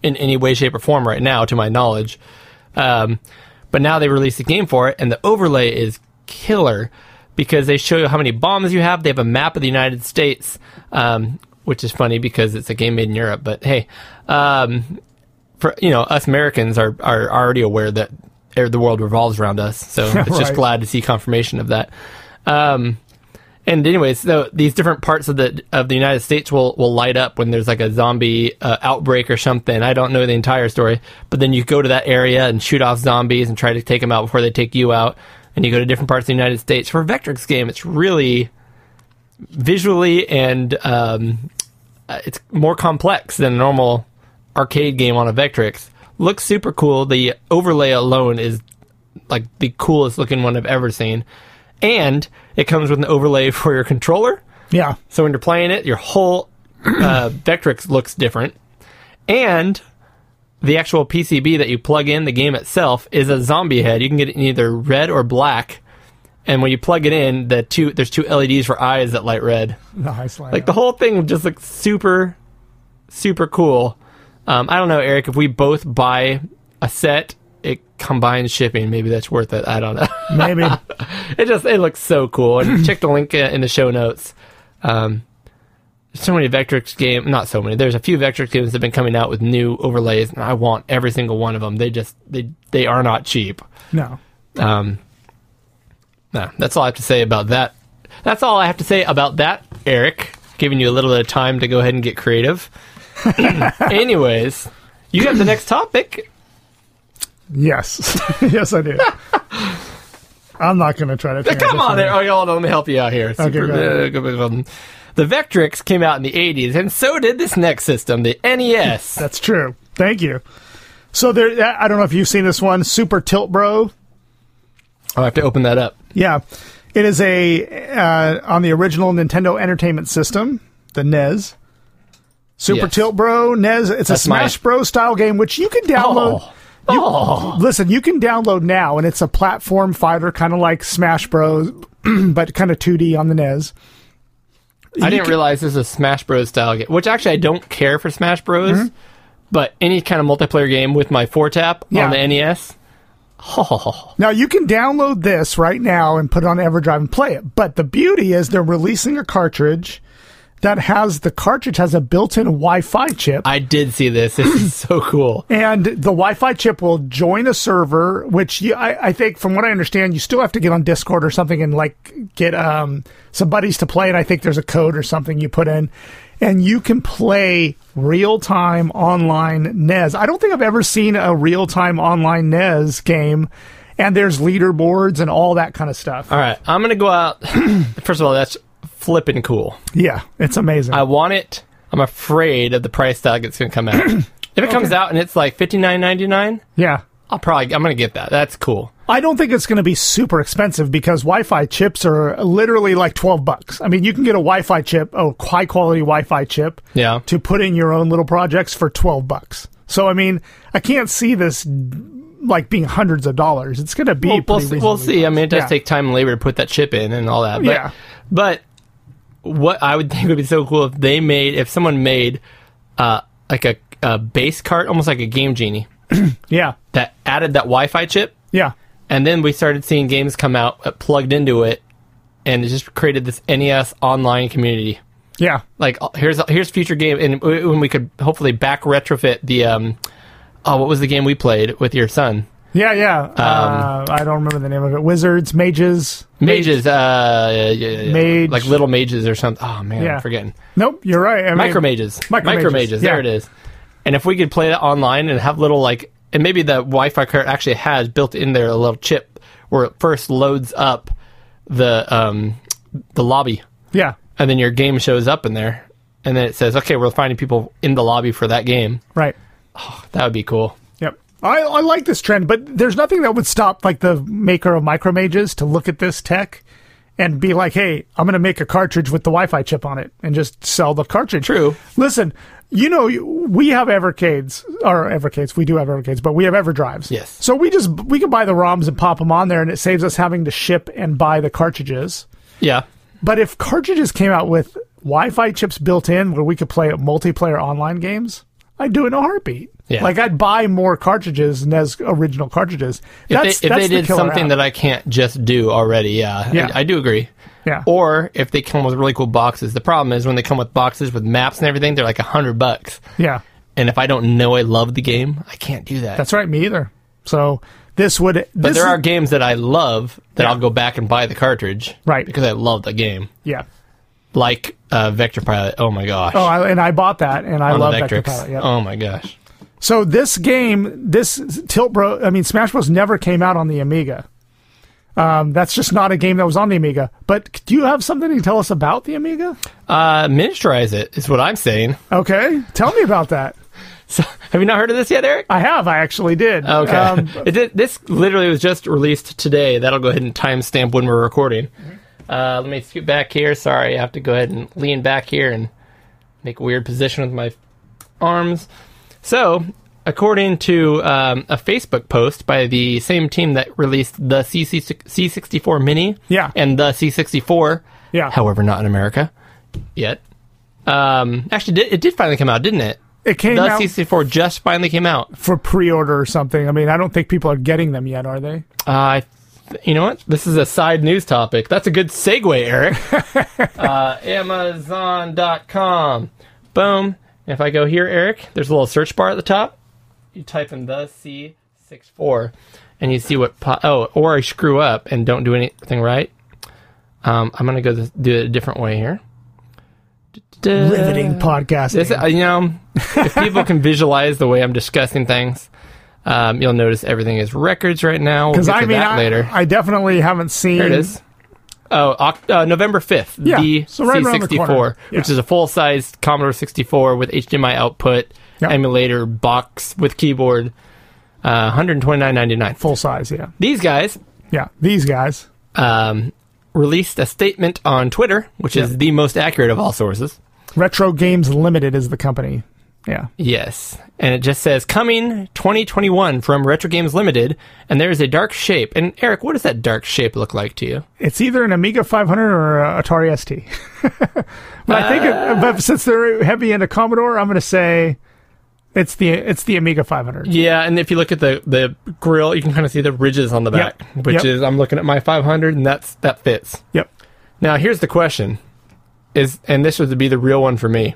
in any way, shape, or form right now, to my knowledge. Um, but now they released a game for it, and the overlay is killer because they show you how many bombs you have. They have a map of the United States, um, which is funny because it's a game made in Europe. But hey, um, for you know, us Americans are are already aware that er, the world revolves around us, so it's just Right. glad to see confirmation of that. Um, and anyways, so these different parts of the of the United States will will light up when there's like a zombie uh, outbreak or something. I don't know the entire story, but then you go to that area and shoot off zombies and try to take them out before they take you out. And you go to different parts of the United States for a Vectrix game. It's really visually and um, uh, it's more complex than a normal arcade game on a Vectrix. Looks super cool. The overlay alone is like the coolest looking one I've ever seen. And it comes with an overlay <laughs> for your controller. Yeah. So when you're playing it, your whole uh, Vectrix looks different. And the actual PCB that you plug in, the game itself, is a zombie head. You can get it in either red or black. And when you plug it in, the two there's two LEDs for eyes that light red. Nice. Like the whole thing just looks super, super cool. Um, I don't know, Eric, if we both buy a set, it combines shipping. Maybe that's worth it. I don't know. <laughs> Maybe. it just it looks so cool. And check the link uh, in the show notes. Um, so many Vectrix games, not so many. There's a few Vectrix games that have been coming out with new overlays, and I want every single one of them. They just they they are not cheap. No. Um, no, that's all I have to say about that. That's all I have to say about that, Eric. Giving you a little bit of time to go ahead and get creative. Anyways, you have the next topic. Yes. <laughs> yes, <laughs> I do. I'm not going to try to. think of Come this on one. there. Oh, hold on, let me help you out here. Super- go ahead. uh, go- go- go. the Vectrix came out in the 80s, and so did this next system, the E <laughs> NES. That's true. Thank you. So there, I I don't know if you've seen this one, Super Tilt Bro. Oh, I have to open that up. Yeah, it is a uh, on the original Nintendo Entertainment System, the NES. Super Yes. Tilt Bro NES. It's a That's my- Smash Bro style game which you can download. Oh, you- Oh. Listen, you can download now, and it's a platform fighter, kind of like Smash Bros, <clears throat> but kind of 2D on the E NES. I didn't realize this is a Smash Bros. style game, which actually I don't care for Smash Bros. Mm-hmm. But any kind of multiplayer game with my four tap Yeah. on the NES, oh, Now you can download this right now and put it on EverDrive and play it. But the beauty is they're releasing a cartridge that has the cartridge has a built-in Wi-Fi chip. I did see this. This is <laughs> so cool. and the Wi-Fi chip will join a server, which you, I, I think, from what I understand, you still have to get on Discord or something and like get um, some buddies to play. And I think there's a code or something you put in, and you can play E real-time online NES. I don't think I've ever seen a real-time online NES E game and there's leaderboards and all that kind of stuff. All right, I'm gonna go out. <clears throat> First of all, that's flippin' cool. Yeah, it's amazing. I want it. I'm afraid of the price tag it's gonna <clears throat> come out. if it comes out and it's like fifty nine ninety nine, yeah. I'll probably I'm gonna get that. That's cool. I don't think it's going to be super expensive because Wi-Fi chips are literally like 12 bucks. I mean, you can get a Wi-Fi chip, a high quality Wi-Fi chip Yeah. to put in your own little projects for 12 bucks. So I mean, I can't see this like being hundreds of dollars. It's going to be We'll, we'll pretty see, we'll reasonably see. I mean, it does Yeah. take time and labor to put that chip in and all that. But, Yeah. But what I would <laughs> think would be so cool if they made if someone made uh, like a, a base cart, almost like a game genie Yeah. that added that Wi-Fi chip, Yeah. and then we started seeing games come out that plugged into it, and it just created this NES online community. Yeah. like uh, here's here's future game and w- when we could hopefully back retrofit the um oh what was the game we played with your son Yeah, yeah. Um, uh, I don't remember the name of it. Wizards, mages. mages uh yeah, yeah, yeah, yeah. Mage. like little mages or something oh man Yeah. I'm forgetting Nope, you're right. I mean- micro mages Micro mages, micro mages there yeah. it is and if we could play that online and have little like and maybe the Wi-Fi card actually has built in there a little chip where it first loads up the um the lobby Yeah, and then your game shows up in there and then it says okay we're finding people in the lobby for that game right. that would be cool. Yep. I, I like this trend, but there's nothing that would stop like the maker of micro mages to look at this tech and be like, "Hey, I'm going to make a cartridge with the Wi-Fi chip on it and just sell the cartridge." True. Listen, you know you- we have Evercades or Evercades. We do have Evercades, but we have EverDrives. Yes. So we just we can buy the ROMs and pop them on there, and it saves us having to ship and buy the cartridges. Yeah. But if cartridges came out with Wi-Fi chips built in, where we could play multiplayer online games, I'd do it in a heartbeat. Yeah. Like I'd buy more cartridges than as original cartridges. If That's, they, if they that's the did killer something app. that I can't just do already, yeah, Yeah. I, I do agree. yeah. Or if they come with really cool boxes, the problem is when they come with boxes with maps and everything, they're like a hundred bucks. yeah, And if I don't know I love the game, I can't do that. that's right. Me either. So this would. but this there is- are games that I love that I'll go back and buy the cartridge, Right. Because I love the game, yeah. like uh, Vector Pilot. Oh my gosh, Oh, I, and I bought that, and I On the love Vector Vectrix. Pilot. Yep. Oh my gosh, So this game, this Tilt Bro, I mean Smash Bros. never came out on the Amiga. Um, that's just not a game that was on the Amiga. But do you have something to tell us about the Amiga? uh, miniaturize it is what I'm saying. <laughs> Okay, tell me about that. So, have you not heard of this yet, Eric? I have. I actually did. Okay. Um, <laughs> it did, this literally was just released today. That'll go ahead and timestamp when we're recording. Mm-hmm. Uh, let me scoot back here. Sorry, I have to go ahead and lean back here and make a weird position with my arms. So, according to um, a Facebook post by the same team that released the CC, C64 Mini Yeah. and the C64, Yeah. however, not in America yet. Um, actually, did, it did finally come out, didn't it? it came the out C64 just finally came out. for pre-order or something. I mean, I don't think people are getting them yet, are they? Uh, I th- you know what? This is a side news topic. That's a good segue, Eric. uh, Amazon.com. Boom. If I go here, Eric, there's a little search bar at the top. You type in the C64 and you see what. Po- oh, or I screw up and don't do anything right. Um, I'm going to go th- do it a different way here. Da-da-da. Riveting podcast. This, uh, you know, if people can visualize the way I'm discussing things, um, you'll notice everything is records right now. We'll Because get I to mean, that I, later. I definitely haven't seen. There it is. Oh, Oct- uh, November 5th, Yeah, the so right around the C64, corner. Yeah. which is a full-sized Commodore 64 with HDMI output, Yep. emulator box with keyboard, uh, 129.99. Full size. Yeah. These guys Yeah. These guys. um, released a statement on Twitter, which is the most accurate of all sources. Retro Games Limited is the company. Yeah. Yes. And it just says coming 2021 from Retro Games Limited, and there is a dark shape. And Eric, what does that dark shape look like to you? It's either an Amiga 500 or a Atari ST. <laughs> but I think, Uh. it, but since they're heavy into Commodore, I'm going to say it's the it's the Amiga 500. Yeah, and if you look at the the grill, you can kind of see the ridges on the Yep. back, which Yep. is I'm looking at my 500, and that's that fits. Yep. Now here's the question: Is and this would be the real one for me: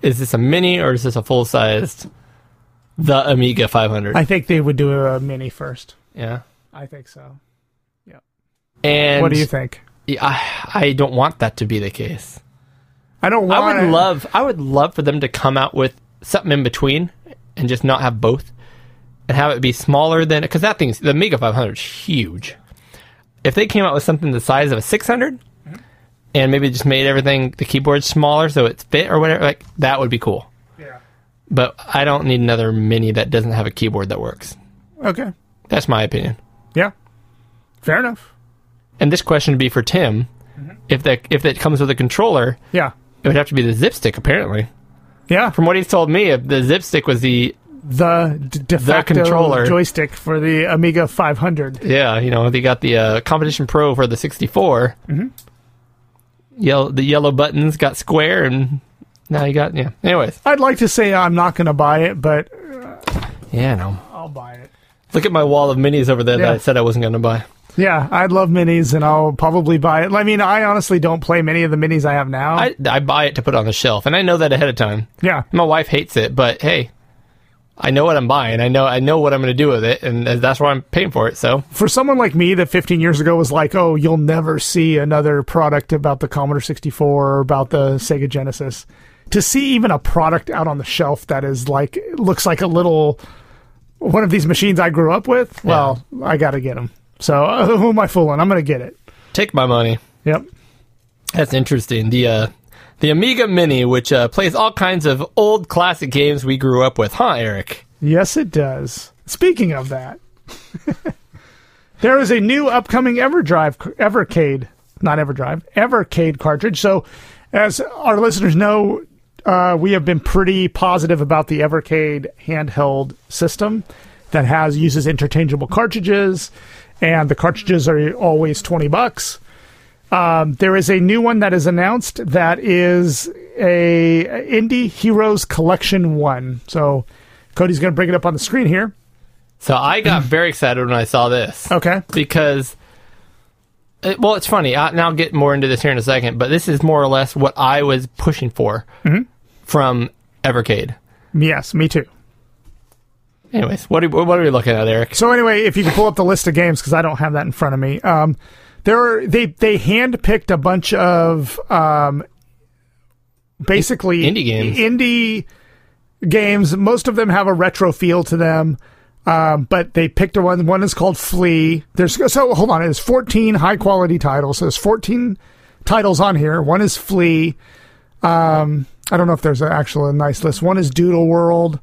Is this a mini or is this a full sized? The Amiga 500. I think they would do a mini first. yeah. I think so. And what do you think? I, I don't want that to be the case. I don't want. I would it. love I would love for them to come out with something in between and just not have both. and have it be smaller than because that thing's the Mega 500 is huge. If they came out with something the size of a 600 and maybe just made everything the keyboard smaller so it's fit or whatever, like that would be cool. Yeah. But I don't need another mini that doesn't have a keyboard that works. Okay. That's my opinion. Yeah. Fair enough. And this question would be for Tim. If that if it comes with a controller, Yeah. it would have to be the zipstick apparently. Yeah. From what he's told me, if the zipstick was the the d- de facto controller. joystick for the Amiga 500. yeah, you know, they got the uh, competition pro for the 64. Mm-hmm. Yellow, the yellow buttons got square, and now you got yeah. Anyways, I'd like to say I'm not going to buy it, but yeah, no. I'll buy it. Look at my wall of minis over there that Yeah. I said I wasn't going to buy. Yeah, I love minis, and I'll probably buy it. I mean, I honestly don't play many of the minis I have now. I I buy it to put on the shelf, and I know that ahead of time. yeah, My wife hates it, but hey, I know what I'm buying. I know I know what I'm going to do with it, and that's why I'm paying for it. So for someone like me that 15 years ago was like, "Oh, you'll never see another product about the Commodore 64 or about the Sega Genesis," to see even a product out on the shelf that is like looks like a little one of these machines I grew up with. Well, I got to get them. So <laughs> uh, who am I fooling? I'm going to get it. take my money. Yep. That's interesting. The uh, the Amiga Mini, which uh, plays all kinds of old classic games we grew up with, huh, Eric? Yes, it does. Speaking of that, <laughs> there is a new upcoming EverDrive, Evercade, not EverDrive, Evercade cartridge. So, as our listeners know, uh, we have been pretty positive about the Evercade handheld system that has uses interchangeable cartridges, and the cartridges are always twenty bucks. Um, there is a new one that is announced that is a Indie Heroes Collection one. So Cody's going to bring it up on the screen here. So I <clears throat> got very excited when I saw this Okay. because because, it, well, it's funny. I, and I'll get more into this here in a second, but this is more or less what I was pushing for Mm-hmm. from Evercade. Yes, me too. Anyways, what are, what are we looking at, Eric? So anyway, if you can pull up the list of games because I don't have that in front of me. Um, there are they they handpicked a bunch of um, basically Indie games. Indie games. Most of them have a retro feel to them. Um, but they picked a one. One is called Flea. There's so hold on. There's 14 high quality titles. So there's 14 titles on here. One is Flea. Um, I don't know if there's an actual nice list. One is Doodle World.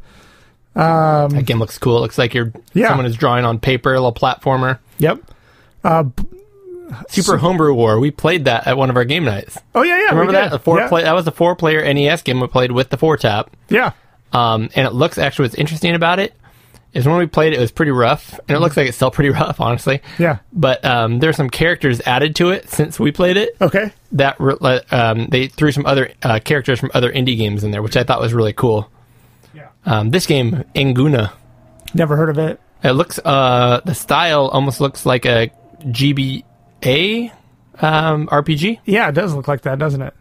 That game looks cool. It looks like you're Mm. Yeah. someone is drawing on paper, a little platformer. Yep. Super Homebrew War. We played that at one of our game nights. Oh yeah, yeah. we Remember that? did. The four yeah. play. That was the four player NES E game we played with the four tap. Yeah. Um, and it looks actually what's interesting about it is when we played it, it was pretty rough, and it looks Mm-hmm. like it's still pretty <laughs> rough, honestly. Yeah. But um, there's some characters added to it since we played it. Okay. That re- le- um, they threw some other uh, characters from other indie games in there, which I thought was really cool. Yeah. Um, this game, Anguna, Never heard of it. it looks uh, the style almost looks like a GBA um, RPG. Yeah, it does look like that, doesn't it?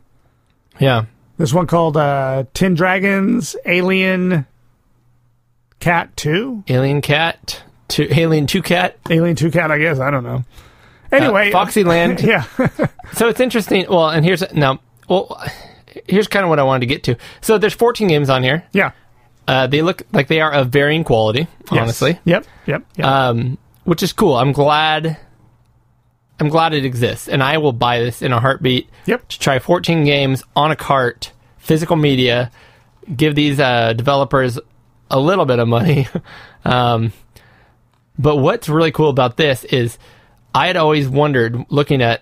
Yeah. There's one called uh, Tin Dragons Alien Cat 2? Alien Cat, two, Alien Two Cat, <laughs> Alien 2 Cat, I guess. I don't know. uh, Anyway. Foxy Land. <laughs> Yeah. So it's interesting. Well, and here's now. Well, here's kind of what I wanted to get to. So there's 14 games on here. yeah. Uh, they look like they are of varying quality, Yes. honestly, Yep. Yep. yep. um, which is cool. I'm glad. I'm glad it exists, and I will buy this in a heartbeat. Yep. To try 14 games on a cart, physical media, give these uh, developers a little bit of money. <laughs> um, but what's really cool about this is, I had always wondered, looking at,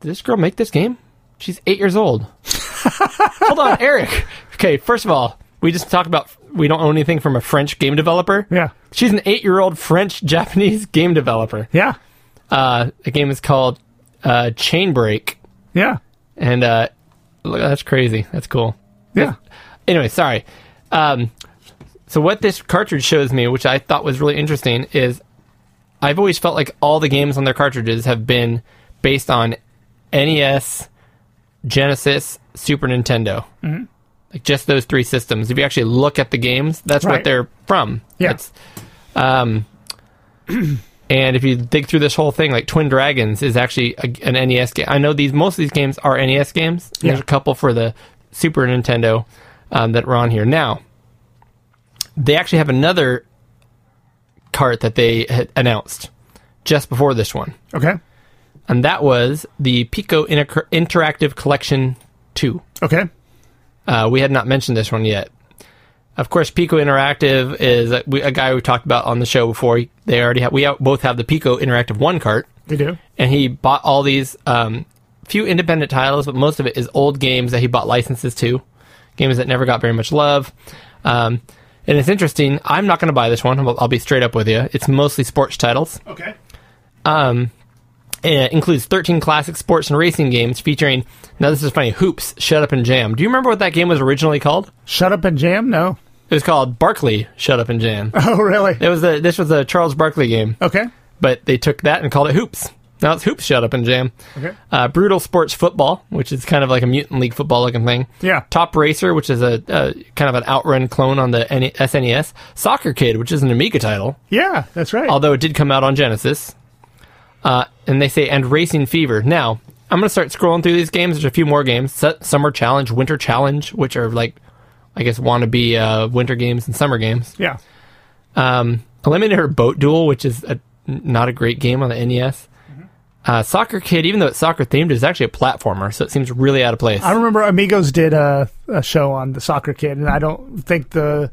did this girl make this game? She's eight years old. <laughs> Hold on, Eric. Okay, first of all, we just talked about we don't own anything from a French game developer. yeah. She's an eight year old French <laughs> Japanese game developer. Yeah. Uh, the game is called uh, Chain Break. Yeah. And uh, look, that's crazy. That's cool. Yeah. Anyway, sorry. Um, so, what this cartridge shows me, which I thought was really interesting, is I've always felt like all the games on their cartridges have been based on NES, Genesis, Super Nintendo. Mm-hmm. Like just those three systems. If you actually look at the games, that's what Right. they're from. Yeah. That's- um, and if you dig through this whole thing, like Twin Dragons is actually a, an NES game. I know these most of these games are NES games. Yeah. There's a couple for the Super Nintendo um, that were on here. Now, they actually have another cart that they had announced just before this one, Okay. and that was the Pico Inter- Interactive Collection Two. Okay. Uh, we had not mentioned this one yet. Of course, Pico Interactive is a, we, a guy we talked about on the show before. They already have, we out, both have the Pico Interactive One cart, We do. and he bought all these um, few independent titles, but most of it is old games that he bought licenses to, games that never got very much love. Um, and it's interesting. I'm not going to buy this one. I'll, I'll be straight up with you. It's mostly sports titles. Okay. And it includes 13 classic sports and racing games featuring. Now this is funny. Hoops, Shut Up and Jam. Do you remember what that game was originally called? Shut up and jam? No. <laughs> It was called Barkley Shut Up and Jam. Oh, really? It was a, this was a Charles Barkley game, Okay. but they took that and called it Hoops. Now it's Hoops Shut Up and Jam. Okay. Uh, Brutal Sports Football, which is kind of like a Mutant League football looking thing. Yeah. Top Racer, which is a, a kind of an outrun clone on the N- SNES. Soccer Kid, which is an Amiga title, Yeah, that's right. although it did come out on Genesis. Uh, and they say, and Racing Fever. Now, I'm going to start scrolling through these games. There's a few more games Su- Summer Challenge, Winter Challenge, which are like, I guess, wannabe uh, winter games and summer games. yeah. Um, Eliminator Boat Duel, which is a, not a great game on the NES. Mm-hmm. Uh, soccer Kid, even though it's soccer themed, is actually a platformer, so it seems really out of place. I remember Amigos did a, a show on the soccer kid, and I don't think the.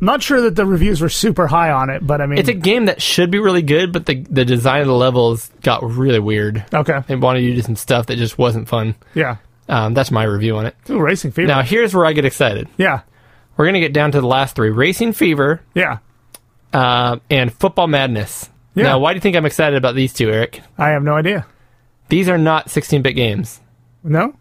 I'm not sure that the reviews were super high on it, but I mean. It's a game that should be really good, but the the design of the levels got really weird. okay. They wanted you to do some stuff that just wasn't fun. Yeah. Um, that's my review on it. Ooh, Racing Fever. Now here's where I get excited. Yeah. We're gonna get down to the last three: Racing Fever Yeah. uh, and Football Madness. Yeah. Now, why do you think I'm excited about these two, Eric? I have no idea. These are not 16-bit games. No?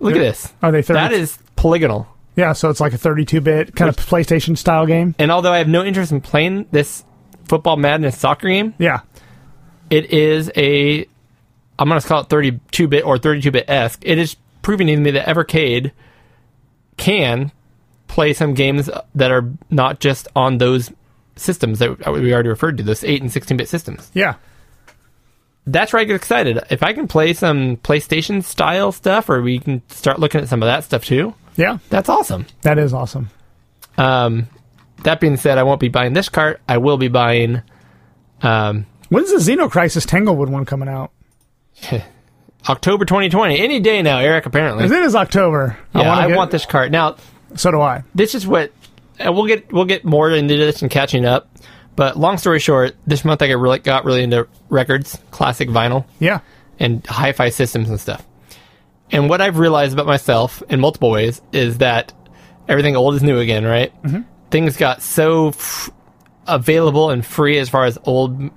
Look at this. Are they 30? That is polygonal. Yeah, so it's like a 32 bit kind of PlayStation style game. And although I have no interest in playing this football madness soccer game, Yeah. it is a I'm gonna call it 32 bit or 32 bit esque. It is proving to me that Evercade can play some games that are not just on those systems that we already referred to, those 8 and 16 bit systems. Yeah. That's where I get excited. If I can play some PlayStation style stuff, or we can start looking at some of that stuff too, Yeah. that's awesome. That is awesome. Um, that being said, I won't be buying this cart. I will be buying. Um, When's the Xenocrisis Tanglewood one coming out? October 2020, any day now, Eric. Apparently, It is October. yeah, wanna I, get- want this cart now. So do I. This is what and we'll get. We'll get more into this and catching up. But long story short, this month I got really got really into records, classic vinyl, Yeah. and hi-fi systems and stuff. And what I've realized about myself in multiple ways is that everything old is new again, right? Mm-hmm. Things got so f- available and free as far as old m-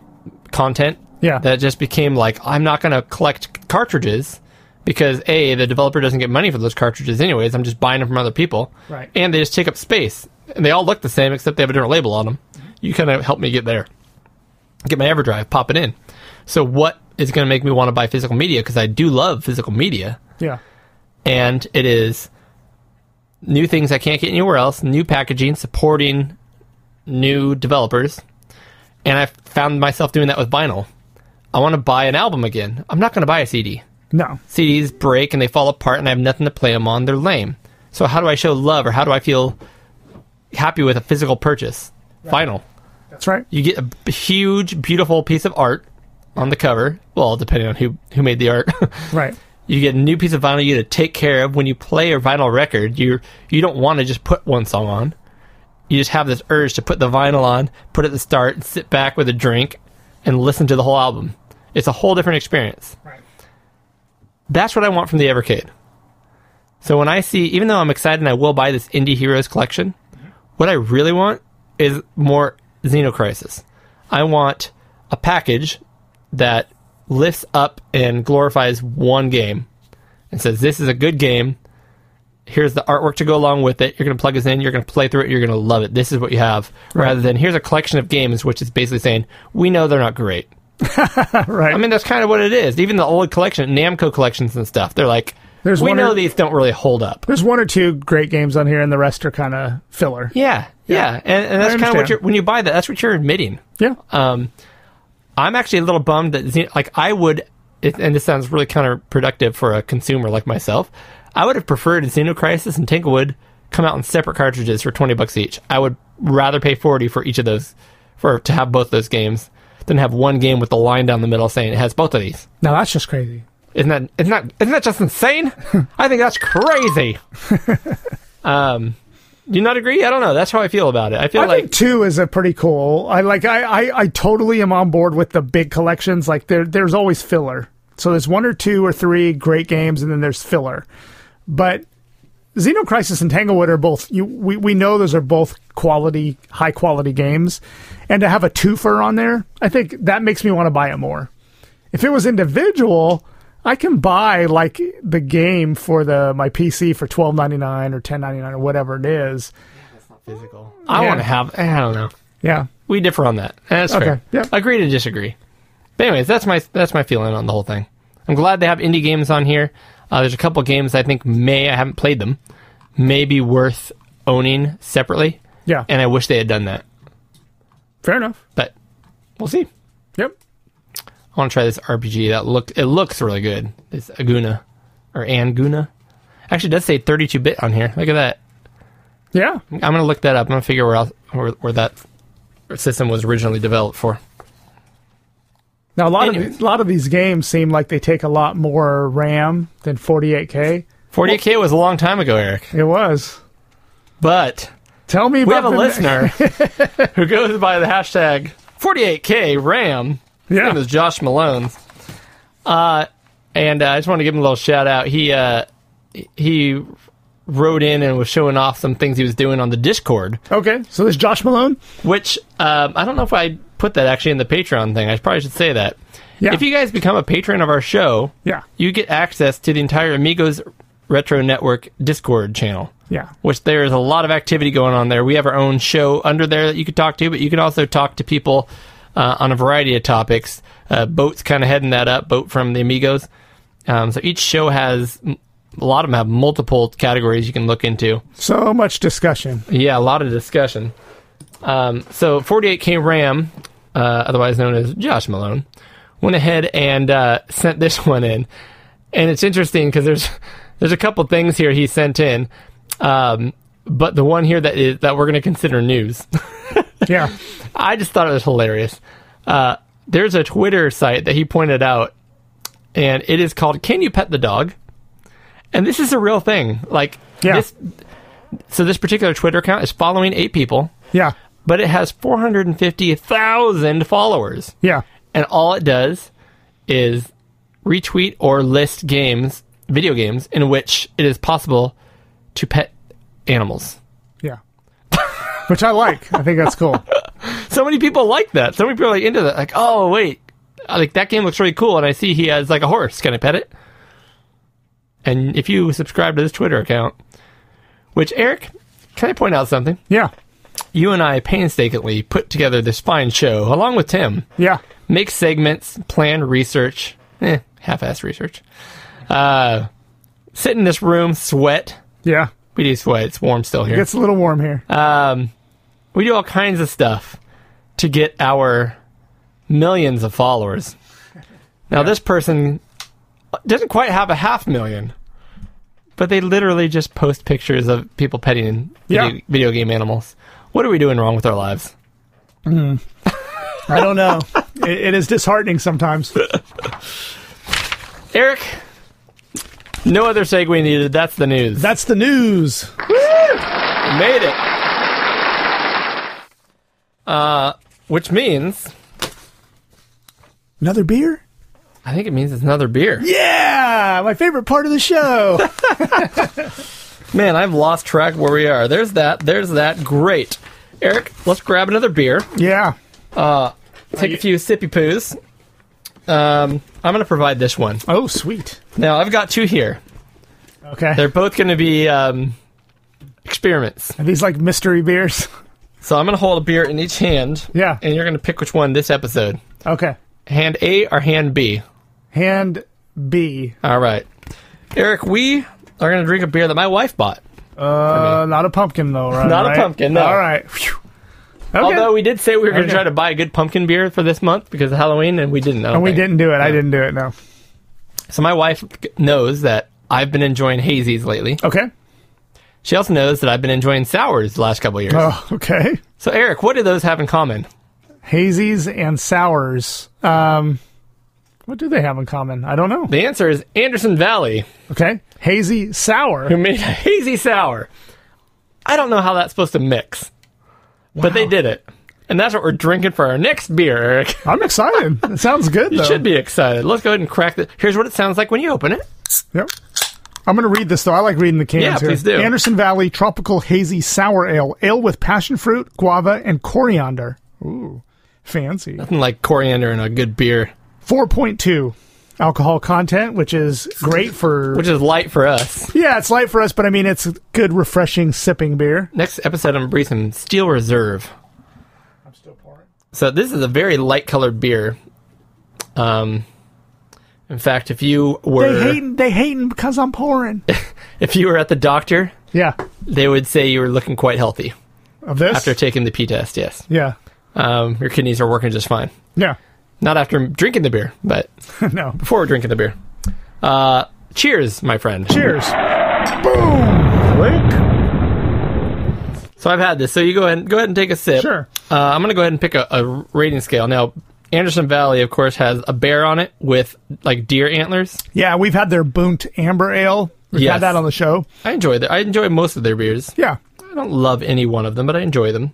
content Yeah. that it just became like I'm not going to collect cartridges because a the developer doesn't get money for those cartridges anyways. I'm just buying them from other people, Right. And they just take up space, and they all look the same except they have a different label on them. You kind of help me get there, get my EverDrive, pop it in. So what is going to make me want to buy physical media because I do love physical media, yeah. and it is new things I can't get anywhere else, new packaging supporting new developers, and I found myself doing that with vinyl. I want to buy an album again. I'm not going to buy a CD. No. CDs break and they fall apart, and I have nothing to play them on. They're lame. So how do I show love, or how do I feel happy with a physical purchase? Vinyl. That's right. You get a b- huge, beautiful piece of art on the cover. Well, depending on who who made the art. <laughs> Right. you get a new piece of vinyl you to take care of when you play a vinyl record you you don't want to just put one song on you just have this urge to put the vinyl on put it at the start and sit back with a drink and listen to the whole album it's a whole different experience Right. that's what i want from the evercade so when i see even though i'm excited and i will buy this indie heroes collection what i really want is more xenocrisis i want a package that lifts up and glorifies one game and says, This is a good game. Here's the artwork to go along with it. You're going to plug this in. You're going to play through it. You're going to love it. This is what you have. Rather than, Here's a collection of games, which is basically saying, We know they're not great. Right. I mean, that's kind of what it is. Even the old collection, Namco collections and stuff, they're like, There's We one know or- these don't really hold up. There's one or two great games on here, and the rest are kind of filler. Yeah. Yeah. And, and that's kind of understand. what you're, when you buy that, that's what you're admitting. Yeah. Um, I'm actually a little bummed that Xen- like I would, it, and this sounds really counterproductive for a consumer like myself. I would have preferred Xenocrisis and Tanglewood come out in separate cartridges for twenty bucks each. I would rather pay 40 for each of those for to have both those games than have one game with the line down the middle saying it has both of these. Now that's just crazy. Isn't that isn't that isn't that just insane? I think that's crazy. um do you not agree? I don't know. That's how I feel about it. I feel I like think two is a pretty cool. I like. I, I I totally am on board with the big collections. Like there there's always filler. So there's one or two or three great games, and then there's filler. But Xenocrisis and Tanglewood are both. You, we we know those are both quality, high quality games, and to have a twofer on there, I think that makes me want to buy it more. If it was individual, I can buy like the game for the my PC for twelve ninety nine or ten ninety nine or whatever it is. physical. I Yeah. want to have I don't know. Yeah. We differ on that. And That's Okay, fair. yeah. Agree to disagree. But anyways, that's my that's my feeling on the whole thing. I'm glad they have indie games on here. Uh, there's a couple games I think may I haven't played them, may be worth owning separately, Yeah. and I wish they had done that. Fair enough. But we'll see. Yep. I want to try this RPG that look it looks really good. It's Aguna or Anguna. Actually, it does say 32 bit on here. Look at that. Yeah. I'm gonna look that up. I'm gonna figure where else, where, where that system was originally developed for. Now a lot Anyway. of a lot of these games seem like they take a lot more RAM than 48K. 48K was a long time ago, Eric. It was. But Tell me we about have a the- listener who goes by the hashtag 48K RAM. His name Yeah. is Josh Malone. Uh, and uh, I just want to give him a little shout out. He uh, he wrote in and was showing off some things he was doing on the Discord, Okay. So this Josh Malone. which um, I don't know if I put that actually in the Patreon thing. I probably should say that. Yeah. If you guys become a patron of our show, Yeah. you get access to the entire Amigos Retro Network Discord channel Yeah. which there is a lot of activity going on there. We have our own show under there that you could talk to, but you can also talk to people uh, on a variety of topics. Uh, Boat's kind of heading that up, Boat from the Amigos. Um, so each show has a lot of them have multiple categories you can look into. So <laughs> much discussion. Yeah, a lot of discussion. Um, so 48K RAM, uh, otherwise known as Josh Malone, went ahead and uh, <laughs> sent this one in, and it's interesting because there's <laughs> there's a couple things here he sent in, um, but the one here that is that we're going to consider news. Yeah. I just thought it was hilarious. Uh, there's a Twitter site that he pointed out, and it is called "Can You Pet the Dog?" And this is a real thing. Like Yeah. this. So this particular Twitter account is following eight people, Yeah. but it has 450,000 followers, Yeah. and all it does is retweet or list games, video games in which it is possible to pet animals. Yeah. Which I like. I think that's cool. so many people like that. So many people are like, into that. Like, oh wait, I- like that game looks really cool, and I see he has like a horse. Can I pet it? And if you subscribe to this Twitter account, which Eric, can I point out something? Yeah. You and I painstakingly put together this fine show along with Tim. Yeah. Make segments, plan research, eh, half-ass research. Uh, sit in this room, sweat. Yeah. We do sweat. It's warm still here. Gets a little warm here. Um, we do all kinds of stuff to get our millions of followers. Now, this person doesn't quite have a half million, but they literally just post pictures of people petting video, Yeah. video game animals. What are we doing wrong with our lives? I don't know. it, it is disheartening sometimes. Eric, no other segue needed. That's the news. That's the news. made it. Uh, which means, Another beer? I think it means it's another beer. Yeah, my favorite part of the show. <laughs> Man, I've lost track where we are. There's that. There's that. Great. Eric, let's grab another beer. yeah. Take a few sippy poos. Um, I'm going to provide this one. Oh, sweet. Now, I've got two here. Okay. They're both going to be um, experiments. Are these like mystery beers? <laughs> So I'm going to hold a beer in each hand. Yeah. And you're going to pick which one this episode. Okay. Hand A or hand B? Hand B. All right. Eric, we are going to drink a beer that my wife bought. Uh, not a pumpkin though, right? Not a pumpkin, no. All right. Phew. Okay. Although we did say we were going to Okay. try to buy a good pumpkin beer for this month because of Halloween, and we didn't. I don't and we think. didn't do it. I didn't do it. No. So my wife knows that I've been enjoying hazies lately. Okay. She also knows that I've been enjoying sours the last couple of years. Oh, okay. So, Eric, what do those have in common? Hazies and sours. Um, what do they have in common? I don't know. The answer is Anderson Valley, Okay. Hazy, sour. who made a hazy sour. I don't know how that's supposed to mix, but they did it. And that's what we're drinking for our next beer, Eric. <laughs> I'm excited. It sounds good, You though. should be excited. Let's go ahead and crack the. Here's what it sounds like when you open it. Yep. I'm going to read this, though. I like reading the cans Yeah, here. please do. Anderson Valley Tropical Hazy Sour Ale. Ale with passion fruit, guava, and coriander. Ooh, fancy. Nothing like coriander and a good beer, 4.2 alcohol content, which is great for. which is light for us. yeah, it's light for us, but I mean, it's a good, refreshing sipping beer. Next episode, I'm brewing some Steel Reserve. I'm still pouring. So this is a very light colored beer. Um, in fact, if you They were hating, they hating because <laughs> I'm pouring. if you were at the doctor, yeah. they would say you were looking quite healthy Of this? after taking the pee test. Yes, yeah. um, your kidneys are working just fine. Yeah. Not after drinking the beer, but <laughs> no. before drinking the beer. Uh, cheers, my friend. Cheers. Boom. Click. So I've had this. So you go ahead, go ahead and take a sip. Sure. Uh, I'm going to go ahead and pick a, a rating scale now. Anderson Valley, of course, has a bear on it with like deer antlers. Yeah, we've had their Boont Amber Ale. We've Yes. had that on the show. I enjoy that. I enjoy most of their beers. Yeah. I don't love any one of them, but I enjoy them.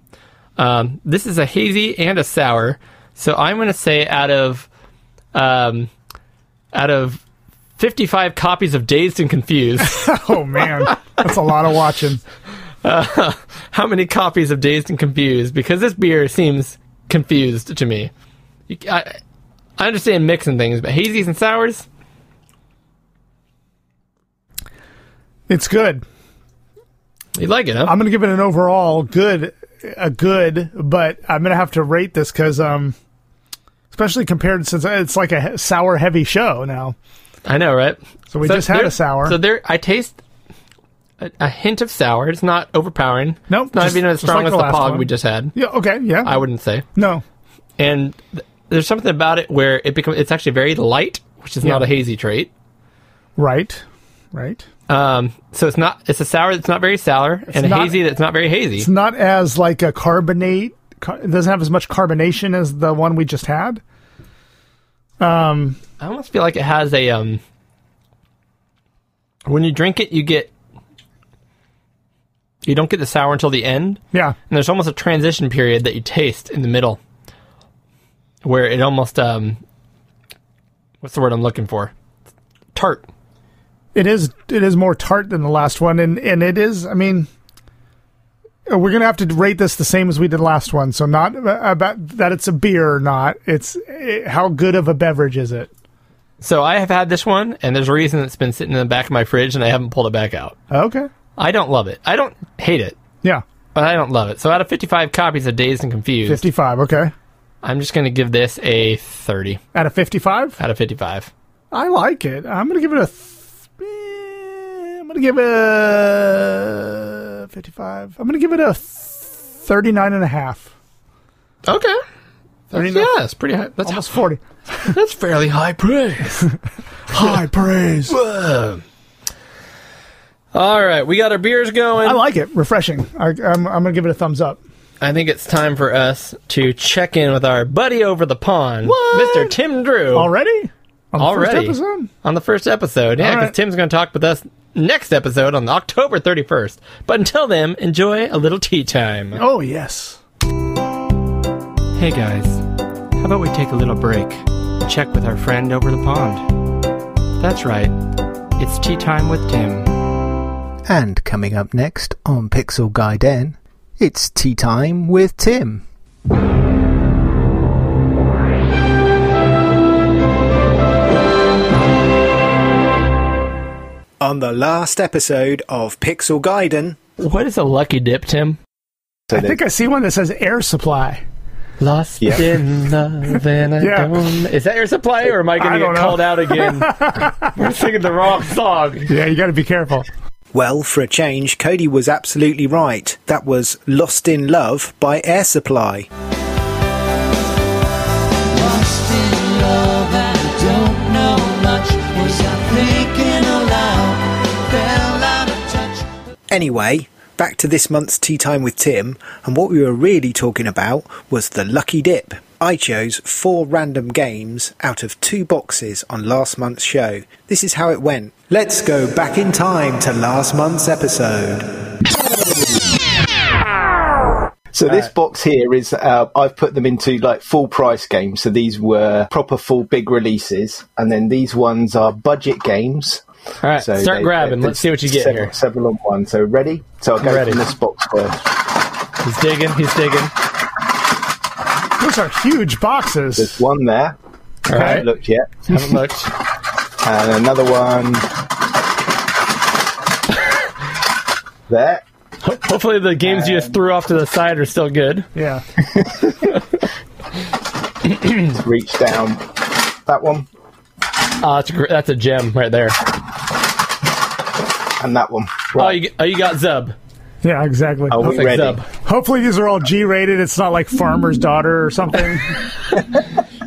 Um, this is a hazy and a sour, so I'm going to say out of um, out of 55 copies of Dazed and Confused, <laughs> Oh man, that's a lot of watching. how many copies of Dazed and Confused? Because this beer seems confused to me. You- I, I understand mixing things, but hazies and sours, It's good. you like it, huh? I'm gonna give it an overall good, a good, but I'm gonna have to rate this because um, especially compared since it's like a he- sour heavy show now. I know, right? So we just had there- a sour. So there, I taste a, a hint of sour. It's not overpowering. Nope, it's not just- even as just strong like as the the last pog one. we just had. Yeah. Okay. Yeah. I wouldn't say. no. And th- there's something about it where it becomes it's actually very light, which is not Yeah. a hazy trait. Right. Right. Um, so it's not it's a sour that's not very sour and a not- hazy that's not very hazy. It's not as like a carbonate. Car- it doesn't have as much carbonation as the one we just had. I almost feel like it has a um. When you drink it, you get you don't get the sour until the end. Yeah. And there's almost a transition period that you taste in the middle where it almost um what's the word I'm looking for? Tart. It is it is more tart than the last one, and and it is. I mean, uh, we're gonna have to rate this the same as we did last one. So not about that it's a beer or not. It's eh, how good of a beverage is it? So I have had this one and there's a reason it's been sitting in the back of my fridge and I haven't pulled it back out. Okay. I don't love it. I don't hate it, Yeah. but I don't love it. So out of 55 copies of Dazed and Confused, Fifty five. Okay. I'm just going to give this a 30 Out of fifty five, out of 55. I like it. I'm gonna give it a. Th- eh, I'm gonna give it a fifty-five. I'm gonna give it a thirty-nine and a half. Okay. Thirty-nine. Yeah, that's pretty high. That's, Almost forty. that's fairly high praise. High praise. Whoa. <laughs> All right, we got our beers going. I like it. Refreshing. I, I'm, I'm gonna give it a thumbs up. I think it's time for us to check in with our buddy over the pond, What? Mr. Tim Drew. Already? On the Already. First episode? On the first episode. Yeah, All because right. Tim's going to talk with us next episode on October 31st. But until then, enjoy a little tea time. Oh, yes. Hey guys, how about we take a little break? Check with our friend over the pond. That's right, it's tea time with Tim. And coming up next on Pixel Guide N, it's tea time with Tim. On the last episode of Pixel Gaiden, What is a lucky dip, Tim? I think I see one that says air supply. Lost Yeah. in love <laughs> and I Yeah. don't. Is that your supply, or am I going I to don't get know. called out again? <laughs> We're singing the wrong song. Yeah, you got to be careful. well, for a change, Cody was absolutely right. That was Lost in Love by Air Supply. Lost in love, I don't know much. Was I thinking aloud? Fell out of touch. Anyway, back to this month's Tea Time with Tim, and what we were really talking about was the lucky dip. I chose four random games out of two boxes on last month's show. This is how it went. Let's go back in time to last month's episode. So this box here is uh, I've put them into like full price games. So these were uh, proper full big releases, and then these ones are budget games. All right, So start they- grabbing. they- Let's see what you get several, here. Several on one. So ready? So I'll go ready. from this box first. He's digging. He's digging. Those are huge boxes. There's one there. All I right. haven't looked <laughs> yet, Haven't looked. and <laughs> another one there. Ho- Hopefully, the games you Um, just threw off to the side are still good. Yeah. Reach down. That one Uh, that's, a, gr- that's a gem right there. and that one. Oh, you, g- oh, you got Zub. Yeah, exactly. Are we Perfect ready? Zub. Hopefully these are all G rated. It's not like Farmer's Daughter <laughs> or something.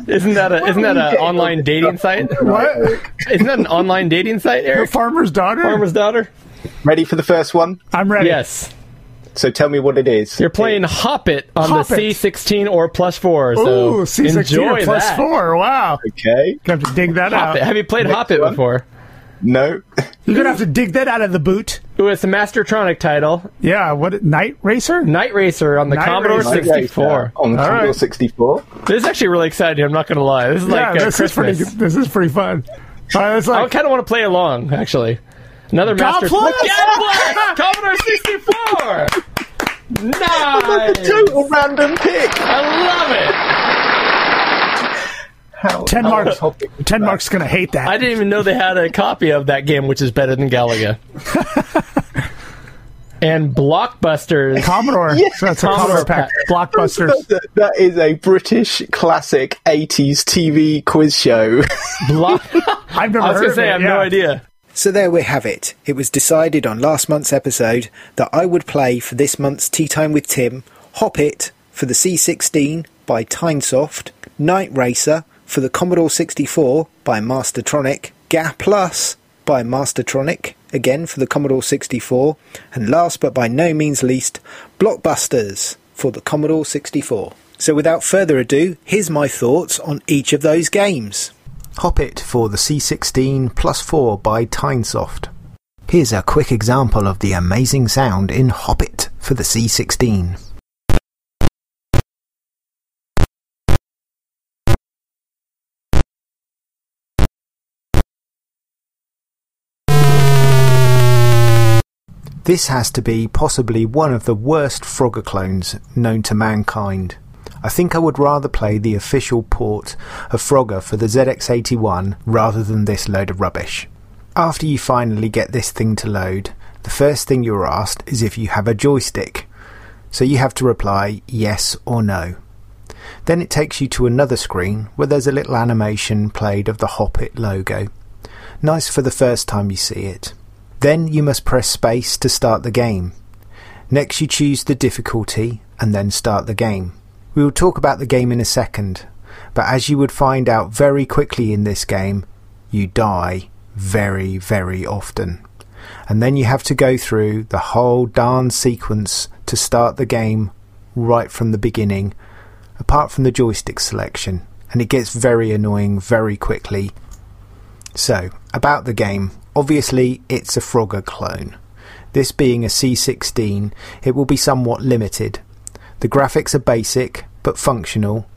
Isn't that a isn't that an are you getting online with dating site? what? Isn't that an online dating site, Eric? Farmer's Daughter? Farmer's daughter. Oh, Ready for the first one? I'm ready. Yes, So tell me what it is. you're playing Hop It on Hop the It. C16 or plus four. So Ooh, C16 enjoy or plus that. four. Wow. Okay. Gonna have to dig that Hop out. It. Have you played Hop It one. before? No. <laughs> You're gonna have to dig that out of the boot. Ooh, it's a Mastertronic title, Yeah, what Night Racer? Night Racer on the Night Commodore Racer. Night Okay, 64. uh, On the All Commodore right. 64. This is actually really exciting. I'm not going to lie. This is like yeah, uh, this is pretty Christmas. this is pretty fun. Uh, it's I like kind of want to play along, actually. Another God Master bless! God bless! Commodore 64! Nice! Total random pick. I love it! How, ten how marks topic is ten that? marks gonna hate that. I didn't even know they had a copy of that game, which is better than <laughs> Galaga. and Blockbusters. Commodore. so that's a Commodore Commodore pack. <laughs> Blockbusters. That, that is a British classic 80s TV quiz show. <laughs> <laughs> Block- I've never I was going to heard of say, it. I have yeah. no idea. So there we have it. It was decided on last month's episode that I would play for this month's Tea Time with Tim Hop It for the C16 by Tynesoft, Night Racer for the Commodore 64 by Mastertronic, GA Plus by Mastertronic, again for the Commodore 64, and last but by no means least, Blockbusters for the Commodore 64. So without further ado, here's my thoughts on each of those games. Hop It for the C16 Plus 4 by Tynesoft. Here's a quick example of the amazing sound in Hop It for the C16. This has to be possibly one of the worst Frogger clones known to mankind. I think I would rather play the official port of Frogger for the ZX81 rather than this load of rubbish. After you finally get this thing to load, the first thing you're asked is if you have a joystick. So you have to reply yes or no. Then it takes you to another screen where there's a little animation played of the Hop It logo. Nice for the first time you see it. Then you must press space to start the game. Next, you choose the difficulty and then start the game. We will talk about the game in a second, but as you would find out very quickly in this game, you die very, very often. And then you have to go through the whole darn sequence to start the game right from the beginning, apart from the joystick selection, and it gets very annoying very quickly. So, about the game, obviously it's a Frogger clone. This being a C16, it will be somewhat limited. The graphics are basic, but functional.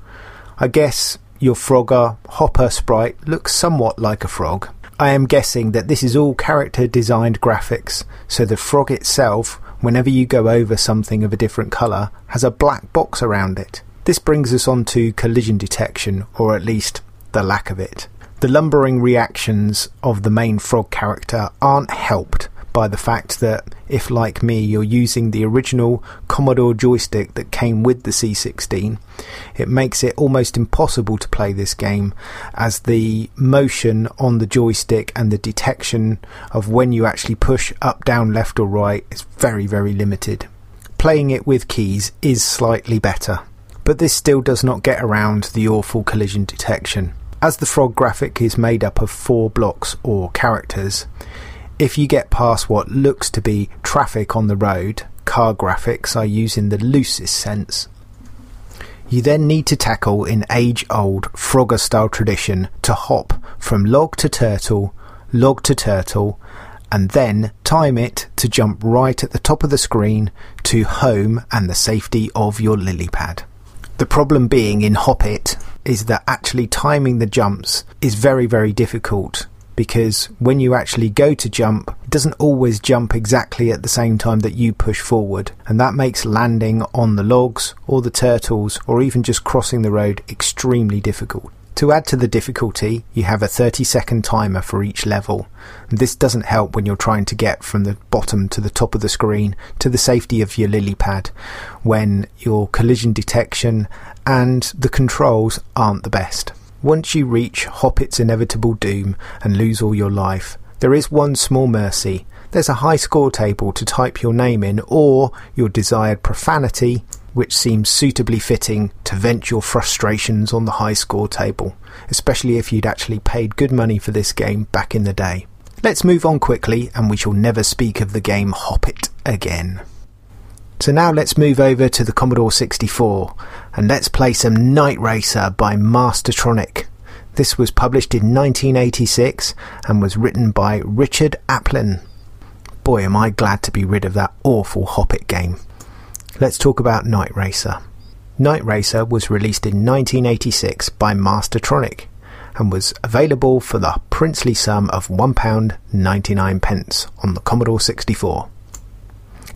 I guess your Frogger Hopper sprite looks somewhat like a frog. I am guessing that this is all character designed graphics, so the frog itself, whenever you go over something of a different colour, has a black box around it. This brings us on to collision detection, or at least the lack of it. The lumbering reactions of the main frog character aren't helped by the fact that, if like me, you're using the original Commodore joystick that came with the C16, it makes it almost impossible to play this game as the motion on the joystick and the detection of when you actually push up, down, left, or right is very, very limited. Playing it with keys is slightly better, but this still does not get around the awful collision detection. As the frog graphic is made up of four blocks or characters, If you get past what looks to be traffic on the road, car graphics are used in the loosest sense. You then need to tackle in age old Frogger style tradition to hop from log to turtle, log to turtle, and then time it to jump right at the top of the screen to home and the safety of your lily pad. The problem being in Hoppit is that actually timing the jumps is very, very difficult because when you actually go to jump, it doesn't always jump exactly at the same time that you push forward, and that makes landing on the logs or the turtles or even just crossing the road extremely difficult. To add to the difficulty, you have a 30 second timer for each level. This doesn't help when you're trying to get from the bottom to the top of the screen to the safety of your lily pad when your collision detection and the controls aren't the best. Once you reach Hoppet's inevitable doom and lose all your life, there is one small mercy. There's a high score table to type your name in or your desired profanity, which seems suitably fitting to vent your frustrations on the high score table, especially if you'd actually paid good money for this game back in the day. Let's move on quickly, and we shall never speak of the game Hoppet again. So now let's move over to the Commodore 64 and let's play some Night Racer by Mastertronic. This was published in 1986 and was written by Richard Applin. Boy, am I glad to be rid of that awful Hoppit game. Let's talk about Night Racer. Night Racer was released in 1986 by Mastertronic and was available for the princely sum of £1.99 on the Commodore 64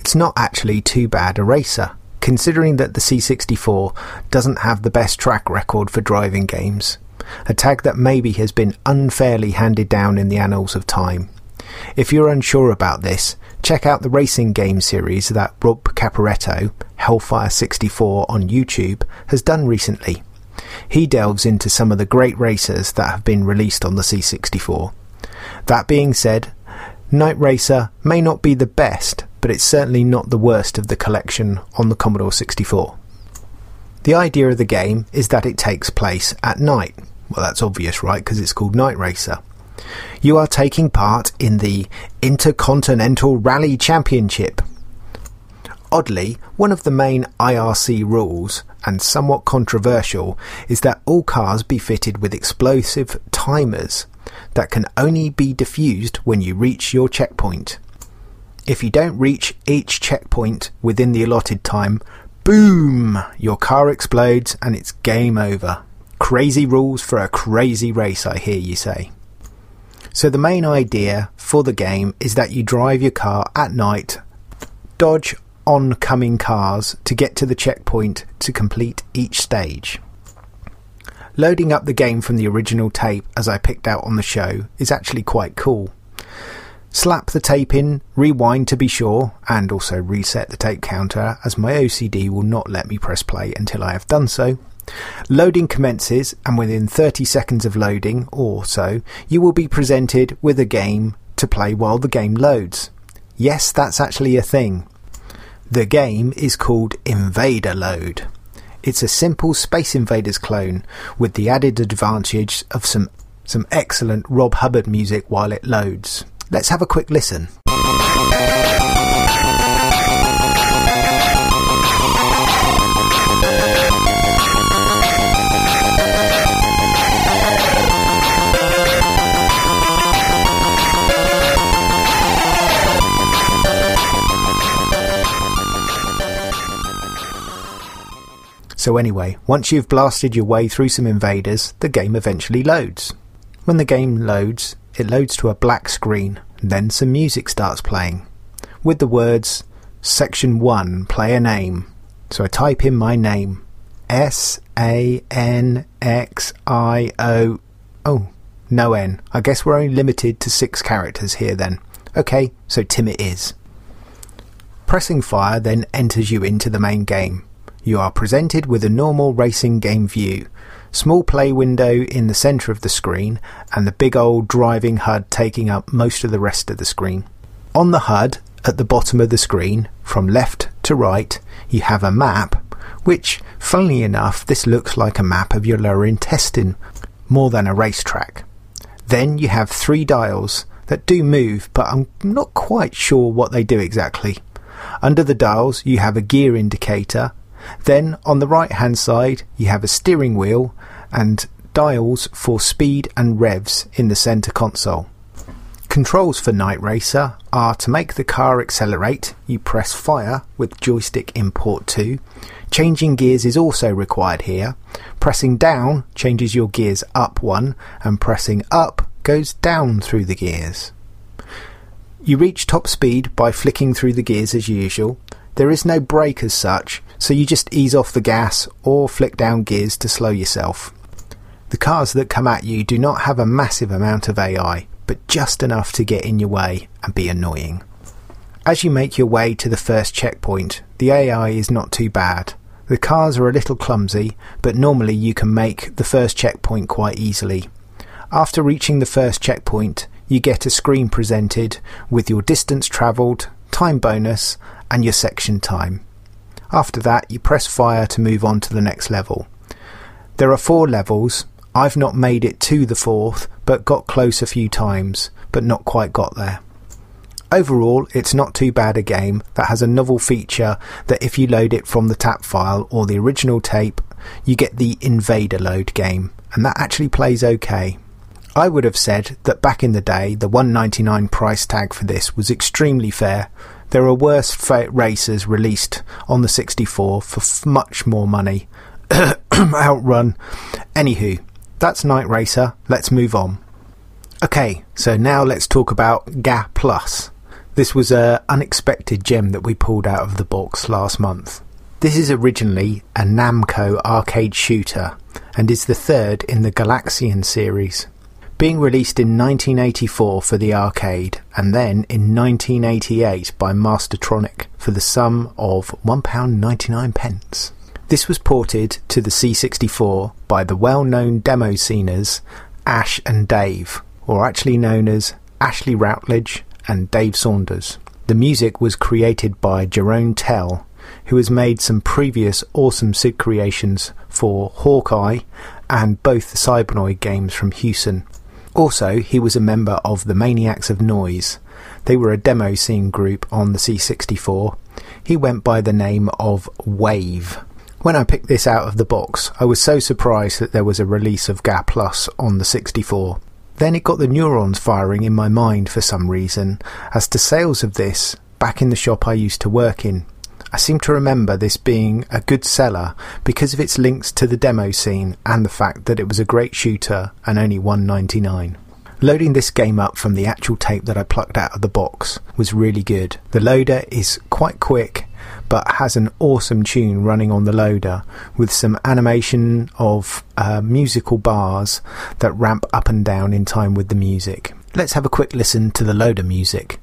it's not actually too bad a racer, considering that the C64 doesn't have the best track record for driving games, a tag that maybe has been unfairly handed down in the annals of time. If you're unsure about this, check out the racing game series that Rob Caporetto, Hellfire64 on YouTube, has done recently. He delves into some of the great racers that have been released on the C64. That being said, Night Racer may not be the best, but it's certainly not the worst of the collection on the Commodore 64. The idea of the game is that it takes place at night. Well, that's obvious, right? Because it's called Night Racer. You are taking part in the Intercontinental Rally Championship. Oddly, one of the main IRC rules, and somewhat controversial, is that all cars be fitted with explosive timers that can only be diffused when you reach your checkpoint. If you don't reach each checkpoint within the allotted time, boom! Your car explodes and it's game over. Crazy rules for a crazy race, I hear you say. So, the main idea for the game is that you drive your car at night, dodge oncoming cars to get to the checkpoint to complete each stage. Loading up the game from the original tape, as I picked out on the show, is actually quite cool. Slap the tape in, rewind to be sure, and also reset the tape counter as my OCD will not let me press play until I have done so. Loading commences, and within 30 seconds of loading or so, you will be presented with a game to play while the game loads. Yes, that's actually a thing. The game is called Invader Load. It's a simple Space Invaders clone with the added advantage of some some excellent Rob Hubbard music while it loads. Let's have a quick listen. So anyway, once you've blasted your way through some invaders, the game eventually loads. When the game loads, it loads to a black screen, then some music starts playing. With the words, Section 1, player name. So I type in my name. S A N X I O. Oh, no N. I guess we're only limited to six characters here then. Okay, so Tim it is. Pressing fire then enters you into the main game. You are presented with a normal racing game view, small play window in the centre of the screen, and the big old driving HUD taking up most of the rest of the screen. On the HUD, at the bottom of the screen, from left to right, you have a map, which, funnily enough, this looks like a map of your lower intestine, more than a racetrack. Then you have three dials that do move, but I'm not quite sure what they do exactly. Under the dials, you have a gear indicator. Then, on the right hand side, you have a steering wheel and dials for speed and revs in the center console. Controls for Night Racer are to make the car accelerate, you press fire with joystick import 2. Changing gears is also required here. Pressing down changes your gears up one, and pressing up goes down through the gears. You reach top speed by flicking through the gears as usual. There is no brake as such, so you just ease off the gas or flick down gears to slow yourself. The cars that come at you do not have a massive amount of AI, but just enough to get in your way and be annoying. As you make your way to the first checkpoint, the AI is not too bad. The cars are a little clumsy, but normally you can make the first checkpoint quite easily. After reaching the first checkpoint, you get a screen presented with your distance travelled, time bonus, and your section time. After that, you press fire to move on to the next level. There are four levels. I've not made it to the fourth, but got close a few times, but not quite got there. Overall, it's not too bad a game that has a novel feature that if you load it from the tap file or the original tape, you get the Invader Load game, and that actually plays okay. I would have said that back in the day, the 199 price tag for this was extremely fair. There are worse fa- racers released on the 64 for f- much more money. <clears throat> Outrun. Anywho, that's Night Racer. Let's move on. Okay, so now let's talk about GA Plus. This was a unexpected gem that we pulled out of the box last month. This is originally a Namco arcade shooter and is the third in the Galaxian series. Being released in 1984 for the arcade and then in 1988 by Mastertronic for the sum of £1.99 pence. This was ported to the C64 by the well-known demo sceners Ash and Dave, or actually known as Ashley Routledge and Dave Saunders. The music was created by Jerome Tell, who has made some previous awesome SID creations for Hawkeye and both the Cybernoid games from Hewson. Also, he was a member of the Maniacs of Noise. They were a demo scene group on the C64. He went by the name of Wave. When I picked this out of the box, I was so surprised that there was a release of GA Plus on the 64. Then it got the neurons firing in my mind for some reason as to sales of this back in the shop I used to work in. I seem to remember this being a good seller because of its links to the demo scene and the fact that it was a great shooter and only 199. Loading this game up from the actual tape that I plucked out of the box was really good. The loader is quite quick but has an awesome tune running on the loader with some animation of uh, musical bars that ramp up and down in time with the music. Let's have a quick listen to the loader music.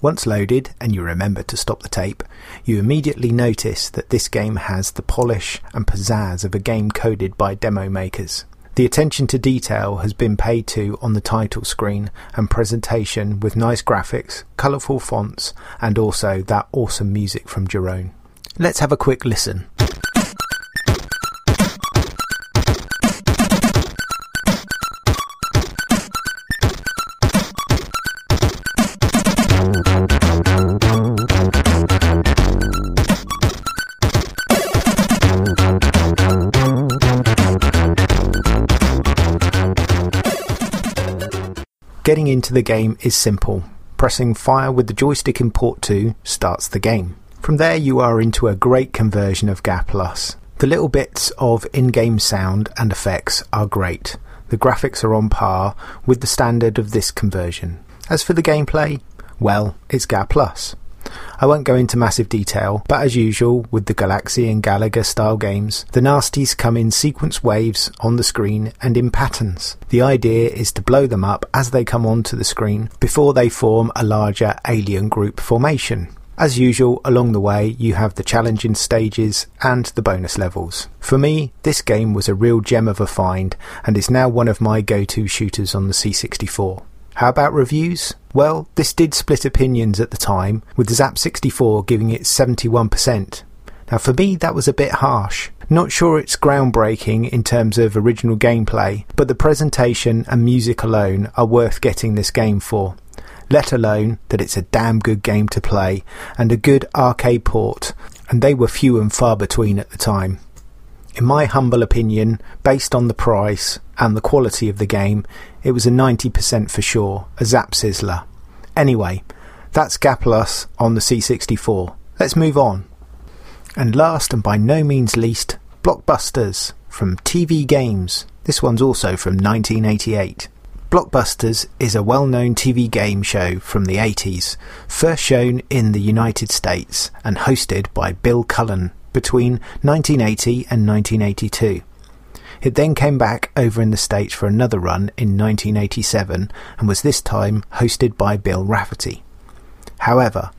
Once loaded, and you remember to stop the tape, you immediately notice that this game has the polish and pizzazz of a game coded by demo makers. The attention to detail has been paid to on the title screen and presentation with nice graphics, colourful fonts, and also that awesome music from Jerome. Let's have a quick listen. Getting into the game is simple. Pressing fire with the joystick in port 2 starts the game. From there, you are into a great conversion of GA. The little bits of in game sound and effects are great. The graphics are on par with the standard of this conversion. As for the gameplay, well, it's GA. I won't go into massive detail, but as usual with the Galaxy and Gallagher style games, the nasties come in sequence waves on the screen and in patterns. The idea is to blow them up as they come onto the screen before they form a larger alien group formation. As usual, along the way, you have the challenging stages and the bonus levels. For me, this game was a real gem of a find and is now one of my go to shooters on the C64. How about reviews? Well, this did split opinions at the time, with Zap64 giving it 71%. Now, for me, that was a bit harsh. Not sure it's groundbreaking in terms of original gameplay, but the presentation and music alone are worth getting this game for let alone that it's a damn good game to play and a good arcade port, and they were few and far between at the time. In my humble opinion, based on the price and the quality of the game, it was a 90% for sure, a zap sizzler. Anyway, that's Gaplus on the C64. Let's move on. And last and by no means least, Blockbusters from TV Games. This one's also from 1988. Blockbusters is a well known TV game show from the 80s, first shown in the United States and hosted by Bill Cullen between 1980 and 1982. It then came back over in the States for another run in 1987 and was this time hosted by Bill Rafferty. However,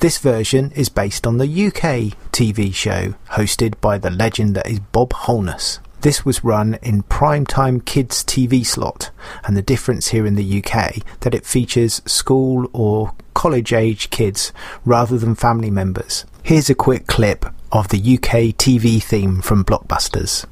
this version is based on the UK TV show hosted by the legend that is Bob Holness. This was run in primetime kids TV slot, and the difference here in the UK that it features school or college age kids rather than family members. Here's a quick clip of the UK TV theme from Blockbusters.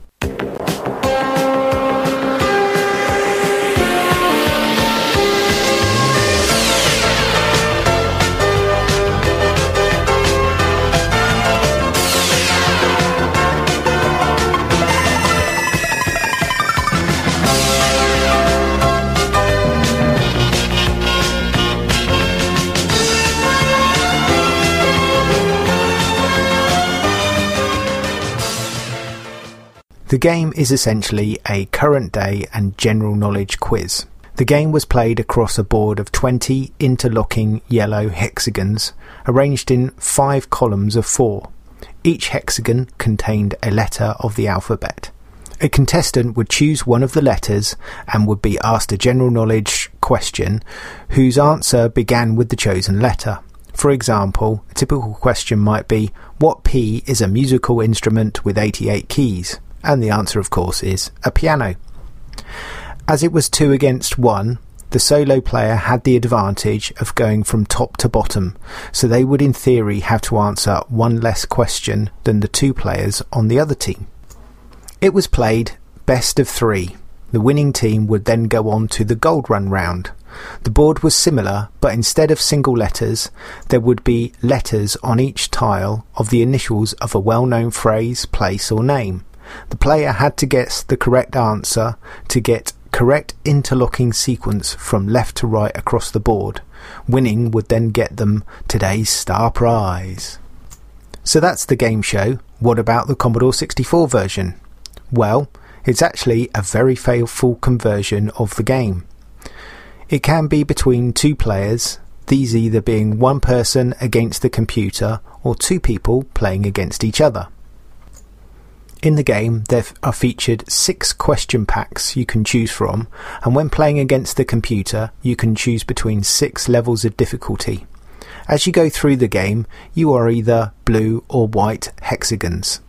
The game is essentially a current day and general knowledge quiz. The game was played across a board of 20 interlocking yellow hexagons, arranged in five columns of four. Each hexagon contained a letter of the alphabet. A contestant would choose one of the letters and would be asked a general knowledge question whose answer began with the chosen letter. For example, a typical question might be, What P is a musical instrument with 88 keys? And the answer, of course, is a piano. As it was two against one, the solo player had the advantage of going from top to bottom, so they would in theory have to answer one less question than the two players on the other team. It was played best of three. The winning team would then go on to the gold run round. The board was similar, but instead of single letters, there would be letters on each tile of the initials of a well known phrase, place, or name. The player had to guess the correct answer to get correct interlocking sequence from left to right across the board. Winning would then get them today's star prize. So that's the game show. What about the Commodore 64 version? Well, it's actually a very faithful conversion of the game. It can be between two players, these either being one person against the computer or two people playing against each other. In the game, there f- are featured six question packs you can choose from, and when playing against the computer, you can choose between six levels of difficulty. As you go through the game, you are either blue or white hexagons.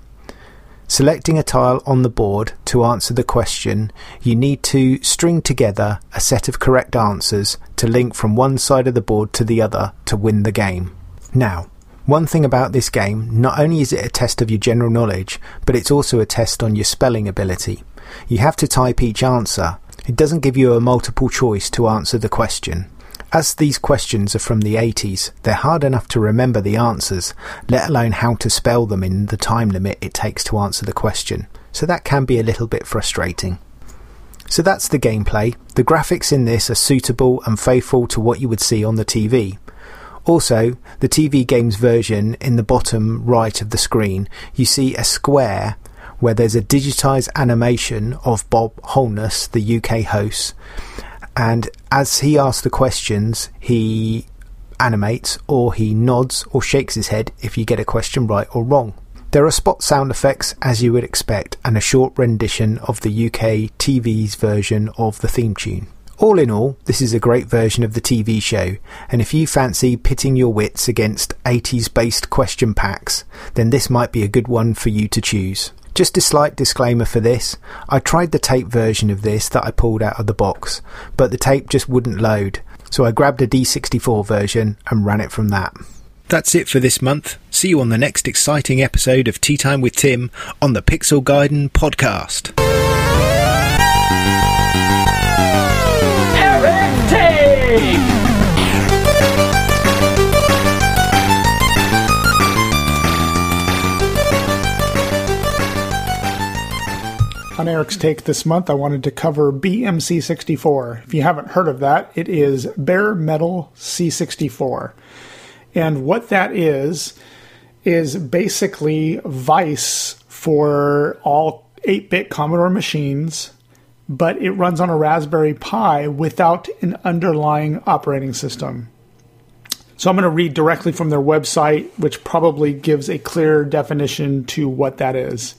Selecting a tile on the board to answer the question, you need to string together a set of correct answers to link from one side of the board to the other to win the game. Now, one thing about this game, not only is it a test of your general knowledge, but it's also a test on your spelling ability. You have to type each answer. It doesn't give you a multiple choice to answer the question. As these questions are from the 80s, they're hard enough to remember the answers, let alone how to spell them in the time limit it takes to answer the question. So that can be a little bit frustrating. So that's the gameplay. The graphics in this are suitable and faithful to what you would see on the TV. Also, the TV games version in the bottom right of the screen, you see a square where there's a digitized animation of Bob Holness, the UK host, and as he asks the questions, he animates or he nods or shakes his head if you get a question right or wrong. There are spot sound effects as you would expect and a short rendition of the UK TV's version of the theme tune. All in all, this is a great version of the TV show, and if you fancy pitting your wits against 80s based question packs, then this might be a good one for you to choose. Just a slight disclaimer for this I tried the tape version of this that I pulled out of the box, but the tape just wouldn't load, so I grabbed a D64 version and ran it from that. That's it for this month. See you on the next exciting episode of Tea Time with Tim on the Pixel Garden podcast. Eric Tate! On Eric's Take this month, I wanted to cover BMC64. If you haven't heard of that, it is Bare Metal C64. And what that is, is basically Vice for all 8 bit Commodore machines, but it runs on a Raspberry Pi without an underlying operating system. So I'm going to read directly from their website, which probably gives a clear definition to what that is.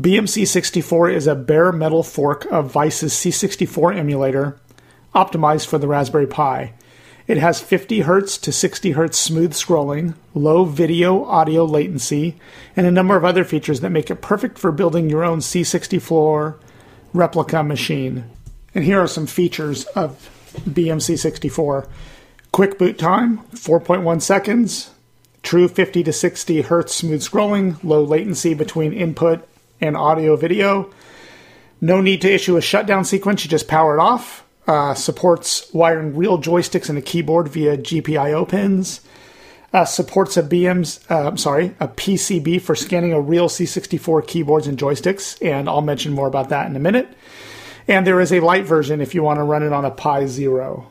BMC64 is a bare metal fork of Vice's C64 emulator, optimized for the Raspberry Pi. It has 50 Hz to 60 Hz smooth scrolling, low video audio latency, and a number of other features that make it perfect for building your own C64 replica machine. And here are some features of BMC64 quick boot time, 4.1 seconds, true 50 to 60 hertz smooth scrolling, low latency between input and audio video. No need to issue a shutdown sequence, you just power it off. Uh, supports wiring real joysticks and a keyboard via GPIO pins. Uh, supports a BM's, uh, I'm sorry, a PCB for scanning a real C64 keyboards and joysticks, and I'll mention more about that in a minute. And there is a light version if you want to run it on a Pi Zero.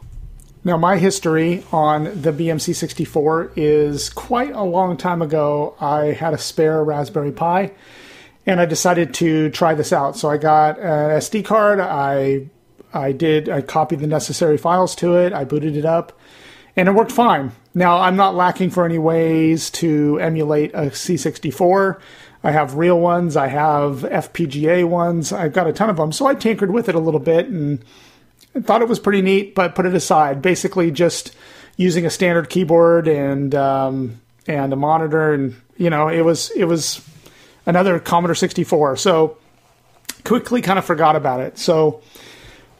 Now, my history on the BMC64 is quite a long time ago. I had a spare Raspberry Pi and I decided to try this out. So I got an SD card. I I did I copied the necessary files to it. I booted it up and it worked fine. Now, I'm not lacking for any ways to emulate a C64. I have real ones, I have FPGA ones. I've got a ton of them. So I tinkered with it a little bit and thought it was pretty neat, but put it aside. Basically, just using a standard keyboard and um, and a monitor, and you know, it was it was another Commodore 64. So quickly, kind of forgot about it. So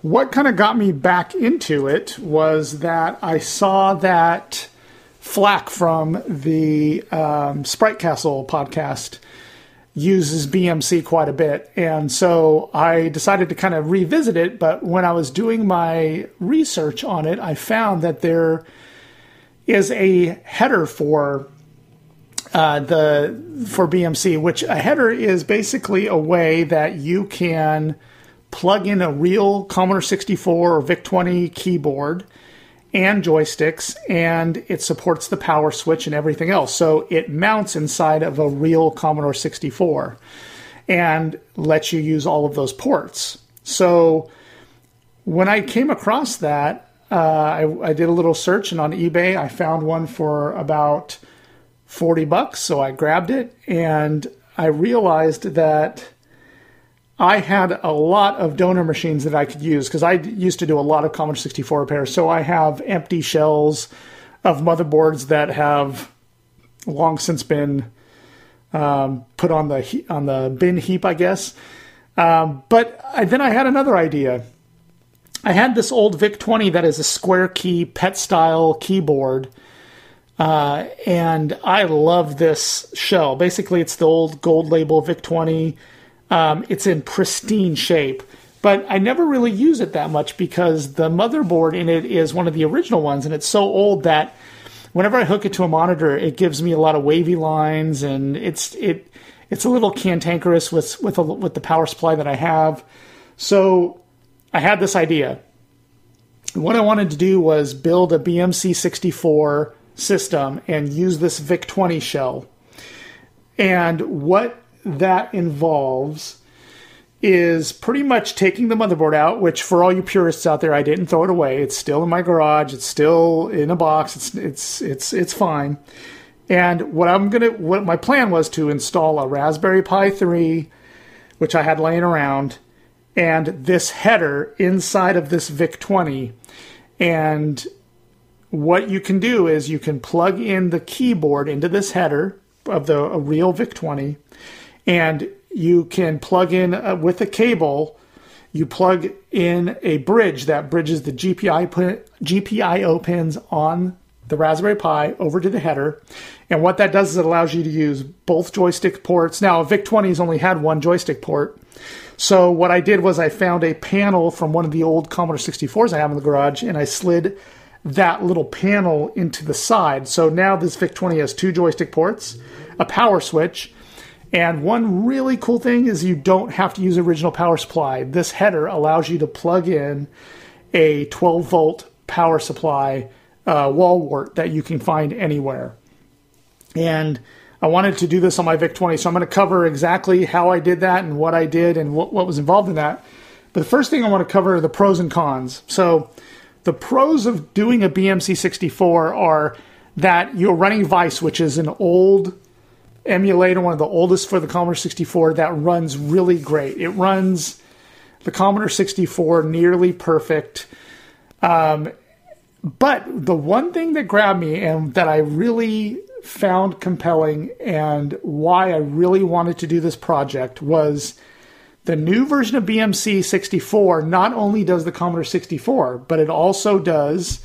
what kind of got me back into it was that I saw that Flack from the um, Sprite Castle podcast uses BMC quite a bit. And so I decided to kind of revisit it. But when I was doing my research on it, I found that there is a header for uh, the for BMC, which a header is basically a way that you can plug in a real Commodore 64 or VIC-20 keyboard and joysticks, and it supports the power switch and everything else. So it mounts inside of a real Commodore 64 and lets you use all of those ports. So when I came across that, uh, I, I did a little search, and on eBay, I found one for about 40 bucks. So I grabbed it, and I realized that. I had a lot of donor machines that I could use because I d- used to do a lot of Commodore 64 repairs. So I have empty shells of motherboards that have long since been um, put on the he- on the bin heap, I guess. Um, but I, then I had another idea. I had this old VIC 20 that is a square key pet style keyboard uh, and I love this shell. Basically, it's the old gold label Vic 20. Um, it's in pristine shape, but I never really use it that much because the motherboard in it is one of the original ones, and it's so old that whenever I hook it to a monitor, it gives me a lot of wavy lines, and it's it it's a little cantankerous with with a, with the power supply that I have. So I had this idea what I wanted to do was build a BMC64 system and use this VIC20 shell. And what that involves is pretty much taking the motherboard out, which for all you purists out there, I didn't throw it away. It's still in my garage. It's still in a box. It's it's it's it's fine. And what I'm gonna what my plan was to install a Raspberry Pi 3, which I had laying around, and this header inside of this VIC 20. And what you can do is you can plug in the keyboard into this header of the a real VIC 20, and you can plug in uh, with a cable. You plug in a bridge that bridges the GPI pin, GPIO pins on the Raspberry Pi over to the header. And what that does is it allows you to use both joystick ports. Now, VIC 20's only had one joystick port. So what I did was I found a panel from one of the old Commodore 64s I have in the garage, and I slid that little panel into the side. So now this VIC 20 has two joystick ports, a power switch, and one really cool thing is you don't have to use original power supply. This header allows you to plug in a 12 volt power supply uh, wall wart that you can find anywhere. And I wanted to do this on my VIC 20, so I'm going to cover exactly how I did that and what I did and what, what was involved in that. But the first thing I want to cover are the pros and cons. So, the pros of doing a BMC 64 are that you're running Vice, which is an old emulator, one of the oldest for the Commodore 64, that runs really great. It runs the Commodore 64 nearly perfect. Um, but the one thing that grabbed me and that I really found compelling and why I really wanted to do this project was the new version of BMC 64 not only does the Commodore 64, but it also does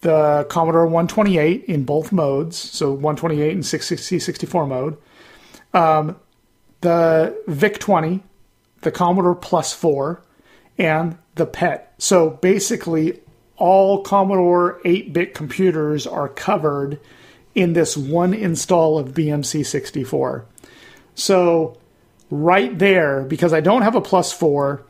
the Commodore 128 in both modes, so 128 and 660 64 mode, um, the VIC 20, the Commodore Plus 4, and the PET. So basically, all Commodore 8 bit computers are covered in this one install of BMC 64. So right there because I don't have a plus four.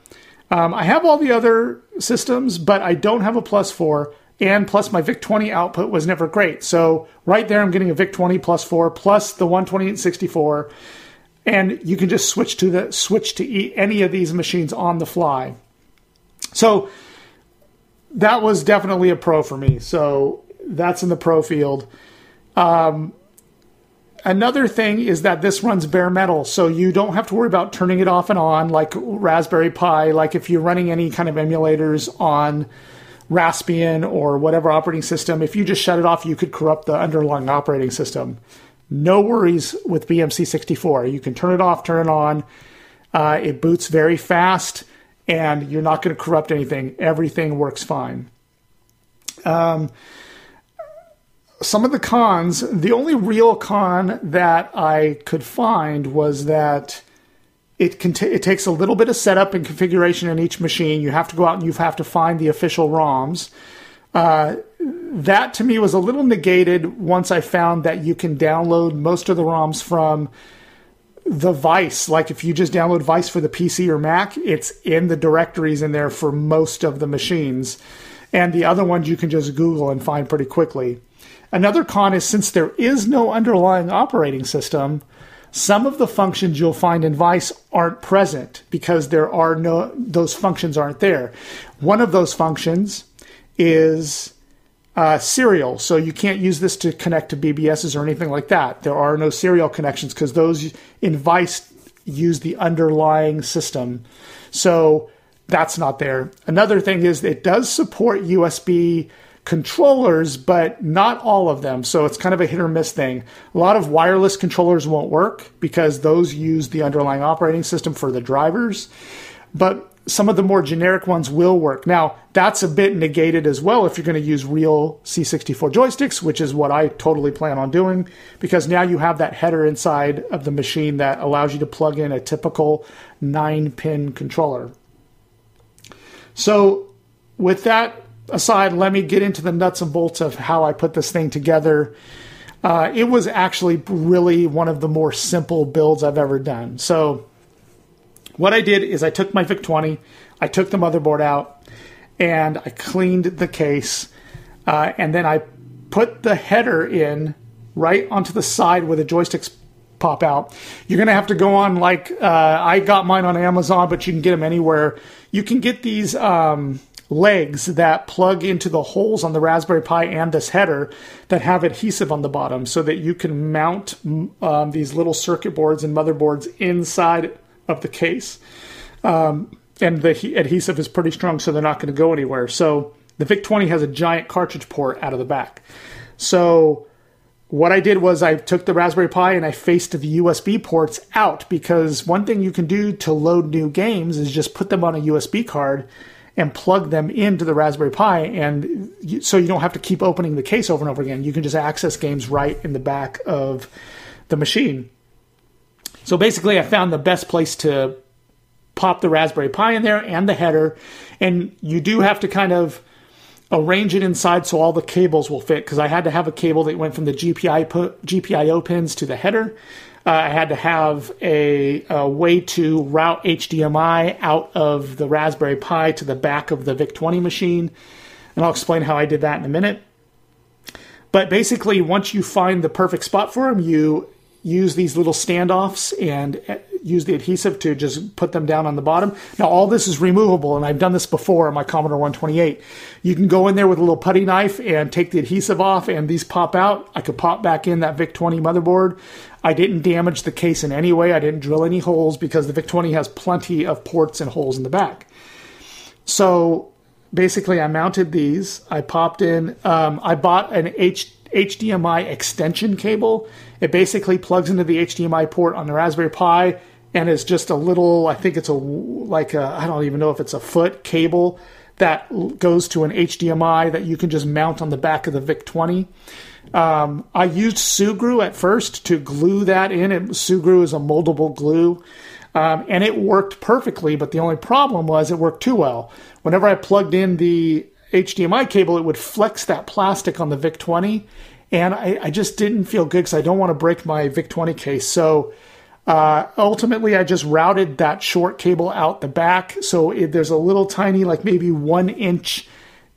Um, I have all the other systems, but I don't have a plus four. And plus, my VIC 20 output was never great. So, right there, I'm getting a VIC 20 plus four plus the 128 and 64. And you can just switch to the switch to e- any of these machines on the fly. So, that was definitely a pro for me. So, that's in the pro field another thing is that this runs bare metal, so you don't have to worry about turning it off and on like Raspberry Pi. Like if you're running any kind of emulators on Raspbian or whatever operating system, if you just shut it off, you could corrupt the underlying operating system. No worries with BMC64. You can turn it off, turn it on. Uh, it boots very fast, and you're not going to corrupt anything. Everything works fine. some of the cons, the only real con that I could find was that it can it takes a little bit of setup and configuration in each machine. You have to go out and you have to find the official ROMs. Uh, that to me was a little negated once I found that you can download most of the ROMs from the Vice. Like if you just download Vice for the PC or Mac, it's in the directories in there for most of the machines. And the other ones you can just Google and find pretty quickly. Another con is since there is no underlying operating system, some of the functions you'll find in Vice aren't present because there are no those functions aren't there. One of those functions is uh, serial, so you can't use this to connect to BBSs or anything like that. There are no serial connections because those in Vice use the underlying system, so that's not there. Another thing is it does support USB controllers, but not all of them. So it's kind of a hit or miss thing. A lot of wireless controllers won't work because those use the underlying operating system for the drivers, but some of the more generic ones will work. Now, that's a bit negated as well if you're going to use real C64 joysticks, which is what I totally plan on doing, because now you have that header inside of the machine that allows you to plug in a typical nine pin controller. So, with that aside, let me get into the nuts and bolts of how I put this thing together. Uh, it was actually really one of the more simple builds I've ever done. So, what I did is I took my VIC 20, I took the motherboard out, and I cleaned the case, uh, and then I put the header in right onto the side where the joysticks pop out. You're going to have to go on like uh, I got mine on Amazon, but you can get them anywhere. You can get these um, legs that plug into the holes on the Raspberry Pi and this header that have adhesive on the bottom, so that you can mount mm, um, these little circuit boards and motherboards inside of the case. and the he- adhesive is pretty strong, so they're not going to go anywhere. So the VIC 20 has a giant cartridge port out of the back. So what I did was I took the Raspberry Pi and I faced the USB ports out because one thing you can do to load new games is just put them on a USB card and plug them into the Raspberry Pi, and you, so you don't have to keep opening the case over and over again. You can just access games right in the back of the machine. So basically, I found the best place to pop the Raspberry Pi in there and the header, and you do have to kind of arrange it inside so all the cables will fit because I had to have a cable that went from the GPI pu- GPIO pins to the header. Uh, I had to have a, a way to route HDMI out of the Raspberry Pi to the back of the VIC20 machine, and I'll explain how I did that in a minute. But basically, once you find the perfect spot for them, you use these little standoffs and uh, use the adhesive to just put them down on the bottom. Now, all this is removable, and I've done this before on my Commodore 128. You can go in there with a little putty knife and take the adhesive off, and these pop out. I could pop back in that VIC 20 motherboard. I didn't damage the case in any way, I didn't drill any holes because the VIC 20 has plenty of ports and holes in the back. So basically, I mounted these. I popped in. Um, I bought an H- HDMI extension cable. It basically plugs into the HDMI port on the Raspberry Pi, and is just a little. I think it's a w- like a. I don't even know if it's a foot cable that l- goes to an HDMI that you can just mount on the back of the VIC 20. Um, I used Sugru at first to glue that in. It, Sugru is a moldable glue. Um, and it worked perfectly, but the only problem was it worked too well. Whenever I plugged in the HDMI cable, it would flex that plastic on the VIC 20, and I, I just didn't feel good because I don't want to break my VIC 20 case. So uh, ultimately, I just routed that short cable out the back. So it, there's a little tiny, like maybe one inch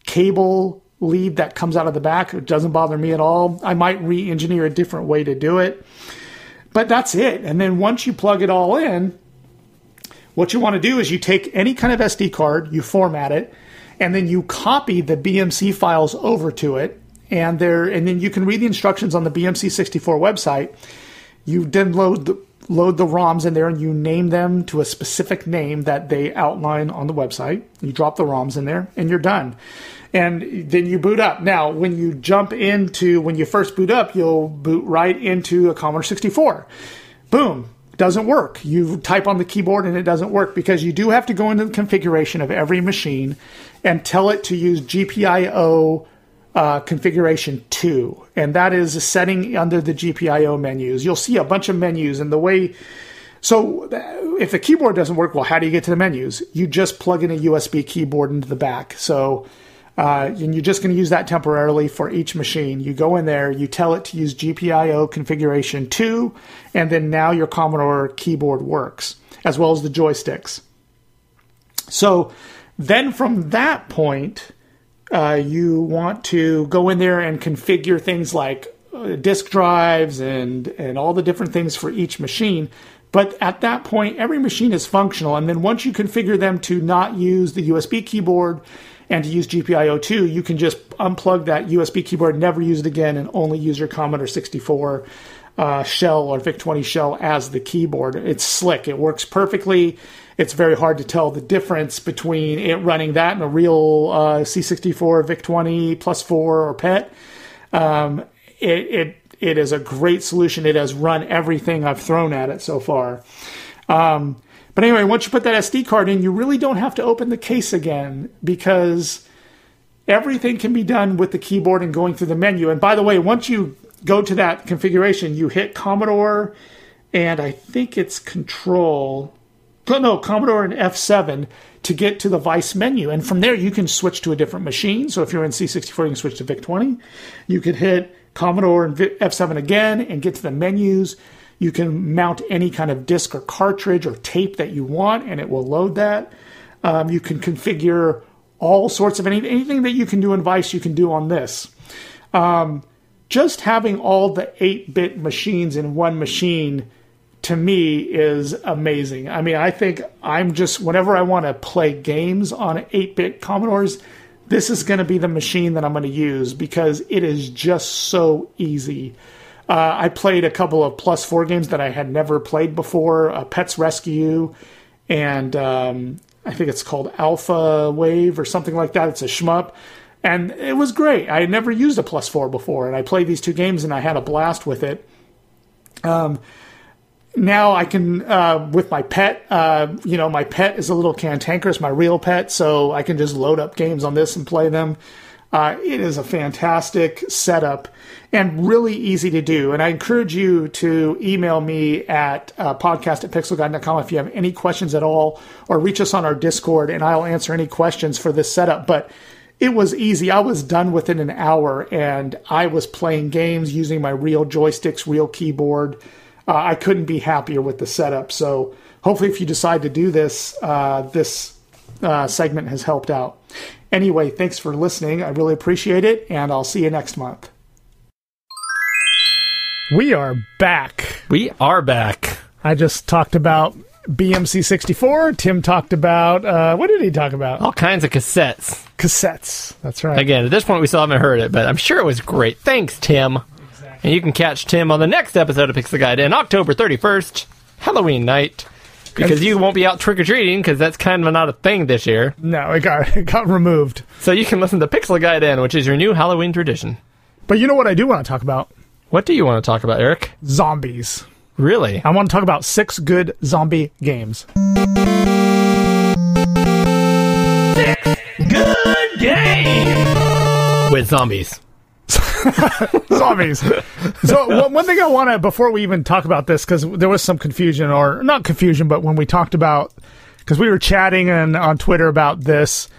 cable lead that comes out of the back. It doesn't bother me at all. I might re engineer a different way to do it. But that's it. And then once you plug it all in, what you want to do is you take any kind of SD card, you format it, and then you copy the BMC files over to it. And there, and then you can read the instructions on the BMC64 website. You then load the load the ROMs in there, and you name them to a specific name that they outline on the website. You drop the ROMs in there, and you're done. And then you boot up. Now, when you jump into when you first boot up, you'll boot right into a Commodore 64 boom doesn't work you type on the keyboard and it doesn't work because you do have to go into the configuration of every machine and tell it to use gpio uh, configuration 2 and that is a setting under the gpio menus you'll see a bunch of menus and the way so uh, if the keyboard doesn't work well how do you get to the menus you just plug in a usb keyboard into the back so uh, and you're just going to use that temporarily for each machine. You go in there, you tell it to use GPIO configuration 2, and then now your Commodore keyboard works, as well as the joysticks. So then from that point, uh, you want to go in there and configure things like uh, disk drives and and all the different things for each machine. But at that point, every machine is functional, and then once you configure them to not use the USB keyboard and to use GPIO2, you can just unplug that USB keyboard, never use it again, and only use your Commodore 64 uh, shell or VIC20 shell as the keyboard. It's slick. It works perfectly. It's very hard to tell the difference between it running that and a real uh, C64 VIC20 plus four or PET. Um, it, it it is a great solution. It has run everything I've thrown at it so far. Um, but anyway, once you put that SD card in, you really don't have to open the case again because everything can be done with the keyboard and going through the menu. And by the way, once you go to that configuration, you hit Commodore and I think it's Control. No, Commodore and F7 to get to the Vice menu. And from there, you can switch to a different machine. So if you're in C64, you can switch to VIC 20. You could hit Commodore and Vi- F7 again and get to the menus. You can mount any kind of disk or cartridge or tape that you want, and it will load that. Um, you can configure all sorts of any, anything that you can do in Vice, you can do on this. Um, just having all the 8 bit machines in one machine to me is amazing. I mean, I think I'm just, whenever I want to play games on 8 bit Commodores, this is going to be the machine that I'm going to use because it is just so easy. Uh, I played a couple of plus four games that I had never played before uh, Pets Rescue and um, I think it's called Alpha Wave or something like that. It's a shmup, and it was great. I had never used a plus four before, and I played these two games and I had a blast with it. Um, now I can uh, with my pet. Uh, you know, my pet is a little cantankerous, my real pet, so I can just load up games on this and play them. Uh, it is a fantastic setup and really easy to do. And I encourage you to email me at uh, podcast at pixelguide.com if you have any questions at all, or reach us on our Discord and I'll answer any questions for this setup. But it was easy. I was done within an hour and I was playing games using my real joysticks, real keyboard. Uh, I couldn't be happier with the setup. So hopefully, if you decide to do this, uh, this uh, segment has helped out. Anyway, thanks for listening. I really appreciate it, and I'll see you next month. We are back. We are back. I just talked about BMC64. Tim talked about, uh, what did he talk about? All kinds of cassettes. Cassettes. That's right. Again, at this point, we still haven't heard it, but I'm sure it was great. Thanks, Tim. And you can catch Tim on the next episode of Pixel Guide in October 31st, Halloween night, because you won't be out trick or treating because that's kind of not a thing this year. No, it got, <laughs> it got removed. So you can listen to Pixel Guide in, which is your new Halloween tradition. But you know what I do want to talk about? What do you want to talk about, Eric? Zombies. Really? I want to talk about six good zombie games. <laughs> Good game! With zombies. zombies. So one, one thing I want to before we even talk about this because there was some confusion or not confusion, but when we talked about because we were chatting and on Twitter about this,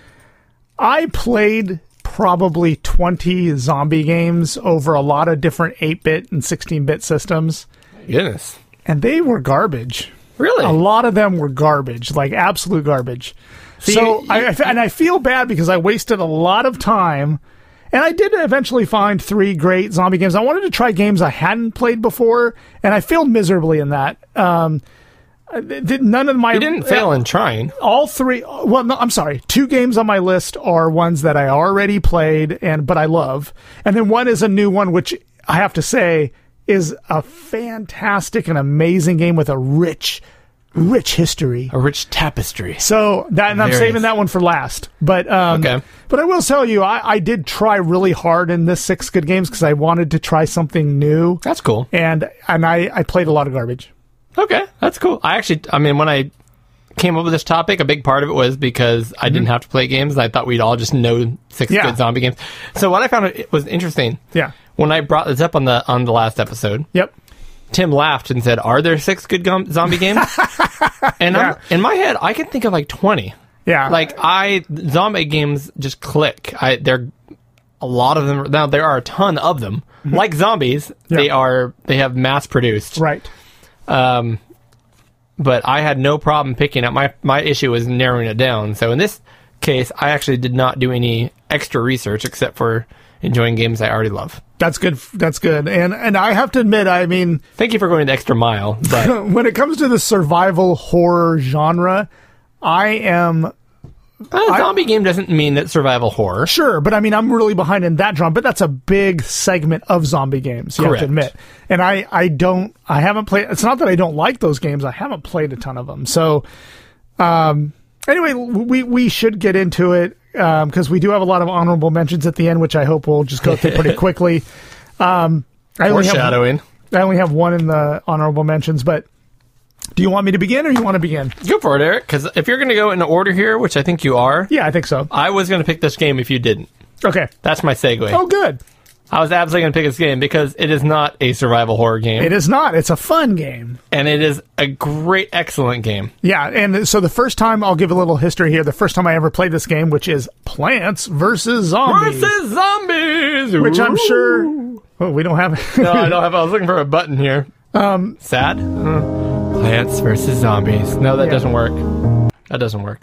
I played probably twenty zombie games over a lot of different eight bit and sixteen bit systems, Goodness. and they were garbage. Really? A lot of them were garbage, like absolute garbage. so you- I, I f- and I feel bad because I wasted a lot of time, and I did eventually find three great zombie games. I wanted to try games I hadn't played before, and I failed miserably in that. Um, I did none of my You didn't fail in trying. all three well no i'm sorry two games on my list are ones that i already played and but i love and then one is a new one which i have to say is a fantastic and amazing game with a rich rich history A rich tapestry. so that and i'm There it saving is. that one for last but um Okay. but i will tell you i i did try really hard in this six good games because i wanted to try something new That's cool. and and i i played a lot of garbage Okay, that's cool. I actually, I mean, when I came up with this topic, a big part of it was because I didn't have to play games. I thought we'd all just know six Mm-hmm. Yeah. good zombie games. So what I found it was interesting yeah when I brought this up on the on the last episode. yep Tim laughed and said, "Are there six good gum- zombie games?" <laughs> and I'm, in my head, I can think of like twenty. yeah Like I zombie games just click. I they're a lot of them. Now there are a ton of them. Like zombies, they Mm-hmm. Yeah. are they have mass produced. right Um, but I had no problem picking up. My my issue was narrowing it down. So in this case, I actually did not do any extra research except for enjoying games I already love. That's good. That's good. And and I have to admit, I mean, Thank you for going the extra mile. But when it comes to the survival horror genre, I am a zombie game doesn't mean that survival horror. sure, but I mean, I'm really behind in that genre. But that's a big segment of zombie games. You Correct. have to admit. And I I don't I haven't played. It's not that I don't like those games. I haven't played a ton of them. So, um, anyway, we we should get into it because we do have a lot of honorable mentions at the end, which I hope we'll just go <laughs> through pretty quickly. Um, I only have- Foreshadowing. I only have one in the honorable mentions, but do you want me to begin or you want to begin? Go for it, Eric. Because if you're going to go in order here, which I think you are, Yeah, I think so. I was going to pick this game if you didn't. Okay. That's my segue. Oh, good. I was absolutely going to pick this game because it is not a survival horror game, It is not. It's a fun game. and it is a great, excellent game. Yeah, and so the first time I'll give a little history here. The first time I ever played this game, which is Plants versus Zombies, Versus zombies, which I'm Ooh. sure oh, we don't have. No, I <laughs> don't have. I was looking for a button here. Um, sad. Mm. Plants versus zombies. No, that doesn't work. That doesn't work.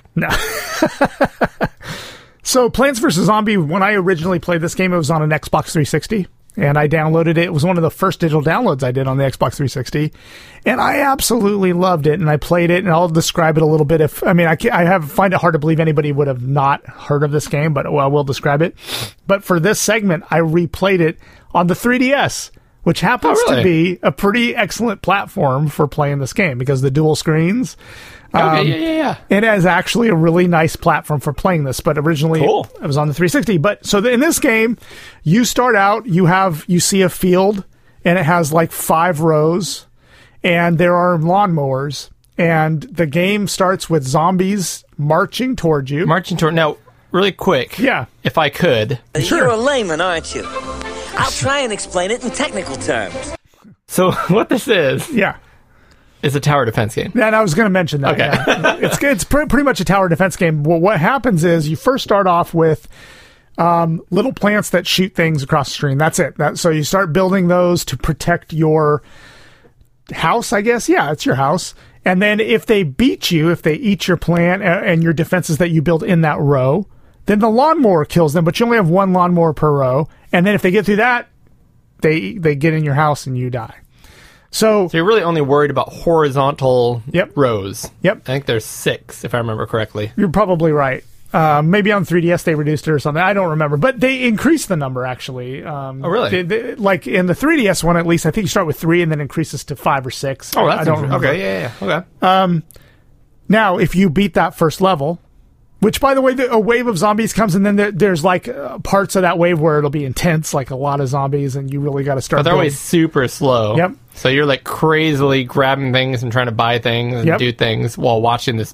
So, Plants vs. Zombie, when I originally played this game, it was on an Xbox 360, and I downloaded it. It was one of the first digital downloads I did on the Xbox 360, and I absolutely loved it, and I played it, and I'll describe it a little bit. If I mean, I, ca- I have find it hard to believe anybody would have not heard of this game, but well, I will describe it. But for this segment, I replayed it on the 3DS which happens Oh, really? to be a pretty excellent platform for playing this game because the dual screens. Okay, um, yeah, yeah, yeah. It is actually a really nice platform for playing this, but originally Cool. it was on the 360. But so the, in this game, you start out, you have you see a field, and it has like five rows, and there are lawnmowers, and the game starts with zombies marching toward you. Marching toward now, really quick. Yeah. if I could. You're a layman, aren't you? I'll try and explain it in technical terms. So <laughs> what this is yeah, is a tower defense <laughs> game. and I was going to mention that. Okay. yeah. it's it's pre- pretty much a tower defense game. Well, what happens is you first start off with um, little plants that shoot things across the screen. That's it. That, so you start building those to protect your house, I guess. Yeah, it's your house. And then if they beat you, if they eat your plant a- and your defenses that you build in that row, then the lawnmower kills them. But you only have one lawnmower per row. And then if they get through that, they they get in your house and you die. So So you're really only worried about horizontal Yep. rows. Yep. I think there's six, if I remember correctly. You're probably right. Uh, maybe on 3DS they reduced it or something. I don't remember, but they increased the number actually. Um, Oh, really? they- they- like in the 3DS one, at least I think you start with three and then increases to five or six. Oh, I that's don't interesting. remember. okay. Yeah, yeah, yeah. Okay. Now, if you beat that first level, which by the way, the, a wave of zombies comes and then there, there's like uh, parts of that wave where it'll be intense, like a lot of zombies, and you really got to start. But they're building- always super slow. Yep. So you're like crazily grabbing things and trying to buy things and Yep. do things while watching this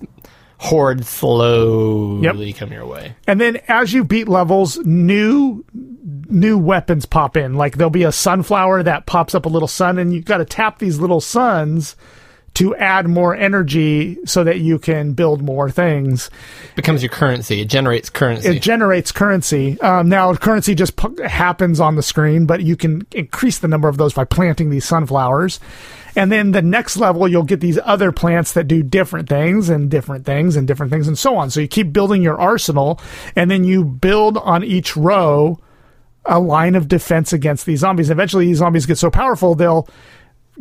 horde slowly come your way. And then as you beat levels, new new weapons pop in. Like there'll be a sunflower that pops up a little sun, and you got to tap these little suns to add more energy so that you can build more things. It becomes your currency. It generates currency. It generates currency. Um, now currency just pu- happens on the screen, but you can increase the number of those by planting these sunflowers. And then the next level, you'll get these other plants that do different things and different things and different things and so on. So you keep building your arsenal, and then you build on each row a line of defense against these zombies. Eventually, these zombies get so powerful they'll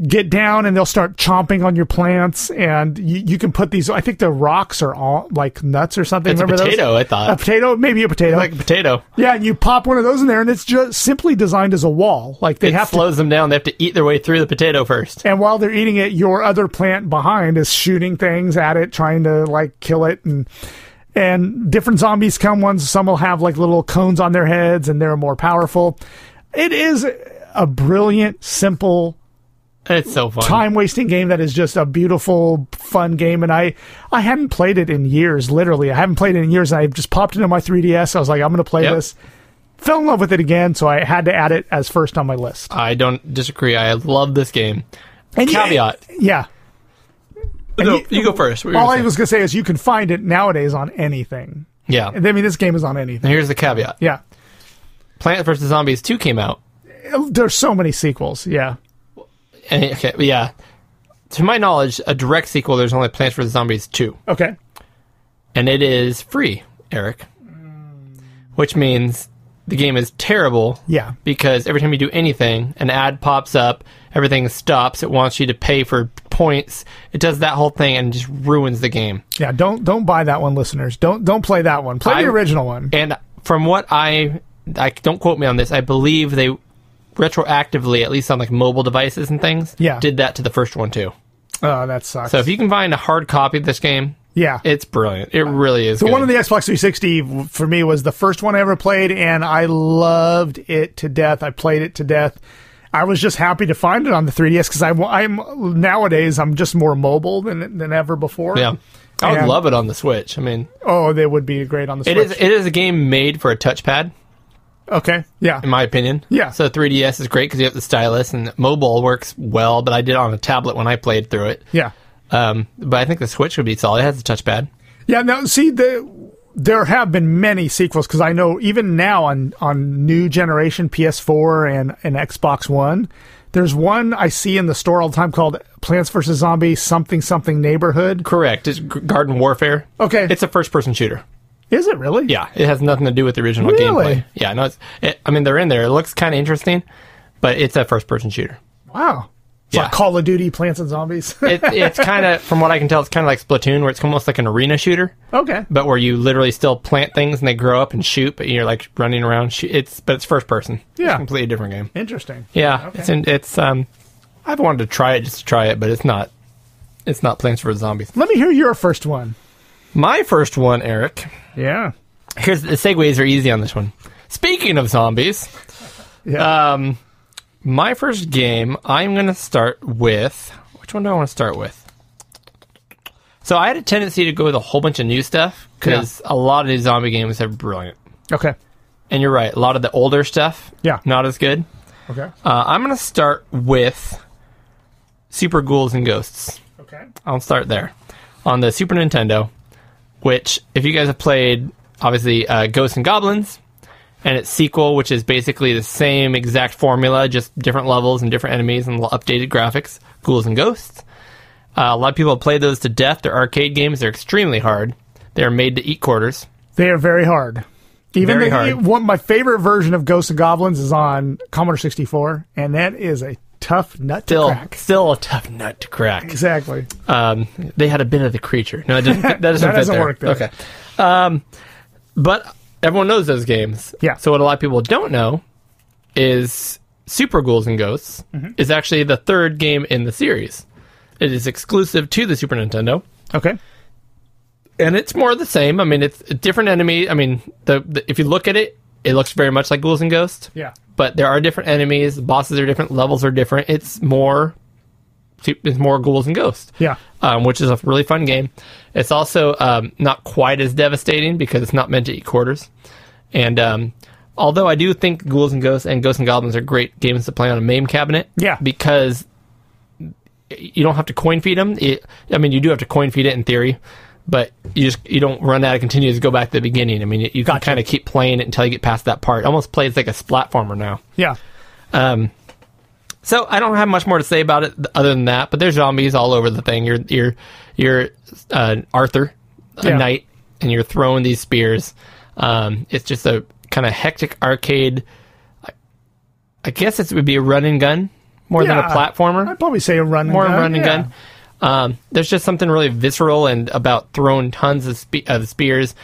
get down and they'll start chomping on your plants. And you, you can put these. I think the rocks are all like nuts or something. It's a Remember those? potato, I a thought. potato, maybe a potato. like a potato. yeah, and you pop one of those in there, and it's just simply designed as a wall. Like they It have to. slows them down. They have to eat their way through the potato first. And while they're eating it, your other plant behind is shooting things at it, trying to like kill it, and and different zombies come. Ones some will have like little cones on their heads, and they're more powerful. It is a brilliant, simple It's so fun. time wasting game that is just a beautiful fun game and i i hadn't played it in years literally i haven't played it in years and i just popped into my 3ds i was like i'm gonna play Yep. this fell in love with it again so i had to add it as first on my list I don't disagree. I love this game. and yeah- Caveat. yeah no, you- you, go first. What were you all gonna i say? was gonna say is you can find it nowadays on anything yeah. i mean this game is on anything And here's the caveat. yeah Plant vs Zombies Two came out. there's so many sequels yeah And, okay, yeah. To my knowledge, a direct sequel. There's only Plants vs Zombies Two. okay and it is free, Eric. Which means the game is terrible. Mm. Yeah. Because every time you do anything, an ad pops up, everything stops, it wants you to pay for points. It does that whole thing and just ruins the game. yeah don't don't buy that one listeners don't don't play that one play I- the original one And from what I I don't quote me on this, I believe they retroactively, at least on like mobile devices and things, Yeah. did that to the first one too. oh that sucks So if you can find a hard copy of this game, yeah it's brilliant. It really is. The good. one on the Xbox 360 w- for me was the first one I ever played, and I loved it to death. I played it to death. I was just happy to find it on the 3DS because I'm, I'm nowadays I'm just more mobile than than ever before. yeah. I would And- love it on the Switch. I mean, Oh, they would be great on the Switch. It is it is a game made for a touchpad, okay. Yeah. in my opinion. Yeah. So 3DS is great because you have the stylus and mobile works well, but I did it on a tablet when I played through it. Yeah. Um, but I think the Switch would be solid. It has a touchpad. Yeah. Now, see the. There have been many sequels because I know even now on on new generation PS4 and, and Xbox One, there's one I see in the store all the time called Plants vs Zombies something something Neighborhood. Correct. It's G- Garden Warfare. Okay. It's a first person shooter. Is it really? Yeah. It has nothing to do with the original Really? gameplay. Yeah. No. It's. It, I mean, they're in there. It looks kind of interesting, but it's a first person shooter. Wow. like Call of Duty Plants and Zombies. it, it's kind of, from what I can tell, it's kind of like Splatoon, where it's almost like an arena shooter, <laughs> okay. but where you literally still plant things and they grow up and shoot, but you're like running around. Shoot. It's but it's first person. it's Yeah. a completely different game. Interesting. Yeah, it's in, it's um, I've wanted to try it just to try it, but it's not. It's not Plants vs Zombies. Let me hear your first one. My first one, Eric. Yeah. Here's the segues are easy on this one. Speaking of zombies, Yeah. um, my first game I'm going to start with. Which one do I want to start with? So I had a tendency to go with a whole bunch of new stuff because a lot of these zombie games are brilliant. Okay. And you're right, a lot of the older stuff, Yeah. not as good. Okay. Uh, I'm going to start with Super Ghouls and Ghosts. Okay. I'll start there. On the Super Nintendo, which, if you guys have played, obviously, uh, Ghosts and Goblins and its sequel, which is basically the same exact formula, just different levels and different enemies and l- updated graphics, Ghouls and Ghosts. Uh, a lot of people have played those to death. They're arcade games, they're extremely hard. They're made to eat quarters. They are very hard. Even Very the, hard. One, my favorite version of Ghosts and Goblins is on Commodore 64, and that is a tough nut Still, to crack. still a tough nut to crack. Exactly. um, they had a bit of the creature. No, it doesn't, <laughs> that doesn't, That fit doesn't there. work there. Okay, um, but everyone knows those games. Yeah. So what a lot of people don't know is Super Ghouls and Ghosts Mm-hmm. is actually the third game in the series. It is exclusive to the Super Nintendo, Okay. and it's more of the same. I mean, it's a different enemy. I mean, the, the if you look at it, it looks very much like Ghouls and Ghosts. Yeah. But there are different enemies. Bosses are different. Levels are different. It's more. It's more ghouls and ghosts Yeah. um, which is a really fun game. It's also um, not quite as devastating because it's not meant to eat quarters. And um, although I do think Ghouls and Ghosts and Ghosts and Goblins are great games to play on a MAME cabinet, Yeah. because you don't have to coin feed them. It, I mean, you do have to coin feed it in theory, but you just you don't run out of continues. Go back to the beginning. I mean, you, you can kind of keep playing it until you get past that part. It almost plays like a platformer now. Yeah. So I don't have much more to say about it th- other than that. But there's zombies all over the thing. You're you're you're uh, Arthur, a Yeah. knight, and you're throwing these spears. Um, it's just a kind of hectic arcade. I- I guess it would be a run and gun more than a Yeah. platformer I'd probably say a run and more gun. run and yeah. gun. Um, there's just something really visceral and about throwing tons of, spe- of spears.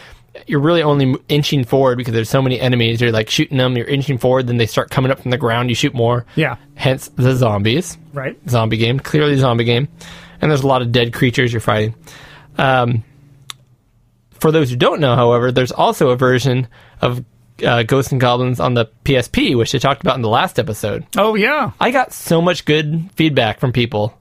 You're really only inching forward because there's so many enemies. You're like shooting them, you're inching forward, then they start coming up from the ground. You shoot more. Yeah. Hence the zombies. Right. Zombie game. Clearly zombie game. And there's a lot of dead creatures you're fighting. Um, for those who don't know, however, there's also a version of uh, Ghosts and Goblins on the PSP, which I talked about in the last episode. Oh, yeah. I got so much good feedback from people.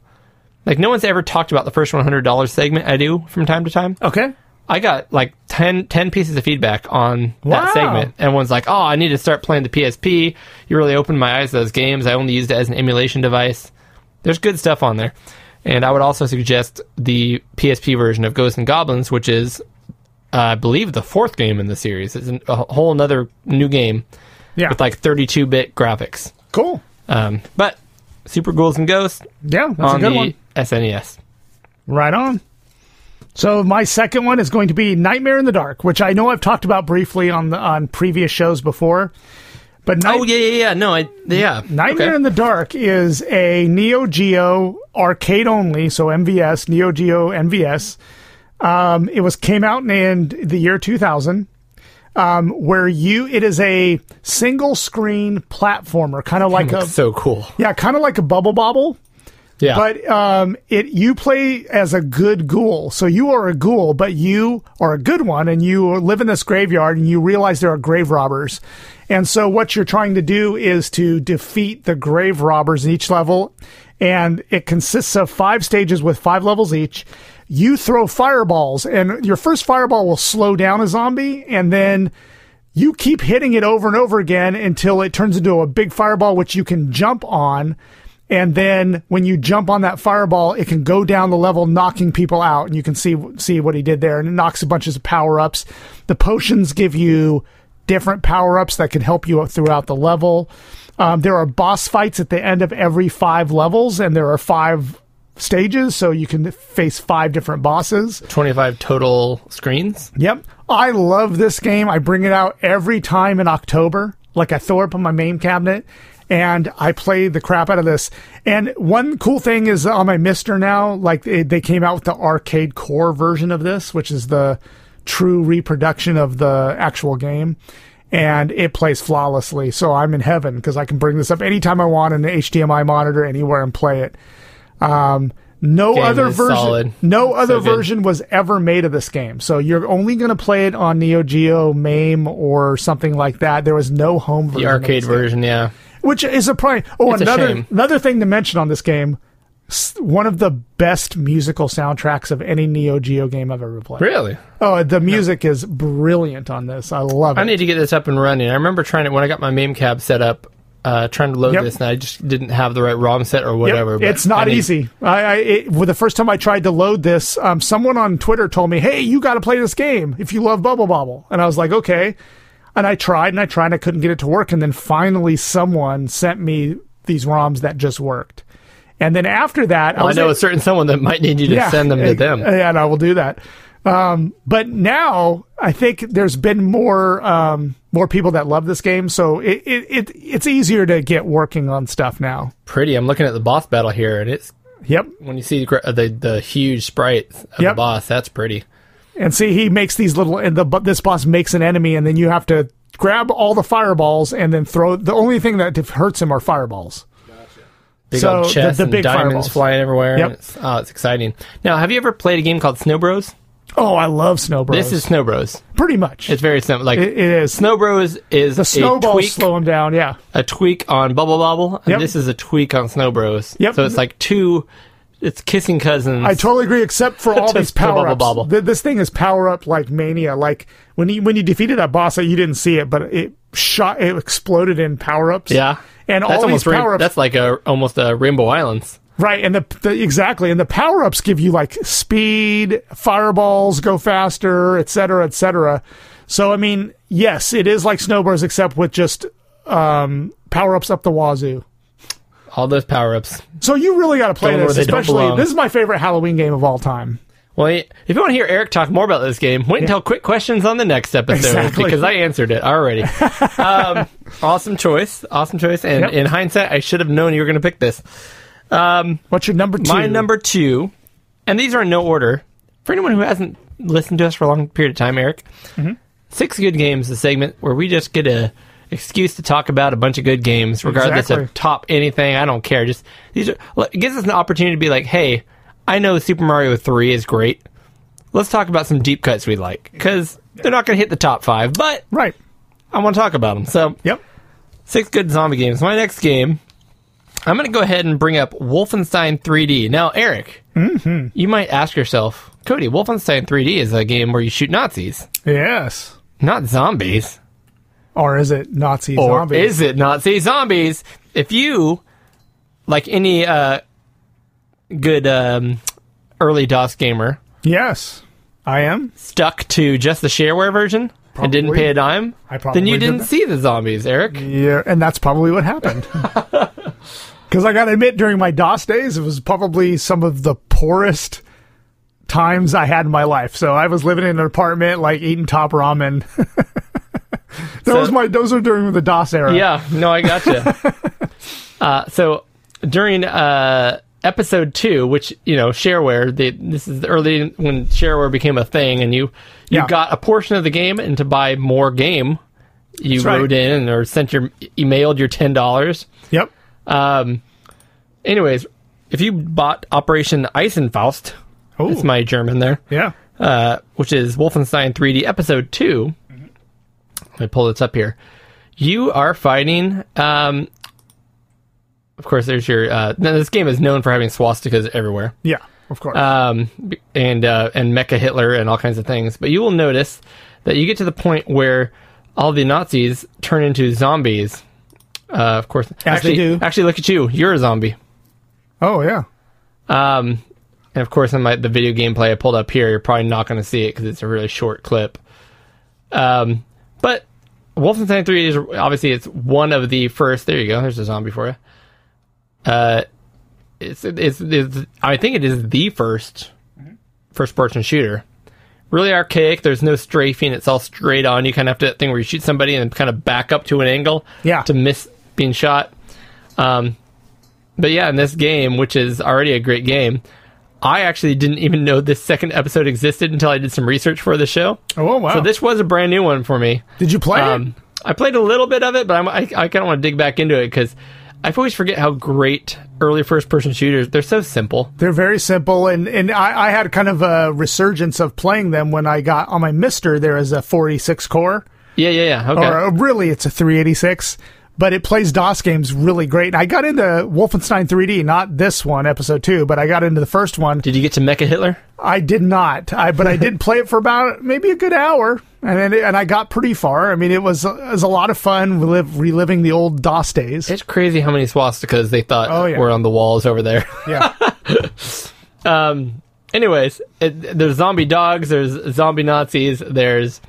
Like no one's ever talked about the first $100 segment I do from time to time. Okay. I got like 10, 10 pieces of feedback on Wow. that segment. And one's like, "Oh, I need to start playing the PSP. You really opened my eyes to those games. I only used it as an emulation device." There's good stuff on there. And I would also suggest the PSP version of Ghosts and Goblins, which is uh, I believe the fourth game in the series. It's an, a whole another new game Yeah. with like 32-bit graphics. cool. Um, but Super Ghouls and Ghosts Yeah. That's a on good the E one. SNES. Right on. So my second one is going to be Nightmare in the Dark, which I know I've talked about briefly on the, on previous shows before. But Night- Oh yeah, yeah, yeah. No, I yeah. Nightmare Okay. in the Dark is a Neo Geo arcade only, so MVS, Neo Geo MVS. Um, it was came out in the year 2000, um, where you it is a single screen platformer, kind of like a so cool. yeah, kind of like a Bubble Bobble, Yeah, but um, it you play as a good ghoul, so you are a ghoul, but you are a good one, and you live in this graveyard, and you realize there are grave robbers, and so what you're trying to do is to defeat the grave robbers in each level, and it consists of five stages with five levels each. You throw fireballs, and your first fireball will slow down a zombie, and then you keep hitting it over and over again until it turns into a big fireball, which you can jump on. And then when you jump on that fireball, it can go down the level, knocking people out. And you can see see what he did there, and it knocks a bunch of power ups. The potions give you different power ups that can help you throughout the level. Um, there are boss fights at the end of every five levels, and there are five stages, so you can face five different bosses. twenty-five total screens. Yep. I love this game. I bring it out every time in October. Like I throw it up on my main cabinet and I play the crap out of this. And one cool thing is on my Mister now, like they, they came out with the arcade core version of this, which is the true reproduction of the actual game. And it plays flawlessly, so I'm in heaven because I can bring this up anytime I want on an HDMI monitor anywhere and play it. Um, no Game other is version, solid. no other good. version was ever made of this game. So you're only going to play it on Neo Geo, MAME, or something like that. There was no home version, The of arcade this game. version, yeah. which is a prime. Oh, It's a another shame. another thing to mention on this game, s- one of the best musical soundtracks of any Neo Geo game I've ever played. Really? Oh, the music is brilliant on this. I love it. I need to get this up and running. I remember trying to when I got my MAME cab set up, uh, trying to load Yep. this, and I just didn't have the right ROM set or Yep, whatever. but it's not I need- easy. I, I it, well, the first time I tried to load this, um, someone on Twitter told me, "Hey, you got to play this game if you love Bubble Bobble," and I was like, "Okay." And I tried and I tried and I couldn't get it to work, and then finally someone sent me these ROMs that just worked. And then after that, I Oh, I was know like- a certain someone that might need you to send them to eh, them. Yeah, and I will do that. Um, but now I think there's been more um, more people that love this game, so it, it, it it's easier to get working on stuff now. Pretty. I'm looking at the boss battle here, and it's Yep. when you see the gra- the, the huge sprite of the Yep. boss. That's pretty. And see, he makes these little, and the but this boss makes an enemy, and then you have to grab all the fireballs and then throw. The only thing that hurts him are fireballs. Big So, old the- chest the and big diamonds fireballs. flying everywhere. Yep. and It's, oh, it's exciting. Now, have you ever played a game called Snow Bros? Oh, I love Snow Bros. This is Snow Bros. pretty much It's very simple. Like It- it is. Snow Bros is the a snowballs tweak, slow him down. Yeah, a tweak on Bubble Bobble, and Yep. this is a tweak on Snow Bros. Yep. So it's like two. It's kissing cousins. I totally agree, <laughs> except for all Just these the bubble power ups. bobble. Th- This thing is power up like mania. Like when you when you defeated that boss, you didn't see it, but it shot, it exploded in power ups. yeah. and that's all these almost rain- power ups. That's like a almost a Rainbow Islands. Right, and the, the exactly, and the power ups give you like speed, fireballs go faster, et cetera, et cetera. So I mean, yes, it is like snowbars, except with just um, power ups up the wazoo. All those power ups. So you really got to play Don't know this, where they don't especially belong. this is my favorite Halloween game of all time. Well, if you want to hear Eric talk more about this game, wait until quick questions on the next episode Exactly. because I answered it <laughs> already. um, awesome choice, awesome choice. And Yep. in hindsight, I should have known you were going to pick this. What's your number two? My number two, and these are in no order. For anyone who hasn't listened to us for a long period of time, Eric, Mm-hmm. Six Good Games, the segment where we just get a excuse to talk about a bunch of good games, regardless of Exactly. top anything. I don't care. Just these are, it gives us an opportunity to be like, hey, I know Super Mario Three is great. Let's talk about some deep cuts we like because they're not going to hit the top five, but right? I want to talk about them. So Yep. six good zombie games. My next game, I'm going to go ahead and bring up Wolfenstein 3D. Now, Eric, Mm-hmm. you might ask yourself, Cody, Wolfenstein 3D is a game where you shoot Nazis, Yes. not zombies. Or is it Nazi Or zombies? is it Nazi zombies? If you, like any uh, good um, early DOS gamer, yes, I am. stuck to just the shareware version and didn't Probably. pay a dime, I then probably you did didn't that. see the zombies, Eric. Yeah, and that's probably <laughs> what happened. Because I got to admit, during my DOS days, it was probably some of the poorest times I had in my life. So I was living in an apartment, like eating top ramen. <laughs> those So- my those are during the DOS era. Yeah, no, I gotcha. <laughs> uh, so during uh, episode two, which you know, shareware, the, this is the early when shareware became a thing, and you you Yeah. got a portion of the game, and to buy more game, you That's right. wrote in or sent your emailed your ten dollars. Yep. Um, anyways, if you bought Operation Eisenfaust, Oh. it's my German there Yeah. uh, which is Wolfenstein 3D Episode 2. Mm-hmm. Let me pull this up here. You are fighting. Um, of course, there's your. Uh, now this game is known for having swastikas everywhere, Yeah. Of course. um, b- and uh, and Mecha Hitler and all kinds of things. But you will notice that you get to the point where all the Nazis turn into zombies. Uh, of course, As they actually, do. actually, look at you. You're a zombie. oh yeah. Um, and of course, in my, the video gameplay I pulled up here, you're probably not going to see it because it's a really short clip. Um, but Wolfenstein 3 is obviously it's one of the first. There you go. There's a zombie for you. Uh, it's, it's it's I think it is the first Mm-hmm. first person shooter. Really archaic. There's no strafing. It's all straight on. You kind of have to that thing where you shoot somebody and kind of back up to an angle Yeah. to miss being shot. Um, but yeah, in this game, which is already a great game, I actually didn't even know this second episode existed until I did some research for the show. Oh, wow. So this was a brand new one for me. Did you play it? Um, I played a little bit of it, but I'm, I, I kind of want to dig back into it because I always forget how great early first-person shooters—they're so simple. They're very simple, and and I, I had kind of a resurgence of playing them when I got on my Mister. There is a 46 core, Yeah, yeah, yeah. Okay. or uh, really it's a 386, but it plays DOS games really great. And I got into Wolfenstein 3D, not this one, Episode Two, but I got into the first one. Did you get to Mecha Hitler? I did not, I but <laughs> I did play it for about maybe a good hour, and then and I got pretty far. I mean, it was it was a lot of fun relive, reliving the old DOS days. It's crazy how many swastikas they thought Oh, yeah. were on the walls over there. Yeah. <laughs> um, anyways, it, there's zombie dogs, there's zombie Nazis, there's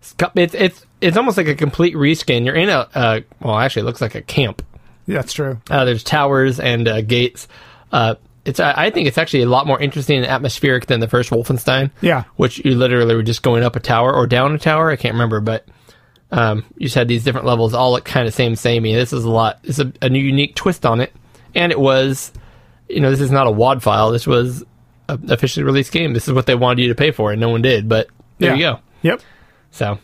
sc- it's it's it's almost like a complete reskin. You're in a uh, well, actually, it looks like a camp. That's true. Uh, there's towers and uh, gates. Uh, it's I I think it's actually a lot more interesting and atmospheric than the first Wolfenstein. Yeah. which you literally were just going up a tower or down a tower. I can't remember, but um, you just had these different levels all look kind of same samey. This is a lot. It's a, a new unique twist on it, and it was, you know, this is not a WAD file. This was a officially released game. This is what they wanted you to pay for, and no one did. But there Yeah. you go. Yep. So.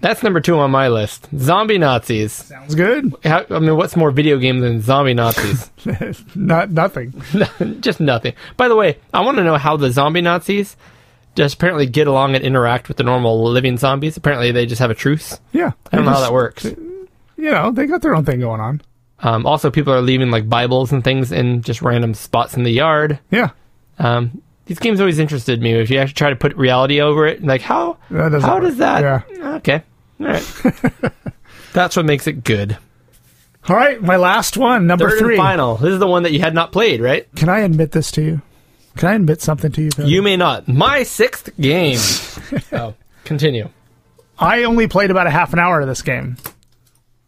That's number two on my list. Zombie Nazis. Sounds good. <laughs> How, I mean, what's more video game than zombie Nazis? Not nothing. just nothing. By the way, I want to know how the zombie Nazis just apparently get along and interact with the normal living zombies. Apparently, they just have a truce. Yeah. I don't know how Just- that works. You know, they got their own thing going on. Um, also, people are leaving like Bibles and things in just random spots in the yard. Yeah. Um, these games always interested me. If you actually try to put reality over it, like how That doesn't how work. does that? Okay, all <laughs> right. That's what makes it good. All right, my last one, number Third three. and final. This is the one that you had not played, right? Can I admit this to you? Can I admit something to you? Phil? You may not. My sixth <laughs> game. oh, continue. I only played about a half an hour of this game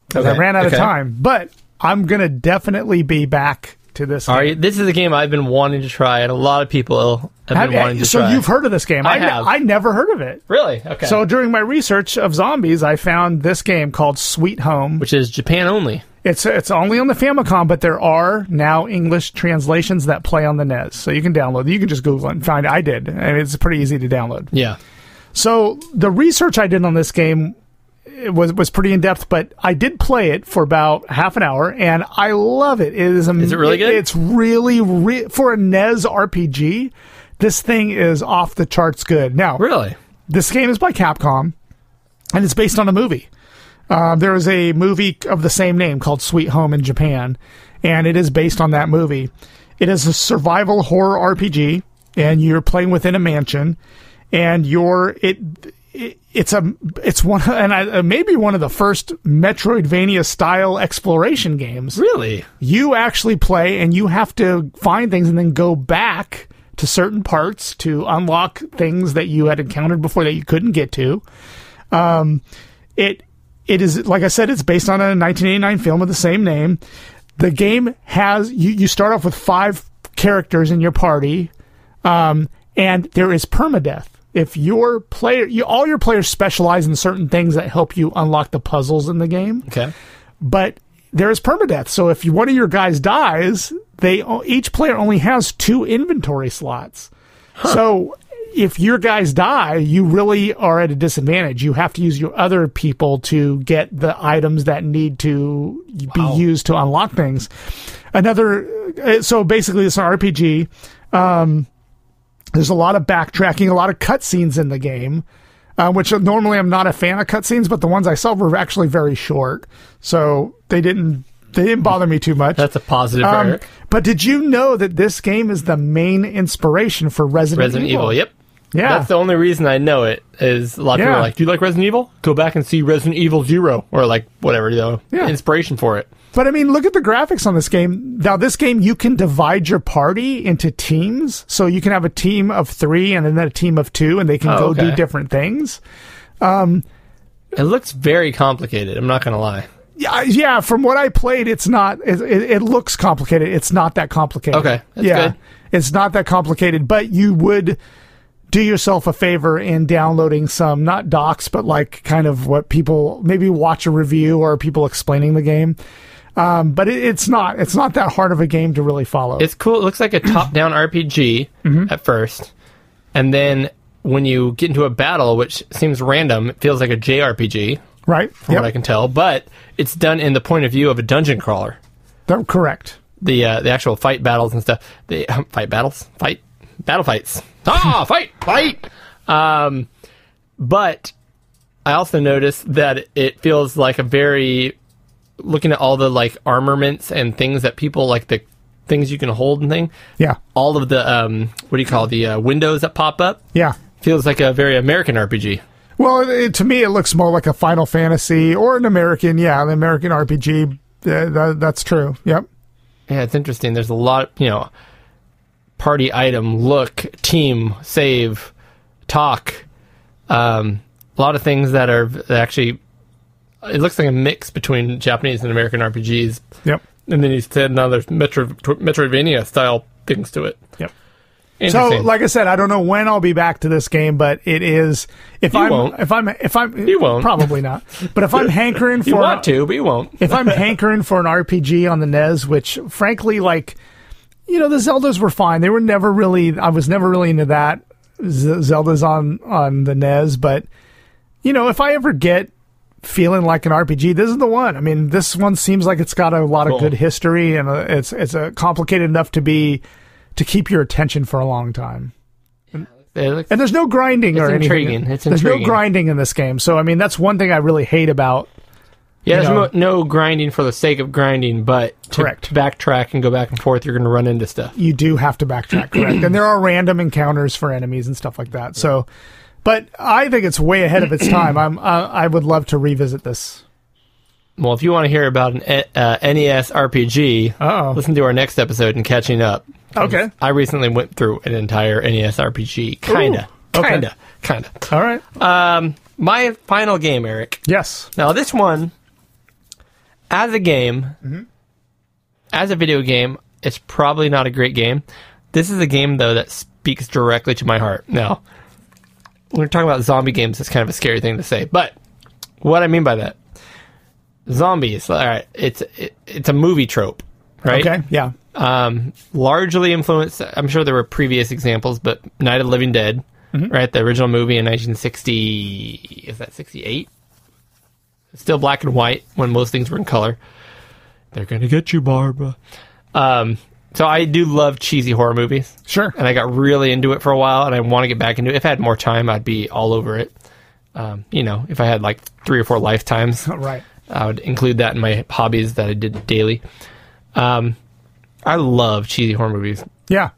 because I Okay, ran out of okay. time. But I'm gonna definitely be back to this. All game. right, this is a game I've been wanting to try, and a lot of people have Have- been wanting to so try. you've heard of this game? I I, ne- have. I never heard of it. really okay? So So, during my research of zombies, I found this game called Sweet Home. which is Japan only. It's it's only on the Famicom, but there are now English translations that play on the NES, so you can download. You can just Google it and find. it. I did, and it's pretty easy to download. Yeah, So the research I did on this game it was was pretty in depth, but I did play it for about half an hour, and I love it. It is am- Is it really good? It's really re- for a E NES RPG. This thing is off the charts good. Now, really. this game is by Capcom, and it's based on a movie. Um, there is a movie of the same name called Sweet Home in Japan, and it is based on that movie. It is a survival horror RPG, and you're playing within a mansion, and you're it. it- It's a it's one <laughs> and I, uh, maybe one of the first Metroidvania style exploration games Really? you actually play and you have to find things and then go back to certain parts to unlock things that you had encountered before that you couldn't get to. Um, it it is like I said, it's based on a 1989 film of the same name. The game has you you start off with five characters in your party, um, and there is permadeath. If your player, you, all your players specialize in certain things that help you unlock the puzzles in the game Okay. but there is permadeath. So if one of your guys dies, they each player only has two inventory slots. So if your guys die, you really are at a disadvantage. You have to use your other people to get the items that need to be used to unlock things. Another, uh, so basically, it's an RPG. Um, there's a lot of backtracking, a lot of cutscenes in the game, uh, which normally I'm not a fan of cutscenes, but the ones I saw were actually very short, so they didn't they didn't bother me too much. That's a positive. Um, Eric. but did you know that this game is the main inspiration for Resident, Resident Evil. Yep. Yeah. That's the only reason I know it is a lot of people Yeah. are like, "Do you like Resident Evil? Go back and see Resident Evil Zero or like whatever you know, Yeah. inspiration for it." But I mean, look at the graphics on this game. Now, this game, you can divide your party into teams. So you can have a team of three and then a team of two, and they can Oh, go do okay. different things. It looks very complicated. I'm not gonna lie. Yeah, I- yeah. From what I played, it's not. It, it, it looks complicated. It's not that complicated. Okay, that's yeah, good. it's not that complicated. But you would do yourself a favor in downloading some not docs, but like kind of what people maybe watch a review or people explaining the game. Um, but it, it's not it's not that hard of a game to really follow. It's cool. It looks like a top-down RPG Mm-hmm. at first, and then when you get into a battle, which seems random, it feels like a JRPG right? from what I can tell. But it's done in the point of view of a dungeon crawler. They're correct. The uh, the actual fight battles and stuff. The <laughs> um, fight battles, fight battle fights. Ah, <laughs> fight, fight. Um, but I also noticed that it feels like a very looking at all the like armaments and things that people like the things you can hold and thing Yeah, all of the um, what do you call the uh, windows that pop up yeah. feels like a very American RPG. Well, it, it- to me, it looks more like a Final Fantasy or an American, yeah, an American RPG. Uh, that, that's true. Yep. Yeah, it's interesting. There's a lot, you know, party item, look, team, save, talk, um, a lot of things that are that actually. It looks like a mix between Japanese and American RPGs, Yep. and then he's said another Metro, Metroidvania style things to it. Yep. So, Interesting. like I said, I don't know when I'll be back to this game, but it is if I'm won't. if I'm if I'm You won't. probably not. But <laughs> if I'm hankering for you want to, but you won't. if I'm hankering for an RPG on the NES, which frankly, like, you know, the Zeldas were fine. They were never really. I was never really into that Z- Zeldas on on the NES, but you know, if I ever get feeling like an RPG, this is the one. I mean, this one seems like it's got a lot Cool. of good history, and uh it's it's uh complicated enough to be to keep your attention for a long time. It looks- And there's no grinding It's or intriguing. anything. It's there's intriguing. no grinding in this game, so I mean, that's one thing I really hate about yeah, there's you know. no, no grinding for the sake of grinding, but to Correct. backtrack and go back and forth, you're going to run into stuff. you do have to backtrack, correct? and there are random encounters for enemies and stuff like that. So, but I think it's way ahead of <clears throat> its time. I'm uh, I would love to revisit this. Well, if you want to hear about an E- uh, NES RPG, Uh-oh. listen to our next episode and catching up. Okay. I recently went through an entire E NES RPG, kinda, Ooh, okay. kinda, kinda. All right. My final game, Eric. yes. Now, this one, as a game, as a video game, it's probably not a great game. This is a game, though, that speaks directly to my heart. Now, when we're talking about zombie games, it's kind of a scary thing to say, but what I mean by that zombies, all right, it's, it, it's a movie trope, right? Okay. Yeah. um, largely influenced. I'm sure there were previous examples, but Night of the Living Dead, right? The original movie in 1960 is that 68? Still black and white when most things were in color. They're gonna get you, Barbara. Um, so I do love cheesy horror movies, Sure. and I got really into it for a while, and I want to get back into it. If I had more time, I'd be all over it. Um, you know, if I had like three or four lifetimes, All right. I would include that in my hobbies that I did daily. Um, I love cheesy horror movies, Yeah.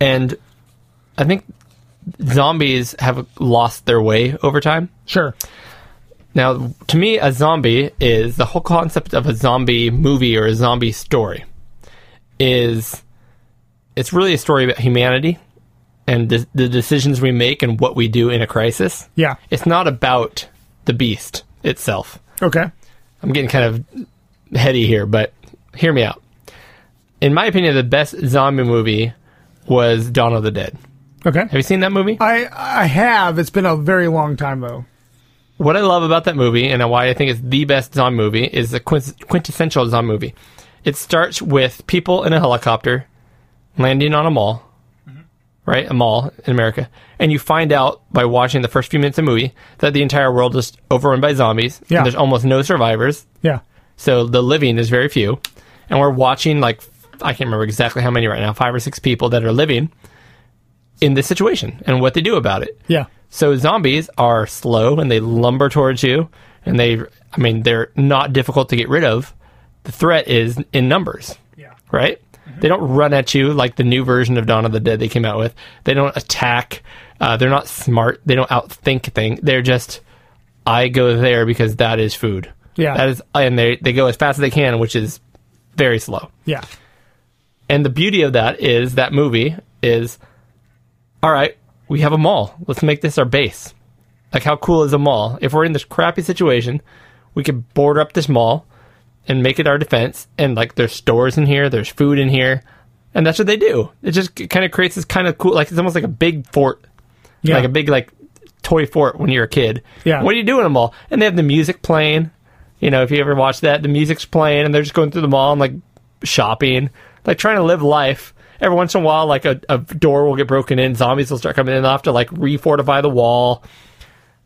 and I think zombies have lost their way over time. Sure. Now, to me, a zombie is the whole concept of a zombie movie or a zombie story is it's really a story about humanity and the, the decisions we make and what we do in a crisis. Yeah. It's not about the beast itself. Okay. I'm getting kind of heady here, but hear me out. In my opinion, the best zombie movie was Dawn of the Dead. Have Okay. you seen that movie? I I have. It's been a very long time though. What I love about that movie and why I think it's the best zombie movie is the quint- quintessential zombie movie. It starts with people in a helicopter landing on a mall, right? A mall in America. And you find out by watching the first few minutes of the movie that the entire world is overrun by zombies. Yeah. And there's almost no survivors. Yeah. So the living is very few. And we're watching, like, I can't remember exactly how many right now, five or six people that are living in this situation and what they do about it. Yeah. So zombies are slow and they lumber towards you. And they, I mean, they're not difficult to get rid of. The threat is in numbers, Yeah. right? They don't run at you like the new version of Dawn of the Dead they came out with. They don't attack. Uh, they're not smart. They don't outthink things. They're just, I go there because that is food. Yeah. That is, and they, they go as fast as they can, which is very slow. Yeah. And the beauty of that is that movie is all right, we have a mall. Let's make this our base. Like, how cool is a mall? If we're in this crappy situation, we could board up this mall and make it our defense. And, like, there's stores in here, there's food in here. And that's what they do. It just kind of creates this kind of cool, like, it's almost like a big fort Yeah. like a big like toy fort when you're a kid. Yeah. What do you do in a mall? And they have the music playing. You know, if you ever watch that, the music's playing and they're just going through the mall and like shopping, like trying to live life. Every once in a while, like a, a door will get broken in, zombies will start coming in, and they'll have to like refortify the wall.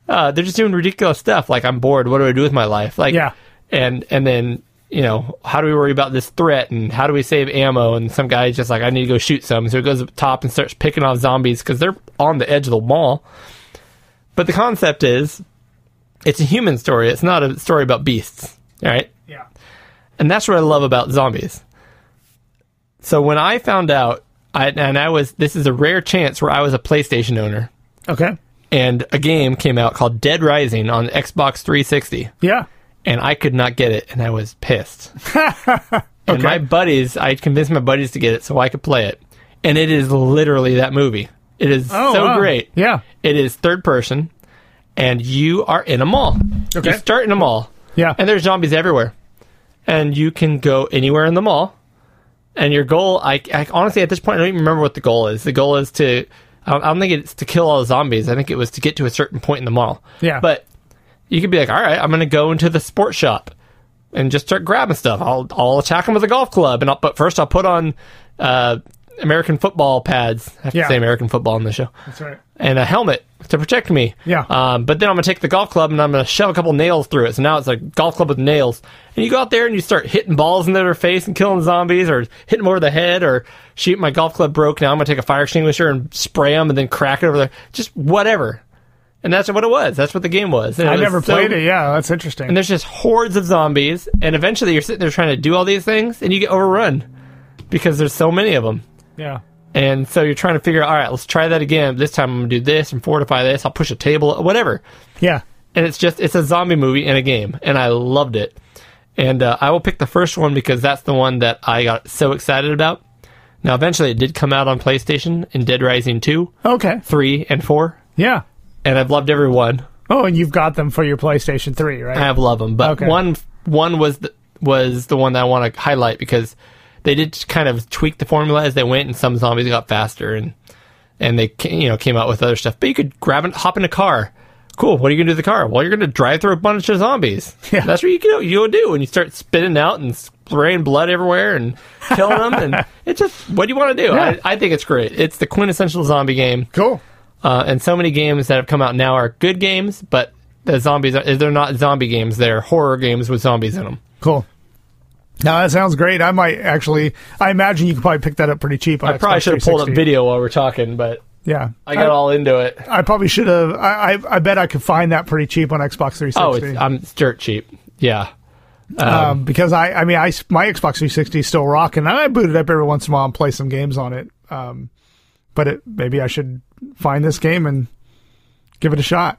Uh, they're just doing ridiculous stuff. Like I'm bored. What do I do with my life? Like, Yeah. And and then you know, how do we worry about this threat and how do we save ammo? And some guy's just like, I need to go shoot some. So he goes up top and starts picking off zombies because they're on the edge of the mall. But the concept is, it's a human story. It's not a story about beasts. All right. Yeah. And that's what I love about zombies. So when I found out, I, and I was, this is a rare chance where I was a PlayStation owner, Okay. and a game came out called Dead Rising on Xbox 360, Yeah. and I could not get it, and I was <laughs> pissed. And my buddies, I convinced my buddies to get it so I could play it, and it is literally that movie. It is Oh, so wow. great. Yeah. It is third person, and you are in a mall. Okay. You start in a mall, Yeah. and there's zombies everywhere, and you can go anywhere in the mall. And your goal, I, I honestly at this point I don't even remember what the goal is. The goal is to, I don't, I don't think it's to kill all the zombies. I think it was to get to a certain point in the mall. Yeah. But you could be like, all right, I'm going to go into the sports shop and just start grabbing stuff. I'll I'll attack them with a golf club, and I'll, but first I'll put on uh, American football pads. I have Yeah. to say American football on the show That's right. and a helmet to protect me. Yeah. Um, but then I'm gonna take the golf club and I'm gonna shove a couple nails through it. So now it's a golf club with nails. And you go out there and you start hitting balls into their face and killing zombies, or hitting them over the head, or shoot my golf club broke. Now I'm gonna take a fire extinguisher and spray them, and then crack it over there. Just whatever. And that's what it was. That's what the game was. And I was never so- played it. Yeah, that's interesting. And there's just hordes of zombies. And eventually you're sitting there trying to do all these things, and you get overrun because there's so many of them. yeah. And so you're trying to figure out, all right, let's try that again. This time I'm going to do this and fortify this. I'll push a table, whatever. Yeah. And it's just, it's a zombie movie and a game. And I loved it. And uh, I will pick the first one because that's the one that I got so excited about. Now, eventually it did come out on PlayStation in Dead Rising 2, Okay. 3, and 4. Yeah. And I've loved every one. Oh, and you've got them for your PlayStation 3, right? I have loved them. But Okay. one, one was, the, was the one that I want to highlight because they did kind of tweak the formula as they went and some zombies got faster and and they ca- you know came out with other stuff. But you could grab and hop in a car. Cool. What are you gonna do with the car? Well, you're gonna drive through a bunch of zombies. <laughs> Yeah. That's what you go you do when you start spitting out and spraying blood everywhere and killing them. <laughs> And it's just what do you want to do? Yeah. I, I think it's great. It's the quintessential zombie game. Cool. Uh, and so many games that have come out now are good games, but the zombies are, they're not zombie games. They're horror games with zombies in them. Cool. Now that sounds great. I might actually. I imagine you could probably pick that up pretty cheap. On I probably Xbox should have pulled up 360. video while we're talking, but Yeah, I got all into it. I probably should have. I, I I bet I could find that pretty cheap on Xbox 360. Oh, it's, uh, I'm it's dirt cheap. Yeah. um, because I I mean I s- my Xbox 360 is still rocking. and I boot it up every once in a while and play some games on it. Um, but it, maybe I should find this game and give it a shot.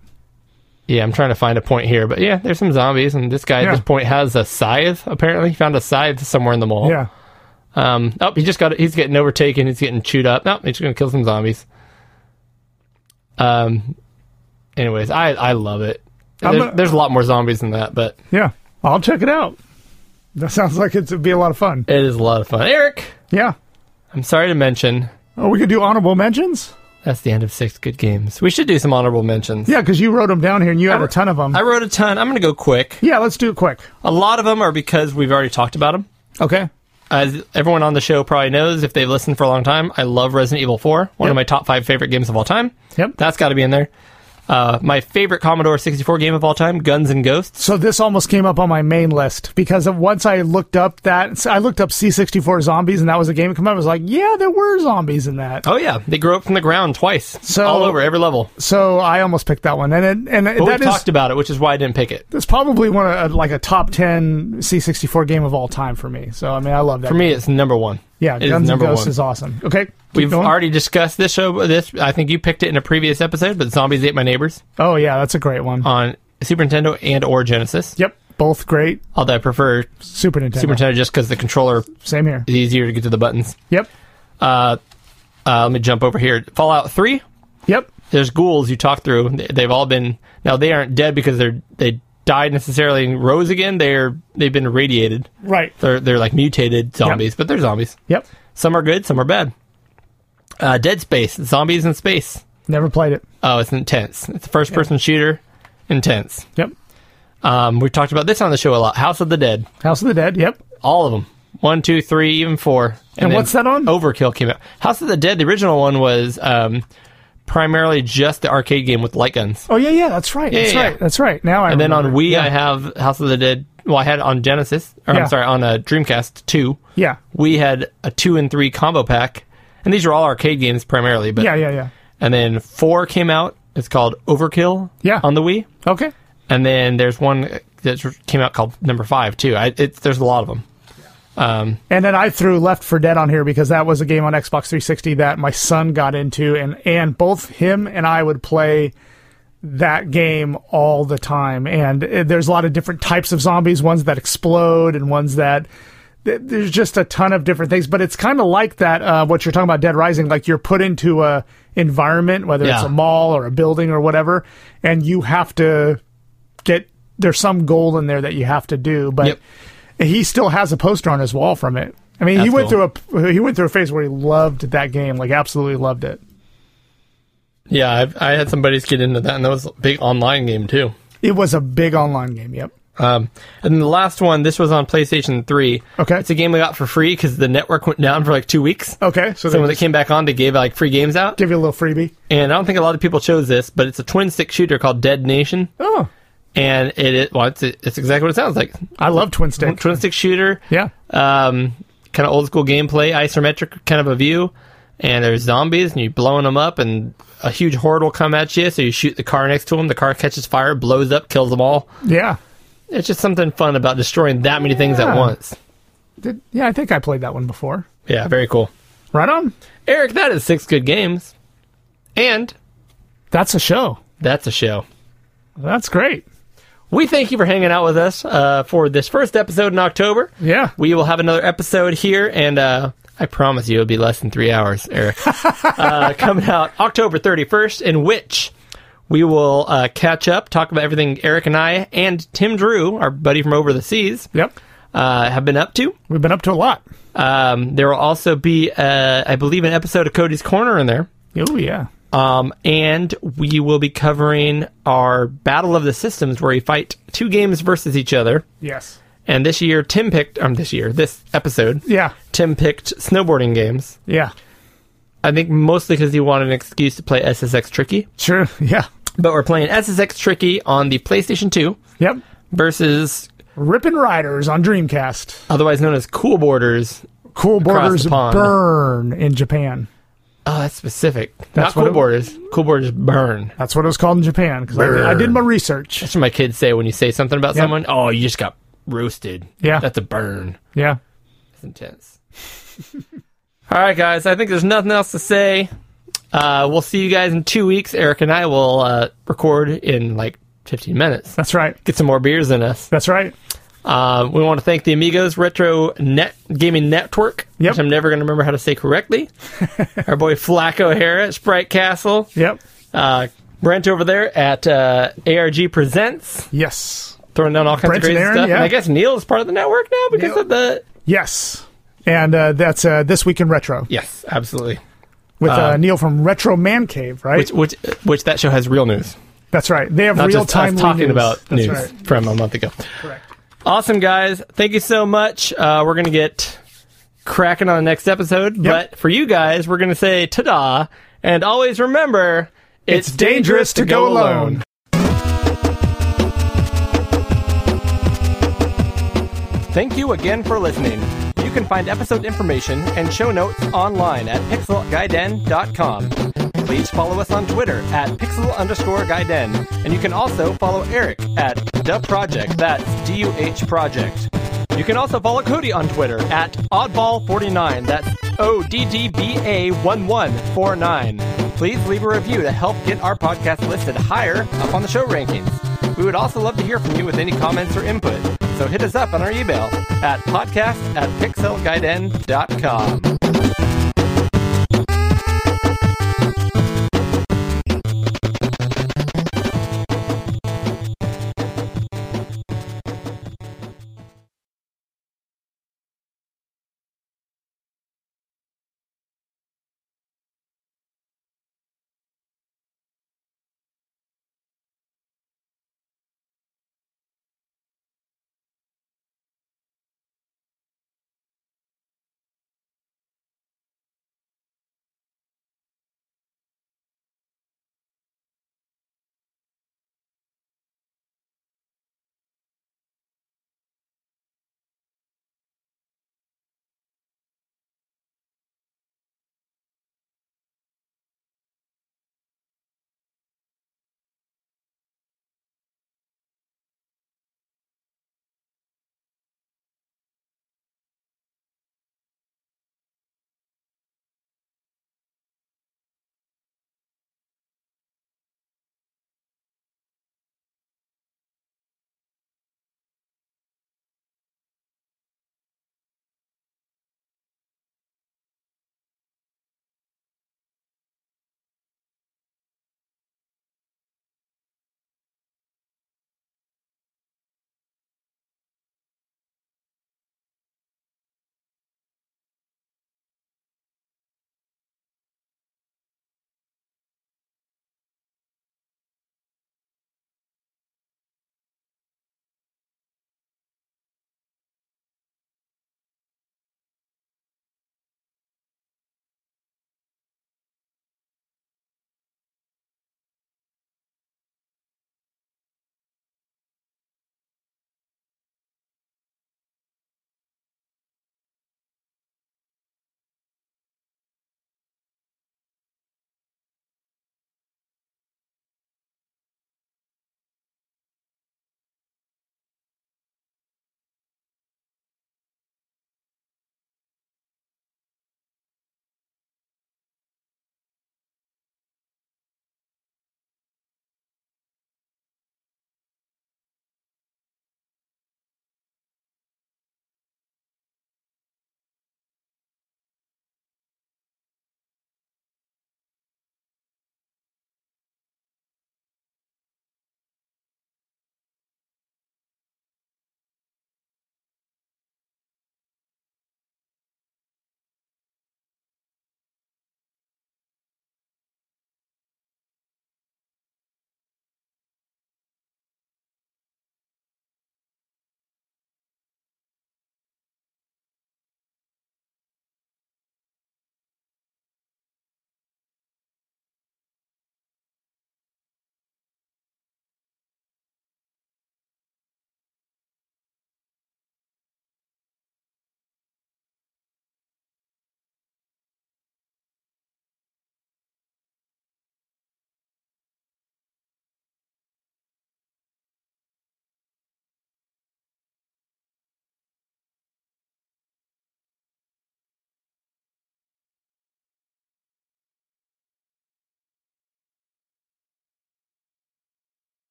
Yeah, I'm trying to find a point here, but yeah, there's some zombies, and this guy Yeah. at this point has a scythe. Apparently, he found a scythe somewhere in the mall. Yeah. Um. Oh, he just got. He's getting overtaken. He's getting chewed up. No, he's gonna kill some zombies. Um. Anyways, I I love it. I'm There's, gonna- there's a lot more zombies than that, but Yeah. I'll check it out. That sounds like it's, it'd be a lot of fun. it is a lot of fun. Eric, Yeah. I'm sorry to mention Oh, we could do honorable mentions. that's the end of six good games. We should do some honorable mentions. Yeah, because you wrote them down here and you had I- a ton of them. I wrote a ton. I'm gonna go quick. yeah, let's do it quick. A lot of them are because we've already talked about them. Okay. as everyone on the show probably knows, if they've listened for a long time, I love Resident Evil 4, one Yep. of my top five favorite games of all time. Yep. That's got to be in there. Uh, my favorite Commodore 64 game of all time, Guns and Ghosts. So this almost came up on my main list because of- once I looked up that I looked up C64 zombies and that was a game that came out. I was like, yeah, there were zombies in that. Oh, yeah. They grew up from the ground twice, So- all over, every level. So I almost picked that one, and it, and it- But that we is talked about it, which is why I didn't pick it. that's probably one of uh, like a top ten C64 game of all time for me. So I mean, I love that. For me, it's number one. yeah, it is Guns and number Ghosts one. is awesome. Okay, keep We've going. already discussed this show. This I think you picked it in a previous episode, but Zombies Ate My Neighbors Oh yeah, that's a great one. on Super Nintendo and or Genesis. yep, both great. Although I prefer Super Nintendo. Super Nintendo just because the controller Same here. is easier to get to the buttons. Yep, Uh, let me jump over here. Fallout 3, yep, there's ghouls you talk through. They- They've all been now they aren't dead because they're they died necessarily and rose again. They're they've been irradiated. right. They're they're like mutated zombies, but they're zombies. Yep, Some are good, some are bad. Uh, Dead Space, zombies in space. never played it. Oh, it's intense. It's a first person shooter, intense. Yep, Um, we've talked about this on the show a lot. House of the Dead, House of the Dead. Yep. all of them. One, two, three, even four. And then what's that on? Overkill came out. House of the Dead, the original one was um, primarily just the arcade game with light guns. Oh yeah, yeah. That's right. that's yeah, right. yeah. That's right. Now I. And then on remember. Wii, Yeah. I have House of the Dead. Well, I had it on Genesis, or Yeah. I'm sorry, on a Dreamcast two. Yeah. we had a two and three combo pack, and these are all arcade games primarily. But Yeah, yeah, yeah. And then four came out. It's called Overkill. Yeah. on the Wii. Okay. And then there's one that came out called Number Five too. I, it, there's a lot of them. And then I threw Left for Dead on here because that was a game on Xbox 360 that my son got into, and and both him and I would play that game all the time. And uh, there's a lot of different types of zombies, ones that explode and ones that th- there's just a ton of different things. But it's kind of like that uh, what you're talking about, Dead Rising. Like you're put into a environment, whether it's Yeah. a mall or a building or whatever, and you have to get there's some goal in there that you have to do. But Yep. he still has a poster on his wall from it. I mean, he That's went cool. through a he went through a phase where he loved that game, like absolutely loved it. Yeah, I've, I had somebody get into that, and that was a big online game too. It was a big online game. Yep. Um, and then the last one, this was on PlayStation 3. Okay. It's a game we got for free because the network went down for like two weeks. Okay, so, So they when it just came back on, they gave like free games out. give you a little freebie. And I don't think a lot of people chose this, but it's a twin stick shooter called Dead Nation. Oh, And it, it well, it's, it's exactly what it sounds like. I love Twin Stick. Twin stick shooter. Yeah. Um, kind of old school gameplay, isometric kind of a view. And there's zombies, and you're blowing them up, and a huge horde will come at you. So you shoot the car next to them. The car catches fire, blows up, kills them all. Yeah. It's just something fun about destroying that many things at Yeah. once. Did, yeah, I think I played that one before. Yeah, very cool. Right on. Eric, that is six good games. And That's a show. that's a show. That's great. We thank you for hanging out with us uh, for this first episode in October. Yeah. We will have another episode here, and uh, I promise you it'll be less than three hours, Eric. uh, coming out October 31st, in which we will uh, catch up, talk about everything Eric and I and Tim Drew, our buddy from over the seas, Yep. uh, have been up to. We've been up to a lot. Um, there will also be, uh, I believe, an episode of Cody's Corner in there. Oh yeah. Um, and we will be covering our Battle of the Systems, where we fight two games versus each other. Yes. And this year, Tim picked, um, this year, this episode, Yeah. Tim picked snowboarding games. Yeah. I think mostly because he wanted an excuse to play SSX Tricky. Sure. <laughs> Yeah. But we're playing SSX Tricky on the PlayStation 2 Yep. versus Rippin' Riders on Dreamcast. otherwise known as Cool Borders. Cool Across Borders the pond. Burn in Japan. Oh, that's specific. That's Not what Cool it- Borders. Cool Borders Burn. That's what it was called in Japan because I, did- I did my research. That's what my kids say when you say something about Yeah. someone. Oh, you just got roasted. Yeah. That's a burn. Yeah. It's intense. <laughs> All right, guys. I think there's nothing else to say. Uh, we'll see you guys in two weeks. Eric and I will uh, record in like 15 minutes. That's right. Get some more beers in us. That's right. Um, we want to thank the Amigos Retro Net Gaming Network, Yep. which I'm never going to remember how to say <laughs> correctly. Our boy Flack O'Hara at Sprite Castle. Yep. Uh, Brent over there at uh, ARG Presents, Yes. throwing down all kinds of Brent and crazy Aaron, stuff. And yeah. I guess Neil is part of the network now because Neil. of the. Yes. And uh, that's uh, this week in retro Yes, absolutely. with uh, Neil from Retro Man Cave, right? Um, Which, which, which that show has real news. that's right. They have Not real just us time talking news. about that's news Right. from a month ago. Correct. Awesome, guys. Thank you so much. Uh, we're going to get cracking on the next episode. But for you guys, we're going to say ta da. And always remember It's, dangerous to go alone. Thank you again for listening. You can find episode information and show notes online at pixelguiden.com. Please follow us on Twitter at pixel underscore guiden. And you can also follow Eric at the project. That's DUH project. You can also follow Cody on Twitter at oddball49. That's O D D B A 1149. Please leave a review to help get our podcast listed higher up on the show rankings. We would also love to hear from you with any comments or input, so hit us up on our email at podcast at pixelguiden.com.